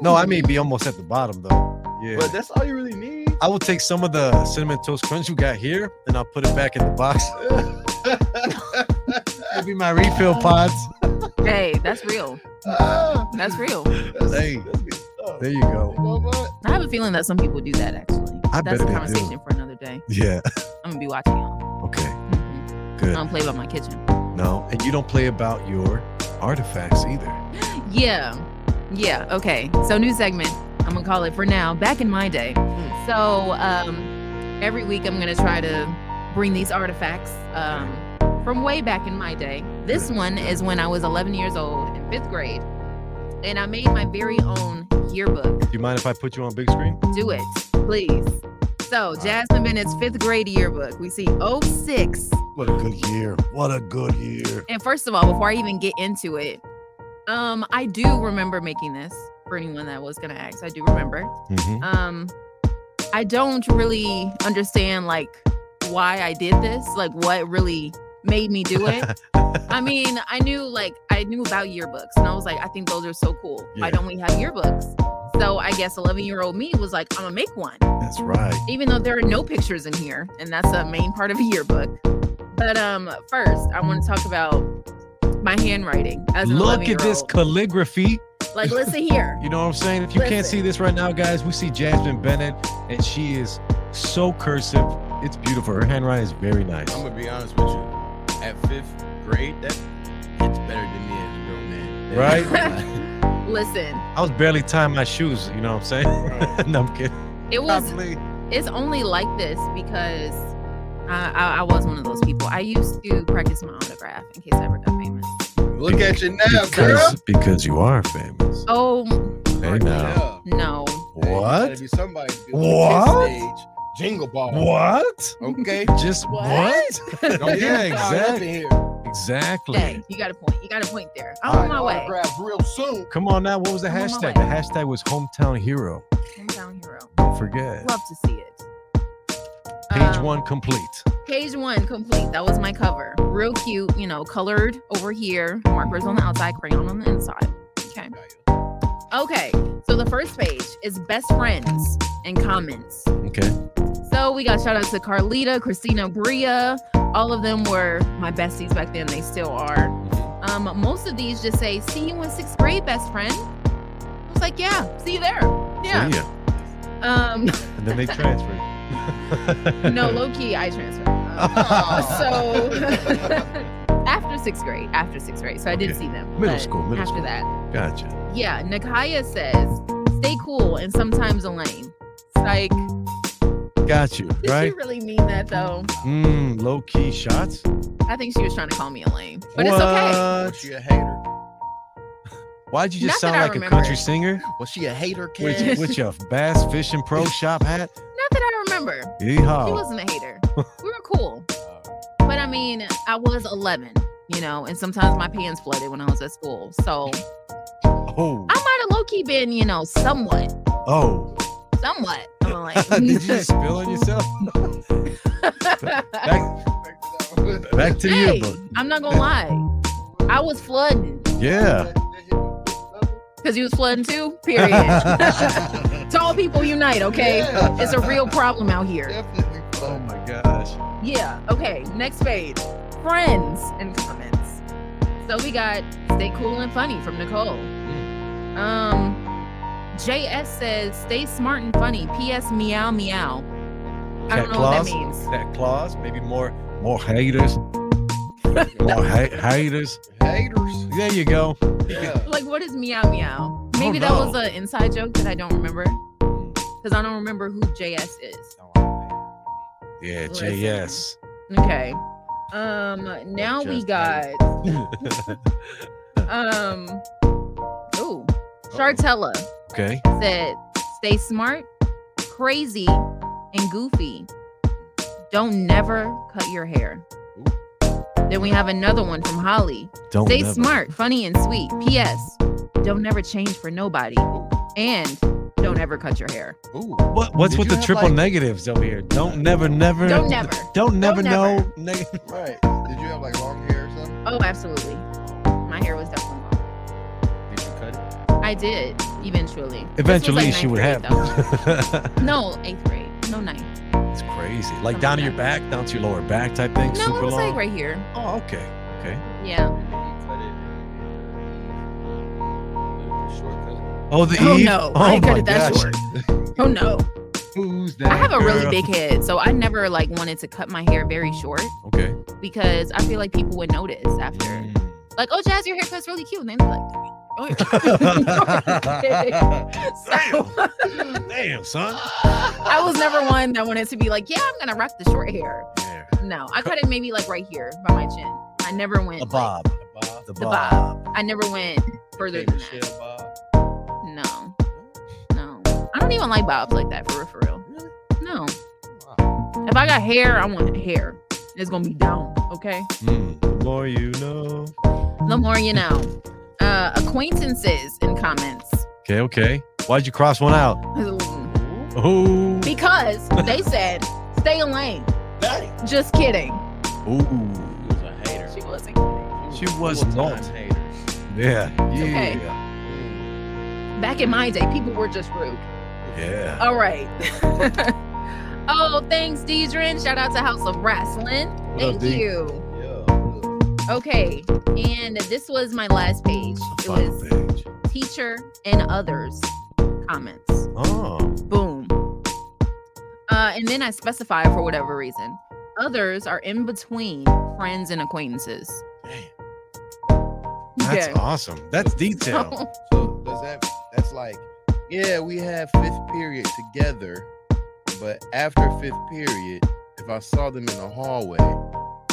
Speaker 3: No, I may be almost at the bottom though. Yeah.
Speaker 5: But that's all you really need.
Speaker 3: I will take some of the cinnamon toast crunch you got here, and I'll put it back in the box. Maybe my refill pods.
Speaker 4: Hey, that's real.
Speaker 5: Ah,
Speaker 4: That's real.
Speaker 5: that's,
Speaker 3: Hey.
Speaker 5: that's good stuff.
Speaker 3: There
Speaker 5: You
Speaker 3: you go.
Speaker 5: know what?
Speaker 4: I have a feeling that some people do that actually.
Speaker 3: I bet
Speaker 4: That's a
Speaker 3: they do.
Speaker 4: conversation for another day.
Speaker 3: Yeah.
Speaker 4: I'm gonna be watching y'all.
Speaker 3: Okay.
Speaker 4: Mhm. I
Speaker 3: Good.
Speaker 4: don't play about my kitchen.
Speaker 3: No, and you don't play about your artifacts either.
Speaker 4: Yeah. Yeah. Okay. So new segment. I'm gonna call it for now. Back in my day, so um, every week I'm gonna try to bring these artifacts um, from way back in my day. This one is when I was 11 years old in fifth grade, and I made my very own yearbook.
Speaker 3: Do you mind if I put you on big screen?
Speaker 4: Do it, please. So, Jasmine Bennett's fifth grade yearbook. We see 06.
Speaker 3: What a good year. What a good year.
Speaker 4: And first of all, before I even get into it, um, I do remember making this for anyone that was gonna ask. I do remember.
Speaker 3: Mhm.
Speaker 4: Um, I don't really understand like why I did this, like what really made me do it. I mean, I knew like I knew about yearbooks, and I was like, I think those are so cool. Why don't we have yearbooks? So I guess 11 year old me was like, I'm gonna make one
Speaker 3: That's right.
Speaker 4: even though there are no pictures in here, and that's a main part of a yearbook. But um, first, I want to talk about my handwriting as an
Speaker 3: Look at this
Speaker 4: 11-year-old.
Speaker 3: calligraphy.
Speaker 4: Like, listen here.
Speaker 3: You know what I'm saying? If you can't see this right now, guys, we see Jasmine Bennett, and she is so cursive. It's beautiful. Her handwriting is very nice.
Speaker 5: I'm gonna be honest with you. At fifth grade, that it's better than me as a grown man.
Speaker 3: Right?
Speaker 4: Listen,
Speaker 3: I was barely tying my shoes. You know what I'm saying? no, I'm kidding.
Speaker 4: it was. It's only like this because I, I, I was one of those people. I used to practice my autograph in case I ever got famous.
Speaker 5: Look at you now, girl.
Speaker 3: Because, because you are famous.
Speaker 4: Oh
Speaker 3: Hey now.
Speaker 4: no!
Speaker 3: What?
Speaker 5: Gotta be somebody to do
Speaker 3: What?
Speaker 5: the kids Stage. Jingle ball.
Speaker 3: What?
Speaker 5: Okay.
Speaker 3: Just
Speaker 4: What?
Speaker 3: what? Oh,
Speaker 5: Don't
Speaker 3: yeah,
Speaker 5: get caught up in
Speaker 3: exactly.
Speaker 5: here.
Speaker 3: Exactly.
Speaker 4: Dang, you got a point. You got a point there. I'm on my way.
Speaker 5: Autograph real soon.
Speaker 3: Come on now. What was the
Speaker 4: I'm on my
Speaker 3: hashtag? The hashtag was hometown hero.
Speaker 4: Hometown hero.
Speaker 3: Don't forget.
Speaker 4: Love to see it.
Speaker 3: Page
Speaker 4: uh,
Speaker 3: one complete.
Speaker 4: Page one complete. That was my cover. Real cute, you know, colored over here, markers on the outside, crayon on the inside. Okay. Okay. So the first page is best friends and comments.
Speaker 3: Okay.
Speaker 4: So we got shout outs to Carlita, Christina, Bria. All of them were my besties back then. They still are. Um, most of these just say, "See you in sixth grade, best friend." I was like, "Yeah, see you there." Yeah.
Speaker 3: See ya.
Speaker 4: Um,
Speaker 3: And then they transferred.
Speaker 4: no, low key, I transferred.
Speaker 3: Oh.
Speaker 4: so after sixth grade, after sixth grade, so I did
Speaker 3: Okay.
Speaker 4: see them.
Speaker 3: Middle
Speaker 4: but
Speaker 3: school, middle
Speaker 4: after
Speaker 3: school.
Speaker 4: that,
Speaker 3: Gotcha.
Speaker 4: yeah. Nakaya says, "Stay cool and sometimes Elaine." Like, did
Speaker 3: Got you.
Speaker 4: she
Speaker 3: Right?
Speaker 4: really mean that though?
Speaker 3: Mmm, low key shots.
Speaker 4: I think she was trying to call me Elaine, but
Speaker 3: what?
Speaker 4: it's okay.
Speaker 5: She a hater.
Speaker 3: Why'd you just
Speaker 4: Not that
Speaker 3: sound
Speaker 4: I
Speaker 3: like a
Speaker 4: remember.
Speaker 3: country singer?
Speaker 5: Was she a hater,
Speaker 3: With,
Speaker 5: Cass?
Speaker 3: with your Bass Fishing Pro Shop hat?
Speaker 4: Not that I remember.
Speaker 3: Yeehaw.
Speaker 4: She wasn't a hater. we were cool. But I mean, I was 11, you know, and sometimes my pants flooded when I was at school. So
Speaker 3: Oh,
Speaker 4: I might have low key been, you know, somewhat,
Speaker 3: oh.
Speaker 4: somewhat. I'm like,
Speaker 3: Did you just spill on yourself? Back, back to the
Speaker 4: hey,
Speaker 3: yearbook.
Speaker 4: I'm not gonna lie. I was flooding
Speaker 3: Yeah.
Speaker 4: because you was flooding too. Period. Tall people unite, okay? It's a real problem out here.
Speaker 3: Oh my gosh.
Speaker 4: Yeah. Okay. Next page. Friends and comments. So we got stay cool and funny from Nicole.
Speaker 3: Mm.
Speaker 4: Um, JS says stay smart and funny. P.S. Meow meow. I don't know what that means.
Speaker 3: Cat claws. Maybe more, more haters. more ha- haters.
Speaker 5: Haters.
Speaker 3: There you go.
Speaker 4: Like, what is meow meow? Maybe that
Speaker 3: know. Mm.
Speaker 4: was an inside joke that I don't remember because I don't remember who JS is.
Speaker 3: Yeah, JS.
Speaker 4: Okay. Um. Now we
Speaker 3: Just
Speaker 4: got um. Ooh, Chartella.
Speaker 3: okay.
Speaker 4: said, stay smart, crazy, and goofy. Don't never cut your hair. Then we have another one from Holly.
Speaker 3: Don't
Speaker 4: stay
Speaker 3: never.
Speaker 4: smart, funny, and sweet. P.S. Don't never change for nobody. And don't ever cut your hair.
Speaker 5: Ooh.
Speaker 3: What, what's
Speaker 5: Did
Speaker 3: with
Speaker 5: you
Speaker 3: the
Speaker 5: have,
Speaker 3: triple
Speaker 5: like-
Speaker 3: negatives over here? Don't never, never.
Speaker 4: Don't never.
Speaker 3: Don't never
Speaker 4: never.
Speaker 3: know. Neg-
Speaker 5: Right. Did you have like long hair or something?
Speaker 4: Oh, absolutely. My hair was definitely long.
Speaker 5: Did you cut it?
Speaker 4: I did eventually. This was,
Speaker 3: Eventually,
Speaker 4: like,
Speaker 3: she
Speaker 4: ninth
Speaker 3: would
Speaker 4: grade,
Speaker 3: have.
Speaker 4: though. no, eighth grade. No ninth.
Speaker 3: it's crazy. Like down to your back, down to your lower back type thing.
Speaker 4: No,
Speaker 3: super
Speaker 4: it was
Speaker 3: long.
Speaker 4: like right here.
Speaker 3: Oh, okay. Okay.
Speaker 4: Yeah.
Speaker 3: Oh, the
Speaker 4: Oh
Speaker 3: Eve?
Speaker 4: no,
Speaker 3: Oh
Speaker 4: I ain't good
Speaker 3: my
Speaker 4: at that
Speaker 3: gosh.
Speaker 4: short. Oh no.
Speaker 3: Who's
Speaker 4: I have a really
Speaker 3: girl?
Speaker 4: big head, so I never like wanted to cut my hair very short
Speaker 3: Okay. Mm.
Speaker 4: because I feel like people would notice after. Like, oh Jazz, your haircut's really cute. And then like, oh Okay.
Speaker 3: Damn. Damn, son.
Speaker 4: I was never one that wanted to be like, yeah, I'm gonna rock the short hair. No, I cut it maybe like right here by my chin. I never went
Speaker 3: A
Speaker 4: like,
Speaker 3: bob. The
Speaker 4: the
Speaker 3: bob.
Speaker 4: bob. I never went further than that. No, no, I don't even like bobs like that for real, for real. No. If I got hair, I want hair. It's gonna be down. Okay.
Speaker 3: Mm, the more you know.
Speaker 4: The more you know. Uh, acquaintances in comments
Speaker 3: Okay, okay. Why'd you cross one out? Ooh.
Speaker 4: because they said stay in lane. Just kidding.
Speaker 3: Ooh.
Speaker 4: She wasn't kidding.
Speaker 3: She was not. Yeah. Yeah.
Speaker 4: okay. Back in my day, people were just rude.
Speaker 3: Yeah.
Speaker 4: All right. oh, thanks, Deidrin. Shout out to House of Wrestling.
Speaker 3: up,
Speaker 4: Thank
Speaker 3: Dee?
Speaker 4: you. Okay. And this was my last page. It was teacher and others comments.
Speaker 3: Oh.
Speaker 4: Boom. Uh, and then I specify for whatever reason. Others are in between friends and acquaintances.
Speaker 3: That's
Speaker 4: Okay.
Speaker 3: awesome. That's detail.
Speaker 5: So does that that's like, yeah, we have fifth period together, but after fifth period, if I saw them in the hallway,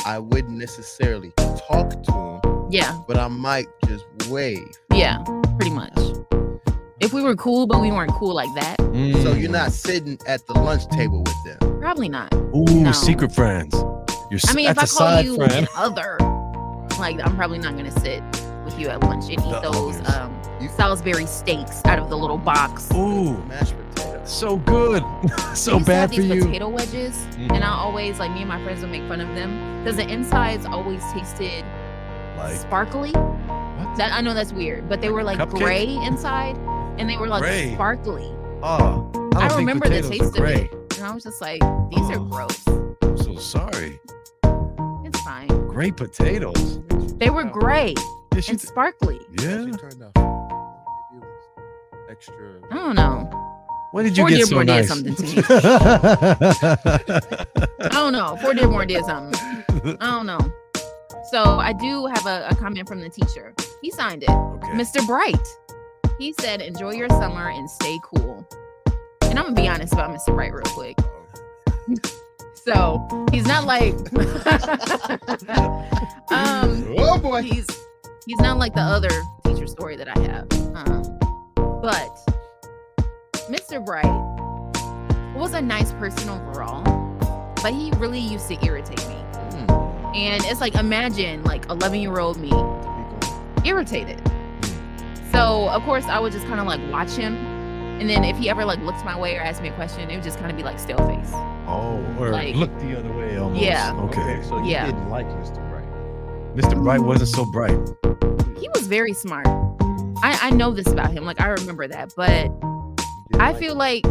Speaker 5: I wouldn't necessarily talk to them,
Speaker 4: Yeah.
Speaker 5: but I might just wave.
Speaker 4: Yeah. Pretty much. If we were cool, but we weren't cool like that,
Speaker 3: Mm.
Speaker 5: So you're not sitting at the lunch table with them.
Speaker 4: probably not.
Speaker 3: Ooh,
Speaker 4: No.
Speaker 3: secret friends. You're
Speaker 4: I mean, if I
Speaker 3: that's
Speaker 4: call
Speaker 3: a side
Speaker 4: you
Speaker 3: friend.
Speaker 4: an other, like I'm probably not gonna sit with you at lunch and eat
Speaker 3: The
Speaker 4: those um, Salisbury steaks out of the little box.
Speaker 3: Ooh,
Speaker 5: mashed potatoes.
Speaker 3: So good.
Speaker 4: We
Speaker 3: so
Speaker 4: used to have
Speaker 3: bad for
Speaker 4: these
Speaker 3: you.
Speaker 4: Potato wedges,
Speaker 3: Mhm.
Speaker 4: and I always like me and my friends would make fun of them because the insides always tasted
Speaker 3: Like
Speaker 4: sparkly. That I know that's weird, but they were like
Speaker 3: Cupcake?
Speaker 4: gray inside, and they were like
Speaker 3: Gray.
Speaker 4: sparkly.
Speaker 3: Oh, I,
Speaker 4: I,
Speaker 3: don't think
Speaker 4: remember the
Speaker 3: potatoes Oh. are
Speaker 4: taste of
Speaker 3: great.
Speaker 4: it, and I was just like, these are gross.
Speaker 3: I'm so sorry.
Speaker 4: It's fine.
Speaker 3: Great potatoes.
Speaker 4: They were
Speaker 3: Oh.
Speaker 4: gray and sparkly.
Speaker 3: Yeah.
Speaker 5: Extra.
Speaker 4: I don't know.
Speaker 3: When did you
Speaker 4: Four
Speaker 3: get so
Speaker 4: Dearborn did
Speaker 3: nice?
Speaker 4: something to
Speaker 3: me.
Speaker 4: I don't know. Four Dearborn did something. I don't know. So I do have a, a comment from the teacher. He signed it. Mr. Bright. He said, enjoy your summer and stay cool. And I'm gonna be honest about Mr. Bright real quick. so he's not like um
Speaker 5: oh boy.
Speaker 4: He's he's not like the other teacher story that I have. Um, but Mr. Bright was a nice person overall, but he really used to irritate me. And it's like imagine like 11 year old me irritated. So of course I would just kind of like watch him, and then if he ever like looked my way or asked me a question, it would just kind of be like stale face.
Speaker 3: oh, or
Speaker 4: Like-
Speaker 3: look the other way almost.
Speaker 4: Yeah.
Speaker 3: Okay.
Speaker 4: so you Yeah.
Speaker 5: didn't like Mr. Bright.
Speaker 3: Mr. Bright wasn't so bright.
Speaker 4: He was very smart. I I know this about him. Like I remember that, but I feel like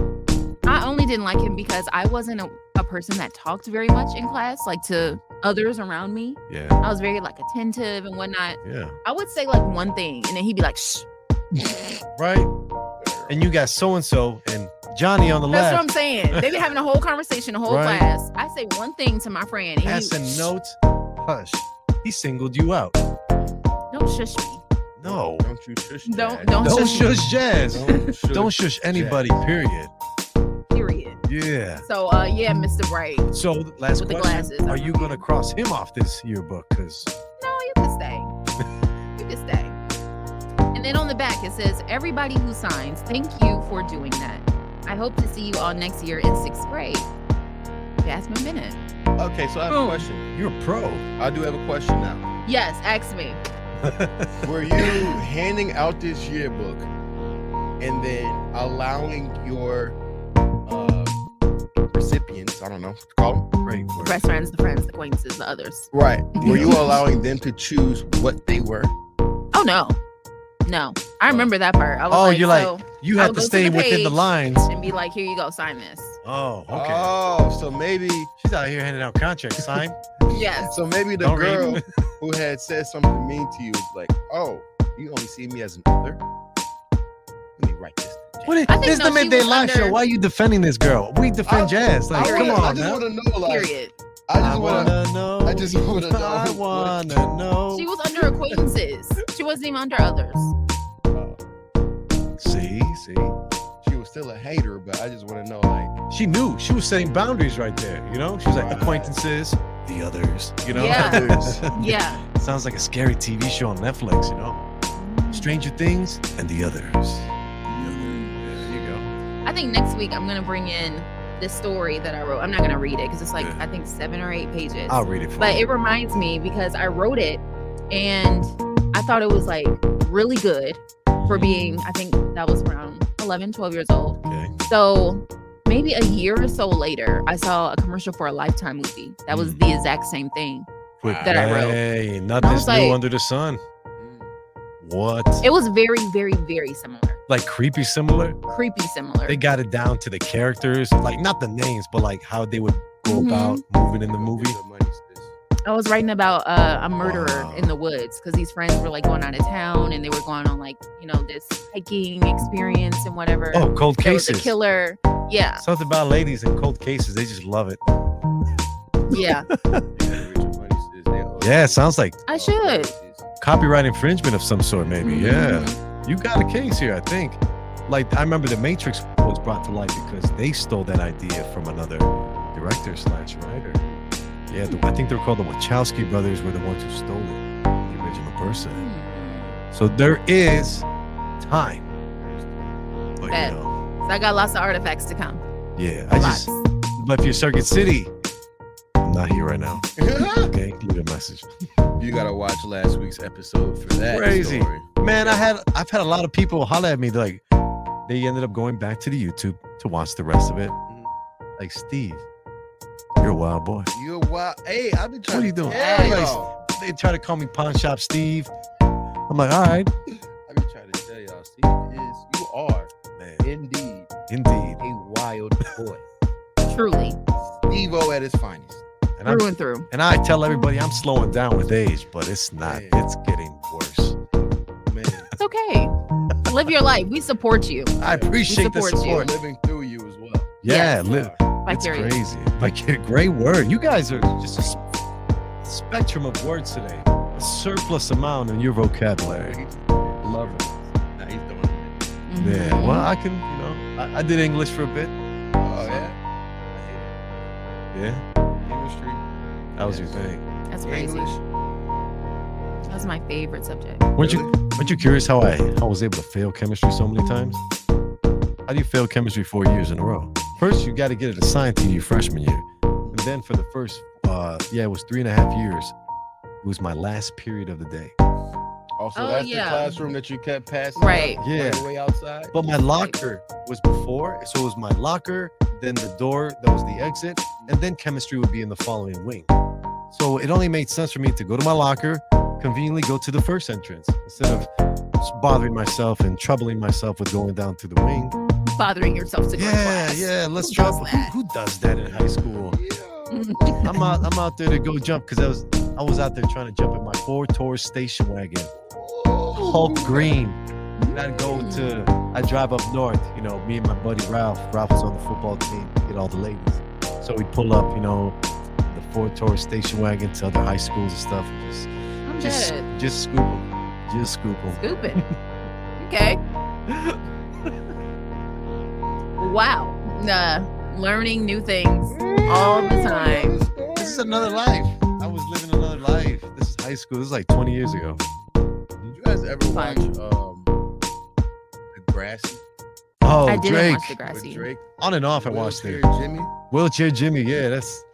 Speaker 4: I only didn't like him because I wasn't a, a person that talked very much in class, like to others around me.
Speaker 3: Yeah.
Speaker 4: I was very like attentive and whatnot.
Speaker 3: Yeah.
Speaker 4: I would say like one thing, and then he'd be like, "Shh."
Speaker 3: Right? And you got so and so and Johnny on the
Speaker 4: That's what I'm
Speaker 3: left.
Speaker 4: saying. They've been having a whole conversation, a whole
Speaker 3: Right.
Speaker 4: class. I say one thing to my friend, and
Speaker 3: Pass
Speaker 4: he,
Speaker 3: a note. Hush. He singled you out.
Speaker 4: don't shush me.
Speaker 3: No.
Speaker 5: Don't you shush
Speaker 4: Don't don't,
Speaker 3: Don't
Speaker 4: shush, me.
Speaker 3: shush jazz.
Speaker 5: Don't shush,
Speaker 3: Don't shush anybody, period.
Speaker 4: Period.
Speaker 3: Yeah.
Speaker 4: So uh, yeah, Mr. Bright. No,
Speaker 3: So last
Speaker 4: With the glasses,
Speaker 3: question:
Speaker 4: I
Speaker 3: Are
Speaker 5: uh-huh.
Speaker 3: you gonna cross him off this yearbook? Because
Speaker 4: you can stay. you can stay. And then on the back it says, "Everybody who signs, thank you for doing that. I hope to see you all next year in sixth grade." Jasmine Bennett.
Speaker 5: Okay, so I have a question.
Speaker 3: You're a pro.
Speaker 5: I do have a question now.
Speaker 4: Yes, ask me.
Speaker 5: Were you handing out this yearbook and then allowing your uh, recipients, I don't know, what to call them?
Speaker 3: Great
Speaker 4: The best friends, the friends, the acquaintances, the others.
Speaker 5: Right. Were you allowing them to choose what they were?
Speaker 4: Oh no, no. I remember that part. I was
Speaker 5: Oh,
Speaker 4: like,
Speaker 5: you're like,
Speaker 4: so
Speaker 5: you
Speaker 4: I
Speaker 5: have
Speaker 4: would
Speaker 5: to
Speaker 4: go
Speaker 5: stay
Speaker 4: the
Speaker 5: within the
Speaker 4: page
Speaker 5: lines.
Speaker 4: and be like, here you go, sign this.
Speaker 3: Oh, okay.
Speaker 5: Oh, so maybe
Speaker 3: she's out here handing out contracts. Sign.
Speaker 4: Yes.
Speaker 5: So maybe the
Speaker 3: Don't read.
Speaker 5: girl who had said something mean to you was like, "Oh, you only see me as an other." Let me write this.
Speaker 3: What is,
Speaker 4: I think,
Speaker 3: this is the
Speaker 4: no, she
Speaker 3: midday
Speaker 4: was
Speaker 5: live
Speaker 3: live
Speaker 5: show.
Speaker 3: show?
Speaker 5: under- Oh,
Speaker 3: Why are you defending this girl? We defend jazz. Like,
Speaker 5: I
Speaker 3: come
Speaker 5: wanna- I
Speaker 3: on,
Speaker 5: just
Speaker 3: man.
Speaker 5: want to know, like,
Speaker 4: Period.
Speaker 5: I just
Speaker 3: I
Speaker 5: want to.
Speaker 3: wanna know.
Speaker 5: I just want to know.
Speaker 3: I wanna know.
Speaker 4: She was under acquaintances. She wasn't even under others.
Speaker 5: Oh,
Speaker 3: See, see.
Speaker 5: She was still a hater, but I just want to know, like,
Speaker 3: She knew. She was setting boundaries right there. You know, she was like acquaintances, the others. You know,
Speaker 4: Yeah.
Speaker 3: Others.
Speaker 4: Yeah.
Speaker 3: Sounds like a scary TV show on Netflix. You
Speaker 5: Mm.
Speaker 3: know, Stranger Things and the others. There you go.
Speaker 4: I think next week I'm gonna bring in the story that I wrote. I'm not gonna read it because it's like I think seven or eight pages.
Speaker 3: I'll read it for
Speaker 4: But
Speaker 3: you.
Speaker 4: it reminds me because I wrote it and I thought it was like really good for being, I think that was around 11, 12 years old. So maybe a year or so later, I saw a commercial for a Lifetime movie that was
Speaker 3: Mm.
Speaker 4: the exact same thing. that I wrote.
Speaker 3: Hey,
Speaker 4: I was
Speaker 3: nothing's new
Speaker 4: like- Mm.
Speaker 3: under the sun. What?
Speaker 4: It was very, very, very similar,
Speaker 3: Like creepy similar?
Speaker 4: creepy similar.
Speaker 3: They got it down to the characters, like not the names, but like how they would go
Speaker 4: Mhm.
Speaker 3: about moving in the movie.
Speaker 4: I was writing about uh, a murderer in the woods because these friends were like going out of town and they were going on like you know this hiking experience and whatever.
Speaker 3: Oh, cold
Speaker 4: There was a
Speaker 3: cases.
Speaker 4: killer. Yeah,
Speaker 3: Something about ladies in cold cases, they just love it.
Speaker 4: yeah.
Speaker 3: Oh, Yeah, it sounds like
Speaker 4: I should.
Speaker 3: copyright infringement of some sort, maybe. Yeah. You got a case here, I think. Like, I remember The Matrix was brought to light because they stole that idea from another director slash writer. Yeah, the, I think they're called the Wachowski brothers were the ones who stole it, the original person. So there is time. But,
Speaker 4: Bet.
Speaker 3: you know,
Speaker 4: So I got lots of artifacts to come.
Speaker 3: yeah, I just left your Circuit City. I'm not here right now. okay, leave a message.
Speaker 5: you gotta watch last week's episode for that.
Speaker 3: crazy
Speaker 5: story.
Speaker 3: man i had i've had a lot of people holler at me they're like they ended up going back to the youtube to watch the rest of it
Speaker 5: Mm-hmm.
Speaker 3: like steve you're a wild boy
Speaker 5: You a wild? Hey, I've been trying.
Speaker 3: what are you
Speaker 5: to
Speaker 3: doing
Speaker 5: tell
Speaker 3: Everybody's-
Speaker 5: y'all.
Speaker 3: they try to call me pawn shop steve i'm like all right
Speaker 5: I've been trying to tell y'all. Steve is you are indeed
Speaker 3: indeed
Speaker 5: a wild boy.
Speaker 4: Truly,
Speaker 5: Steve O at his finest.
Speaker 3: and I'm-
Speaker 4: Through and through.
Speaker 3: and i tell everybody i'm slowing down with age but it's not it's getting worse
Speaker 4: It's okay. Live your life. We support you.
Speaker 3: I appreciate the
Speaker 4: we support
Speaker 3: support.
Speaker 4: You.
Speaker 5: Living through you as well.
Speaker 3: yeah live it's
Speaker 4: Vicarious.
Speaker 3: crazy like great word you guys are just a s- spectrum of words today a surplus amount in your vocabulary love it
Speaker 5: Nah, he's doing it.
Speaker 3: Yeah, well, I can, you know, I, I did English for a bit.
Speaker 5: Oh yeah.
Speaker 3: Yeah,
Speaker 5: Chemistry.
Speaker 3: that was your thing.
Speaker 4: That's crazy. That's my favorite subject.
Speaker 3: Weren't you, weren't you curious how I, how I was able to fail chemistry so many times? How do you fail chemistry four years in a row? First, you got to get it assigned to you freshman year, and then for the first, uh, yeah, it was three and a half years. It was my last period of the day.
Speaker 5: Also,
Speaker 4: Oh,
Speaker 5: that's
Speaker 4: yeah.
Speaker 5: the classroom that you kept passing.
Speaker 4: Right.
Speaker 5: up on
Speaker 3: Yeah.
Speaker 5: your way outside.
Speaker 3: But my locker was before, so it was my locker, then the door that was the exit, and then chemistry would be in the following wing. So it only made sense for me to go to my locker, conveniently go to the first entrance instead of s- bothering myself and troubling myself with going down to the wing.
Speaker 4: Bothering yourself to go to
Speaker 3: Yeah,
Speaker 4: class.
Speaker 3: yeah, let's
Speaker 4: Who
Speaker 3: jump.
Speaker 4: does
Speaker 3: Who, who does that in high school? I'm out. I'm out there to go jump because I was I was out there trying to jump in my Ford Taurus station wagon, Hulk Green. And I'd go to I drive up north. You know, me and my buddy Ralph. Ralph was on the football team. Get all the ladies. So we pull up. You know, the Ford Taurus station wagon to other high schools and stuff. and Just
Speaker 4: I'm
Speaker 3: just
Speaker 4: dead.
Speaker 3: just scoop them. Just scoop them.
Speaker 4: Stupid. okay. wow. Nah, learning new things all the time.
Speaker 3: This is another life. I was living another life. This is high school. This is like 20 years ago.
Speaker 5: Did you guys ever watch um the Grassy?
Speaker 3: Oh,
Speaker 5: I didn't
Speaker 3: Drake.
Speaker 5: watch Degrassi. Drake.
Speaker 3: On and off, I watched it.
Speaker 5: Wheelchair Jimmy?
Speaker 3: Wheelchair Jimmy. Yeah, that's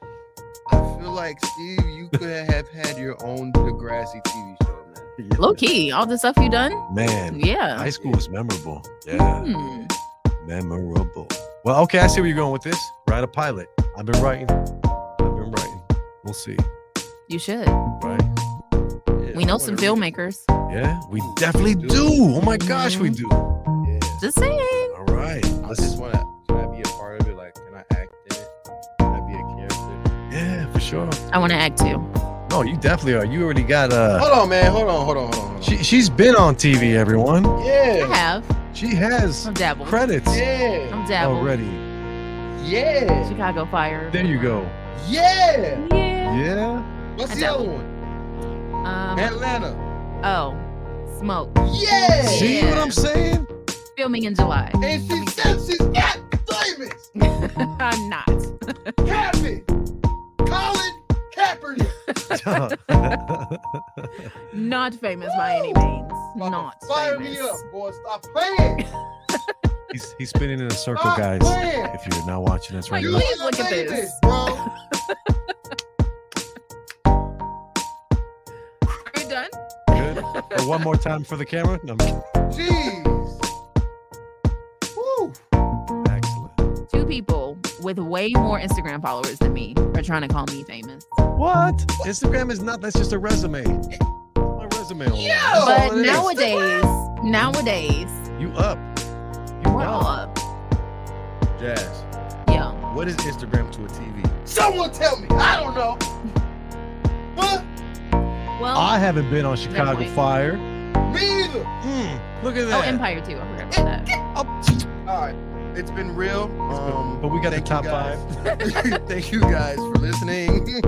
Speaker 5: I feel like Steve, you could have had your own Degrassi TV show.
Speaker 4: Low key, all the stuff you done.
Speaker 3: man.
Speaker 4: Yeah.
Speaker 3: High school was memorable. Yeah.
Speaker 4: Hmm.
Speaker 3: Memorable. Well, okay, I see where you're going with this. Write a pilot. I've been writing. I've been writing. We'll see.
Speaker 4: You should.
Speaker 3: Right?
Speaker 4: we know some filmmakers.
Speaker 3: Yeah, we definitely do. Oh my gosh, we
Speaker 5: Mm-hmm.
Speaker 3: do. All
Speaker 4: Just saying.
Speaker 3: right.
Speaker 5: I just want to. Can I be a part of it? Like, can I act in it? Can I be a character?
Speaker 3: Yeah, for sure.
Speaker 4: I want to act too.
Speaker 3: No, you definitely are. You already got uh
Speaker 5: Hold on, man. Hold on. Hold on. Hold on. Hold
Speaker 3: she, she's been on TV, everyone.
Speaker 5: on. Yeah.
Speaker 4: I have.
Speaker 3: She has
Speaker 4: I'm dabbled.
Speaker 3: credits
Speaker 5: Yeah.
Speaker 4: I'm dabbled.
Speaker 3: already.
Speaker 5: Yeah.
Speaker 4: Chicago Fire.
Speaker 3: There you go.
Speaker 5: Yeah.
Speaker 4: Yeah.
Speaker 3: Yeah.
Speaker 5: What's
Speaker 4: I
Speaker 5: the other one?
Speaker 4: Um,
Speaker 5: Atlanta.
Speaker 4: oh, smoke.
Speaker 5: Yeah.
Speaker 3: See what I'm saying?
Speaker 4: filming in July.
Speaker 10: And she said she's not famous.
Speaker 4: I'm not.
Speaker 10: Kaepernick. Colin Kaepernick.
Speaker 4: Not famous by any means. Not
Speaker 10: Fire
Speaker 4: famous.
Speaker 10: me up, boy. Stop playing.
Speaker 3: He's, he's spinning in a circle,
Speaker 10: Stop
Speaker 3: guys.
Speaker 10: playing.
Speaker 3: If you're not watching us right
Speaker 10: Like,
Speaker 3: now,
Speaker 10: please look at this, bro.
Speaker 4: Are we done?
Speaker 3: good. But one more time for the camera. No, I'm kidding.
Speaker 10: Jeez.
Speaker 4: Two people with way more Instagram followers than me are trying to call me famous.
Speaker 3: What? Instagram is not. That's just a resume. My resume. online. That's all
Speaker 4: but
Speaker 3: it is.
Speaker 4: nowadays, nowadays,
Speaker 3: you up.
Speaker 4: we're all up.
Speaker 5: Jazz.
Speaker 4: Yeah.
Speaker 5: What is Instagram to a TV?
Speaker 10: Someone tell me. I don't know. What?
Speaker 4: Well,
Speaker 3: I haven't been on
Speaker 4: never
Speaker 3: Chicago
Speaker 4: mind.
Speaker 3: Fire.
Speaker 10: Me either.
Speaker 3: Hmm, look at
Speaker 4: Oh,
Speaker 3: that.
Speaker 4: Empire too. I forgot about that.
Speaker 5: All right. It's been real. Um,
Speaker 3: but we got a top
Speaker 5: five. thank you guys for listening.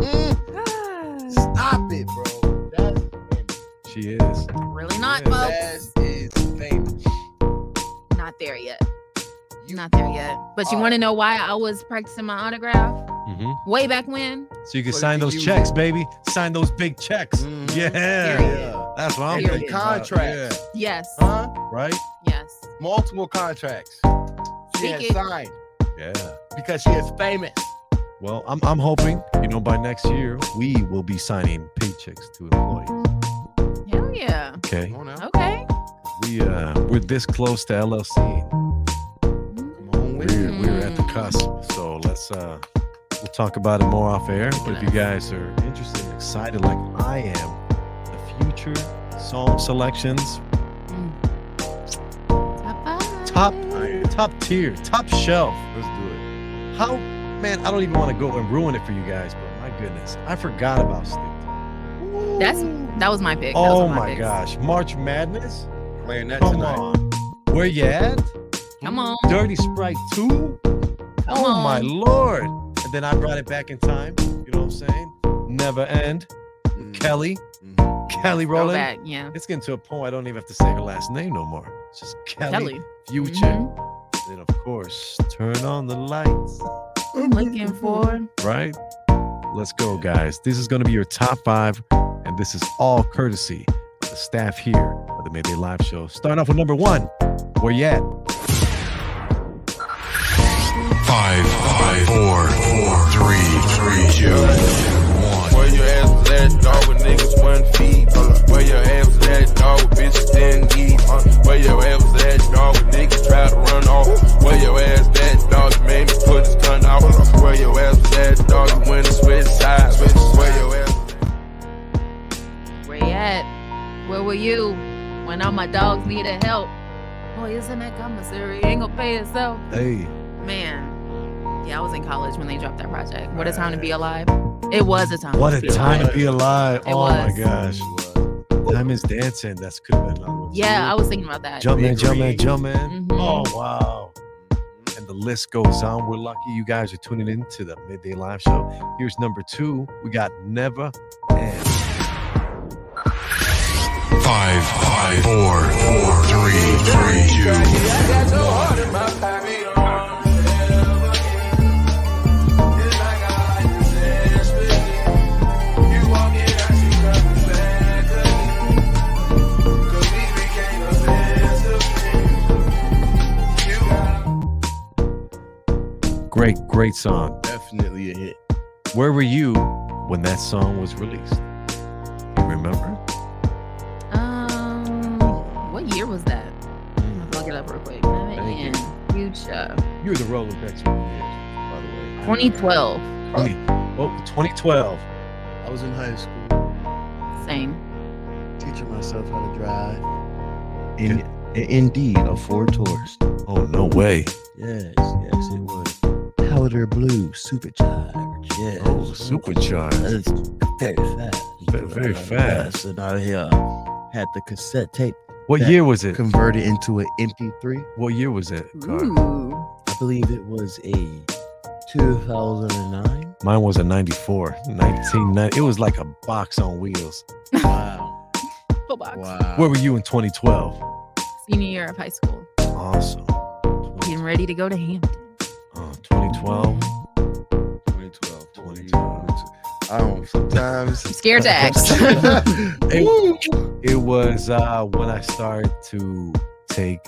Speaker 5: Stop it, bro. That's
Speaker 3: She is.
Speaker 4: Really not,
Speaker 5: Yes,
Speaker 4: folks.
Speaker 5: is famous.
Speaker 4: Not there yet. Not there yet. But you want to know why I was practicing my autograph
Speaker 3: hmm
Speaker 4: way back when?
Speaker 3: So you can
Speaker 5: So
Speaker 3: sign
Speaker 5: you Mm-hmm.
Speaker 3: those
Speaker 5: use
Speaker 3: checks,
Speaker 5: it.
Speaker 3: baby. Sign those big checks. Yeah.
Speaker 5: Period.
Speaker 3: That's what I'm
Speaker 5: And
Speaker 3: thinking. about.
Speaker 5: contracts.
Speaker 4: Yes.
Speaker 5: Huh?
Speaker 3: Right?
Speaker 4: Yes.
Speaker 5: Multiple contracts. She
Speaker 4: Speak
Speaker 5: has
Speaker 4: it.
Speaker 5: signed
Speaker 3: Yeah.
Speaker 5: because she is famous.
Speaker 3: Well, I'm, I'm hoping, you know, by next year, we will be signing paychecks to employees.
Speaker 4: Hell yeah.
Speaker 3: Okay.
Speaker 4: Okay.
Speaker 3: We, uh, we're this close to LLC. We're, we're at the cusp. So let's, uh, we'll talk about it more off air. But if you guys are interested and excited like I am, the future song selections, top, top tier, top shelf.
Speaker 5: Let's do it.
Speaker 3: How, man, I don't even want to go and ruin it for you guys, but my goodness, I forgot about Stick.
Speaker 4: That's that was my pick. That was
Speaker 3: Oh
Speaker 4: one of
Speaker 3: my
Speaker 4: picks.
Speaker 3: gosh, March Madness?
Speaker 5: Playing that
Speaker 3: Come
Speaker 5: tonight.
Speaker 3: on. Where you at?
Speaker 4: Come on.
Speaker 3: Dirty Sprite 2? oh my lord. And then I brought it back in time. You know what I'm saying? Never end. Mm. Kelly. Kelly Rowland.
Speaker 4: Throwback, yeah.
Speaker 3: It's getting to a point I don't even have to say her last name no more. It's just Kelly.
Speaker 4: Kelly. Mm-hmm.
Speaker 3: Future. And of course, turn on the lights.
Speaker 4: I'm looking for.
Speaker 3: right? Let's go, guys. This is going to be your top five, and this is all courtesy of the staff here of the Mayday Live Show. Starting off with number one, where you at?
Speaker 9: Five, five, four, four, three, three, two, one.
Speaker 1: Where your ass was at, dog, with niggas one feet. Uh, where your ass was at, dog, with bitches didn't eat. Uh, where your ass was at, dog, with niggas tried to run off. Where your ass was at, dog, you made me put his gun out. Where your ass was at, dog, you went and switched sides. Where your ass
Speaker 4: Where you at? Where were you when all my dogs needed help? Boy, isn't that commissary? Ain't gonna pay itself.
Speaker 3: Hey,
Speaker 4: Man. Yeah, I was in college when they dropped that project. What a time to be alive. It was a time.
Speaker 3: what a
Speaker 4: to be
Speaker 3: time
Speaker 4: alive.
Speaker 3: to be alive!
Speaker 4: It
Speaker 3: oh
Speaker 4: was.
Speaker 3: my gosh, time is dancing. That's could have been another one.
Speaker 4: Yeah, I was thinking about that.
Speaker 3: Jump man, jump man, jump man.
Speaker 4: Mhm.
Speaker 3: Oh wow. And the list goes on. We're lucky you guys are tuning in to the midday live show. Here's number two. We got never end.
Speaker 9: Five, five, four, four, three, three, two,
Speaker 3: Great, great song.
Speaker 5: Definitely a hit.
Speaker 3: Where were you when that song was released? You remember?
Speaker 4: Um, what year was that? I'll have to look it up real quick. Man, Future.
Speaker 3: You're the rolling picks for years, by the way.
Speaker 4: 2012.
Speaker 3: Oh, 2012.
Speaker 5: I was in high school.
Speaker 4: Same.
Speaker 5: Teaching myself how to drive. In, indeed, a Ford Taurus.
Speaker 3: Oh no way.
Speaker 5: Yes, yes, it was. Powder blue, supercharged. Yes.
Speaker 3: Oh, supercharged.
Speaker 5: That's very fast.
Speaker 3: Ve- very fast.
Speaker 5: And I uh, had the cassette tape.
Speaker 3: What
Speaker 5: that
Speaker 3: year was it?
Speaker 5: Converted into an MP3.
Speaker 3: What year was it?
Speaker 5: I believe it was a 2009.
Speaker 3: Mine was a 94, 1990. It was like a box on wheels.
Speaker 5: Wow.
Speaker 4: Football.
Speaker 5: wow.
Speaker 3: Where were you in 2012?
Speaker 4: Senior year of high school.
Speaker 3: Oh, Awesome.
Speaker 4: Getting ready to go to Hampton.
Speaker 3: Uh, 2012.
Speaker 5: 2012. 2012. I don't. Sometimes.
Speaker 4: Scare tags.
Speaker 3: it, it was uh, when I started to take.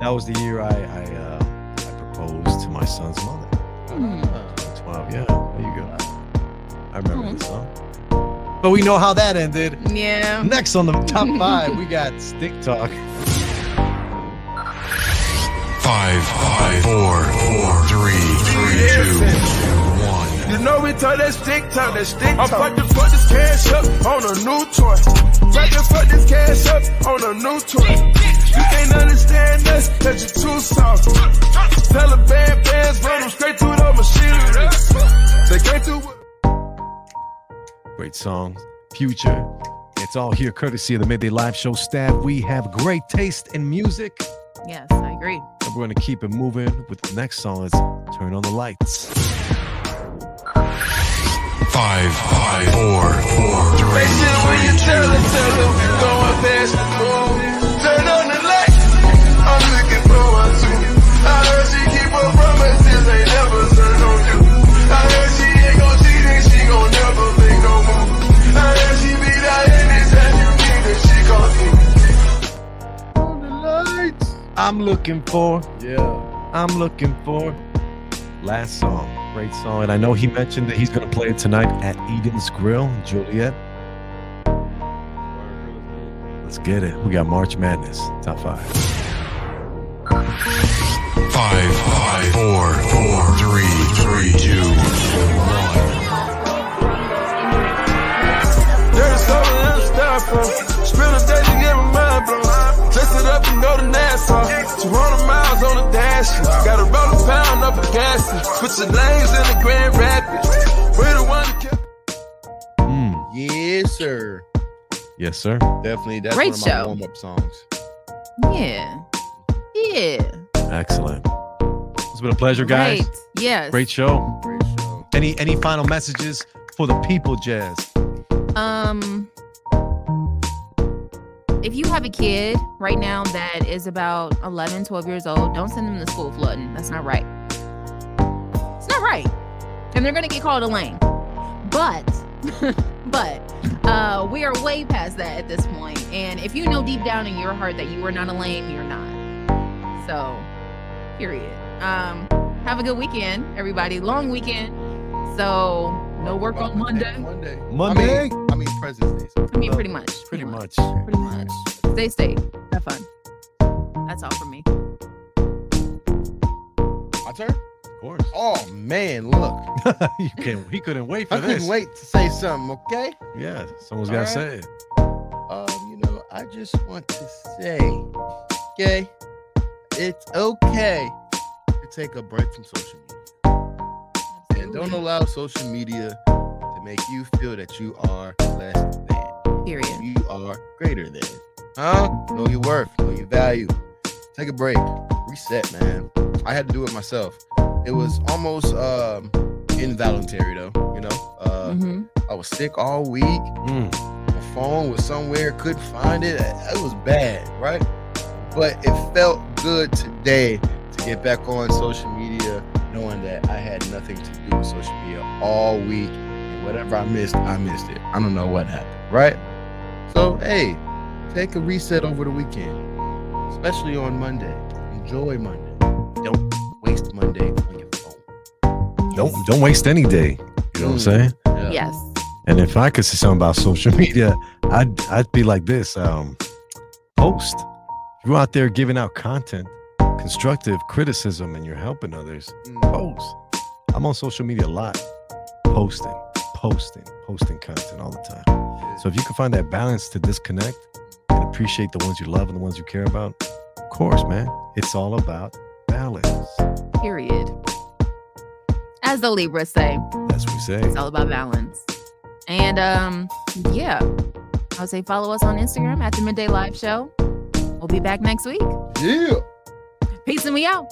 Speaker 3: That was the year I I, uh, I proposed to my son's mother.
Speaker 4: Hmm.
Speaker 3: 2012. Yeah, there you go. I remember this song. But we know how that ended.
Speaker 4: Yeah.
Speaker 3: Next on the top five, we got Stick Talk.
Speaker 9: Five, five, four, four, three, three, two, one.
Speaker 1: You know we talk that stick talk, that stick talk. I'm about to put this cash up on a new toy. About to put this cash up on a new toy. You can't understand us, that you too soft. Tell the band bands, run them straight to the machinery. They came through with
Speaker 3: Great song. Future. It's all here courtesy of the Midday Live Show staff. We have great taste in music.
Speaker 4: Yes, I agree.
Speaker 3: And we're going to keep it moving with the next song. It's Turn on the Lights.
Speaker 9: Five, five, four, four, three,
Speaker 1: when you tell her, tell her we going past the moon. Turn on the lights, I'm looking for her too. I heard she keep her promises, they never turn on you. I heard she ain't gon' cheat and she gon' never make no move. I heard she be that anytime you need her, she gon' do.
Speaker 3: I'm looking for. Yeah. I'm looking for. Last song. Great song. And I know he mentioned that he's going to play it tonight at Eden's Grill, Juliet. Let's get it. We got March Madness, top five.
Speaker 9: five, five, four, four, three, three, two, one.
Speaker 1: Dirty soda and uh, a styrofoam. Spill the stage and get my mind blown. Dress it up and go to Nassau. 200 miles on the dash. Got a roll a pound up a gas. Put your names in the Grand Rapids. We the one that kept
Speaker 5: Yes, sir.
Speaker 3: Yes, sir.
Speaker 5: Definitely. That's
Speaker 4: Great
Speaker 5: one of my
Speaker 4: show.
Speaker 5: warm-up songs.
Speaker 4: Yeah. Yeah.
Speaker 3: Excellent. It's been a pleasure, guys.
Speaker 4: Right. Yes.
Speaker 3: Great show. Great show. Any any final messages for the people, Jazz?
Speaker 4: Um, if you have a kid right now that is about 11, 12 years old, don't send them to school flooding. That's not right. It's not right. And they're going to get called a lame. But, but, uh, we are way past that at this point. And if you know deep down in your heart that you are not a lame, you're not. So, period. Um, have a good weekend, everybody. Long weekend. So, no work on Monday.
Speaker 5: Monday.
Speaker 3: Monday.
Speaker 5: I mean, I mean President's Day.
Speaker 4: I mean, pretty much.
Speaker 3: Pretty much.
Speaker 4: Pretty much. Stay safe. Have fun. That's all from me.
Speaker 5: My turn? Of
Speaker 3: course.
Speaker 5: Oh man, look.
Speaker 3: you can He couldn't wait for
Speaker 5: I couldn't
Speaker 3: this.
Speaker 5: wait to say something, okay?
Speaker 3: Yeah, someone's got to
Speaker 5: Alright.
Speaker 3: say it.
Speaker 5: Um, you know, I just want to say, okay, it's okay to take a break from social media. And don't allow social media to make you feel that you are less than.
Speaker 4: Period.
Speaker 5: You are greater than. Huh? Know your worth, know your value. Take a break. Reset, man. I had to do it myself. It was almost um involuntary though, you know. Uh
Speaker 4: Mm-hmm.
Speaker 5: I was sick all week. My phone was somewhere, couldn't find it. It was bad, right? But it felt good today to get back on social media, knowing that I had nothing to do with social media all week. And whatever I missed, I missed it. I don't know what happened, right? So, hey, take a reset over the weekend, especially on Monday. Enjoy Monday. Don't waste Monday on your phone.
Speaker 3: Don't don't waste any day. You
Speaker 5: Hmm.
Speaker 3: know what I'm saying?
Speaker 4: Yes.
Speaker 3: And if I could say something about social media, I'd I'd be like this. Um, post. If You're out there giving out content, constructive criticism, and you're helping others. Post. I'm on social media a lot, posting, posting, posting content all the time. So if you can find that balance to disconnect and appreciate the ones you love and the ones you care about, of course, man, it's all about balance.
Speaker 4: Period. As the Libras say,
Speaker 3: That's what we say.
Speaker 4: it's all about balance. And um, yeah, I would say follow us on Instagram at the Midday Live Show. We'll be back next week.
Speaker 5: Yeah.
Speaker 4: Peace and we out.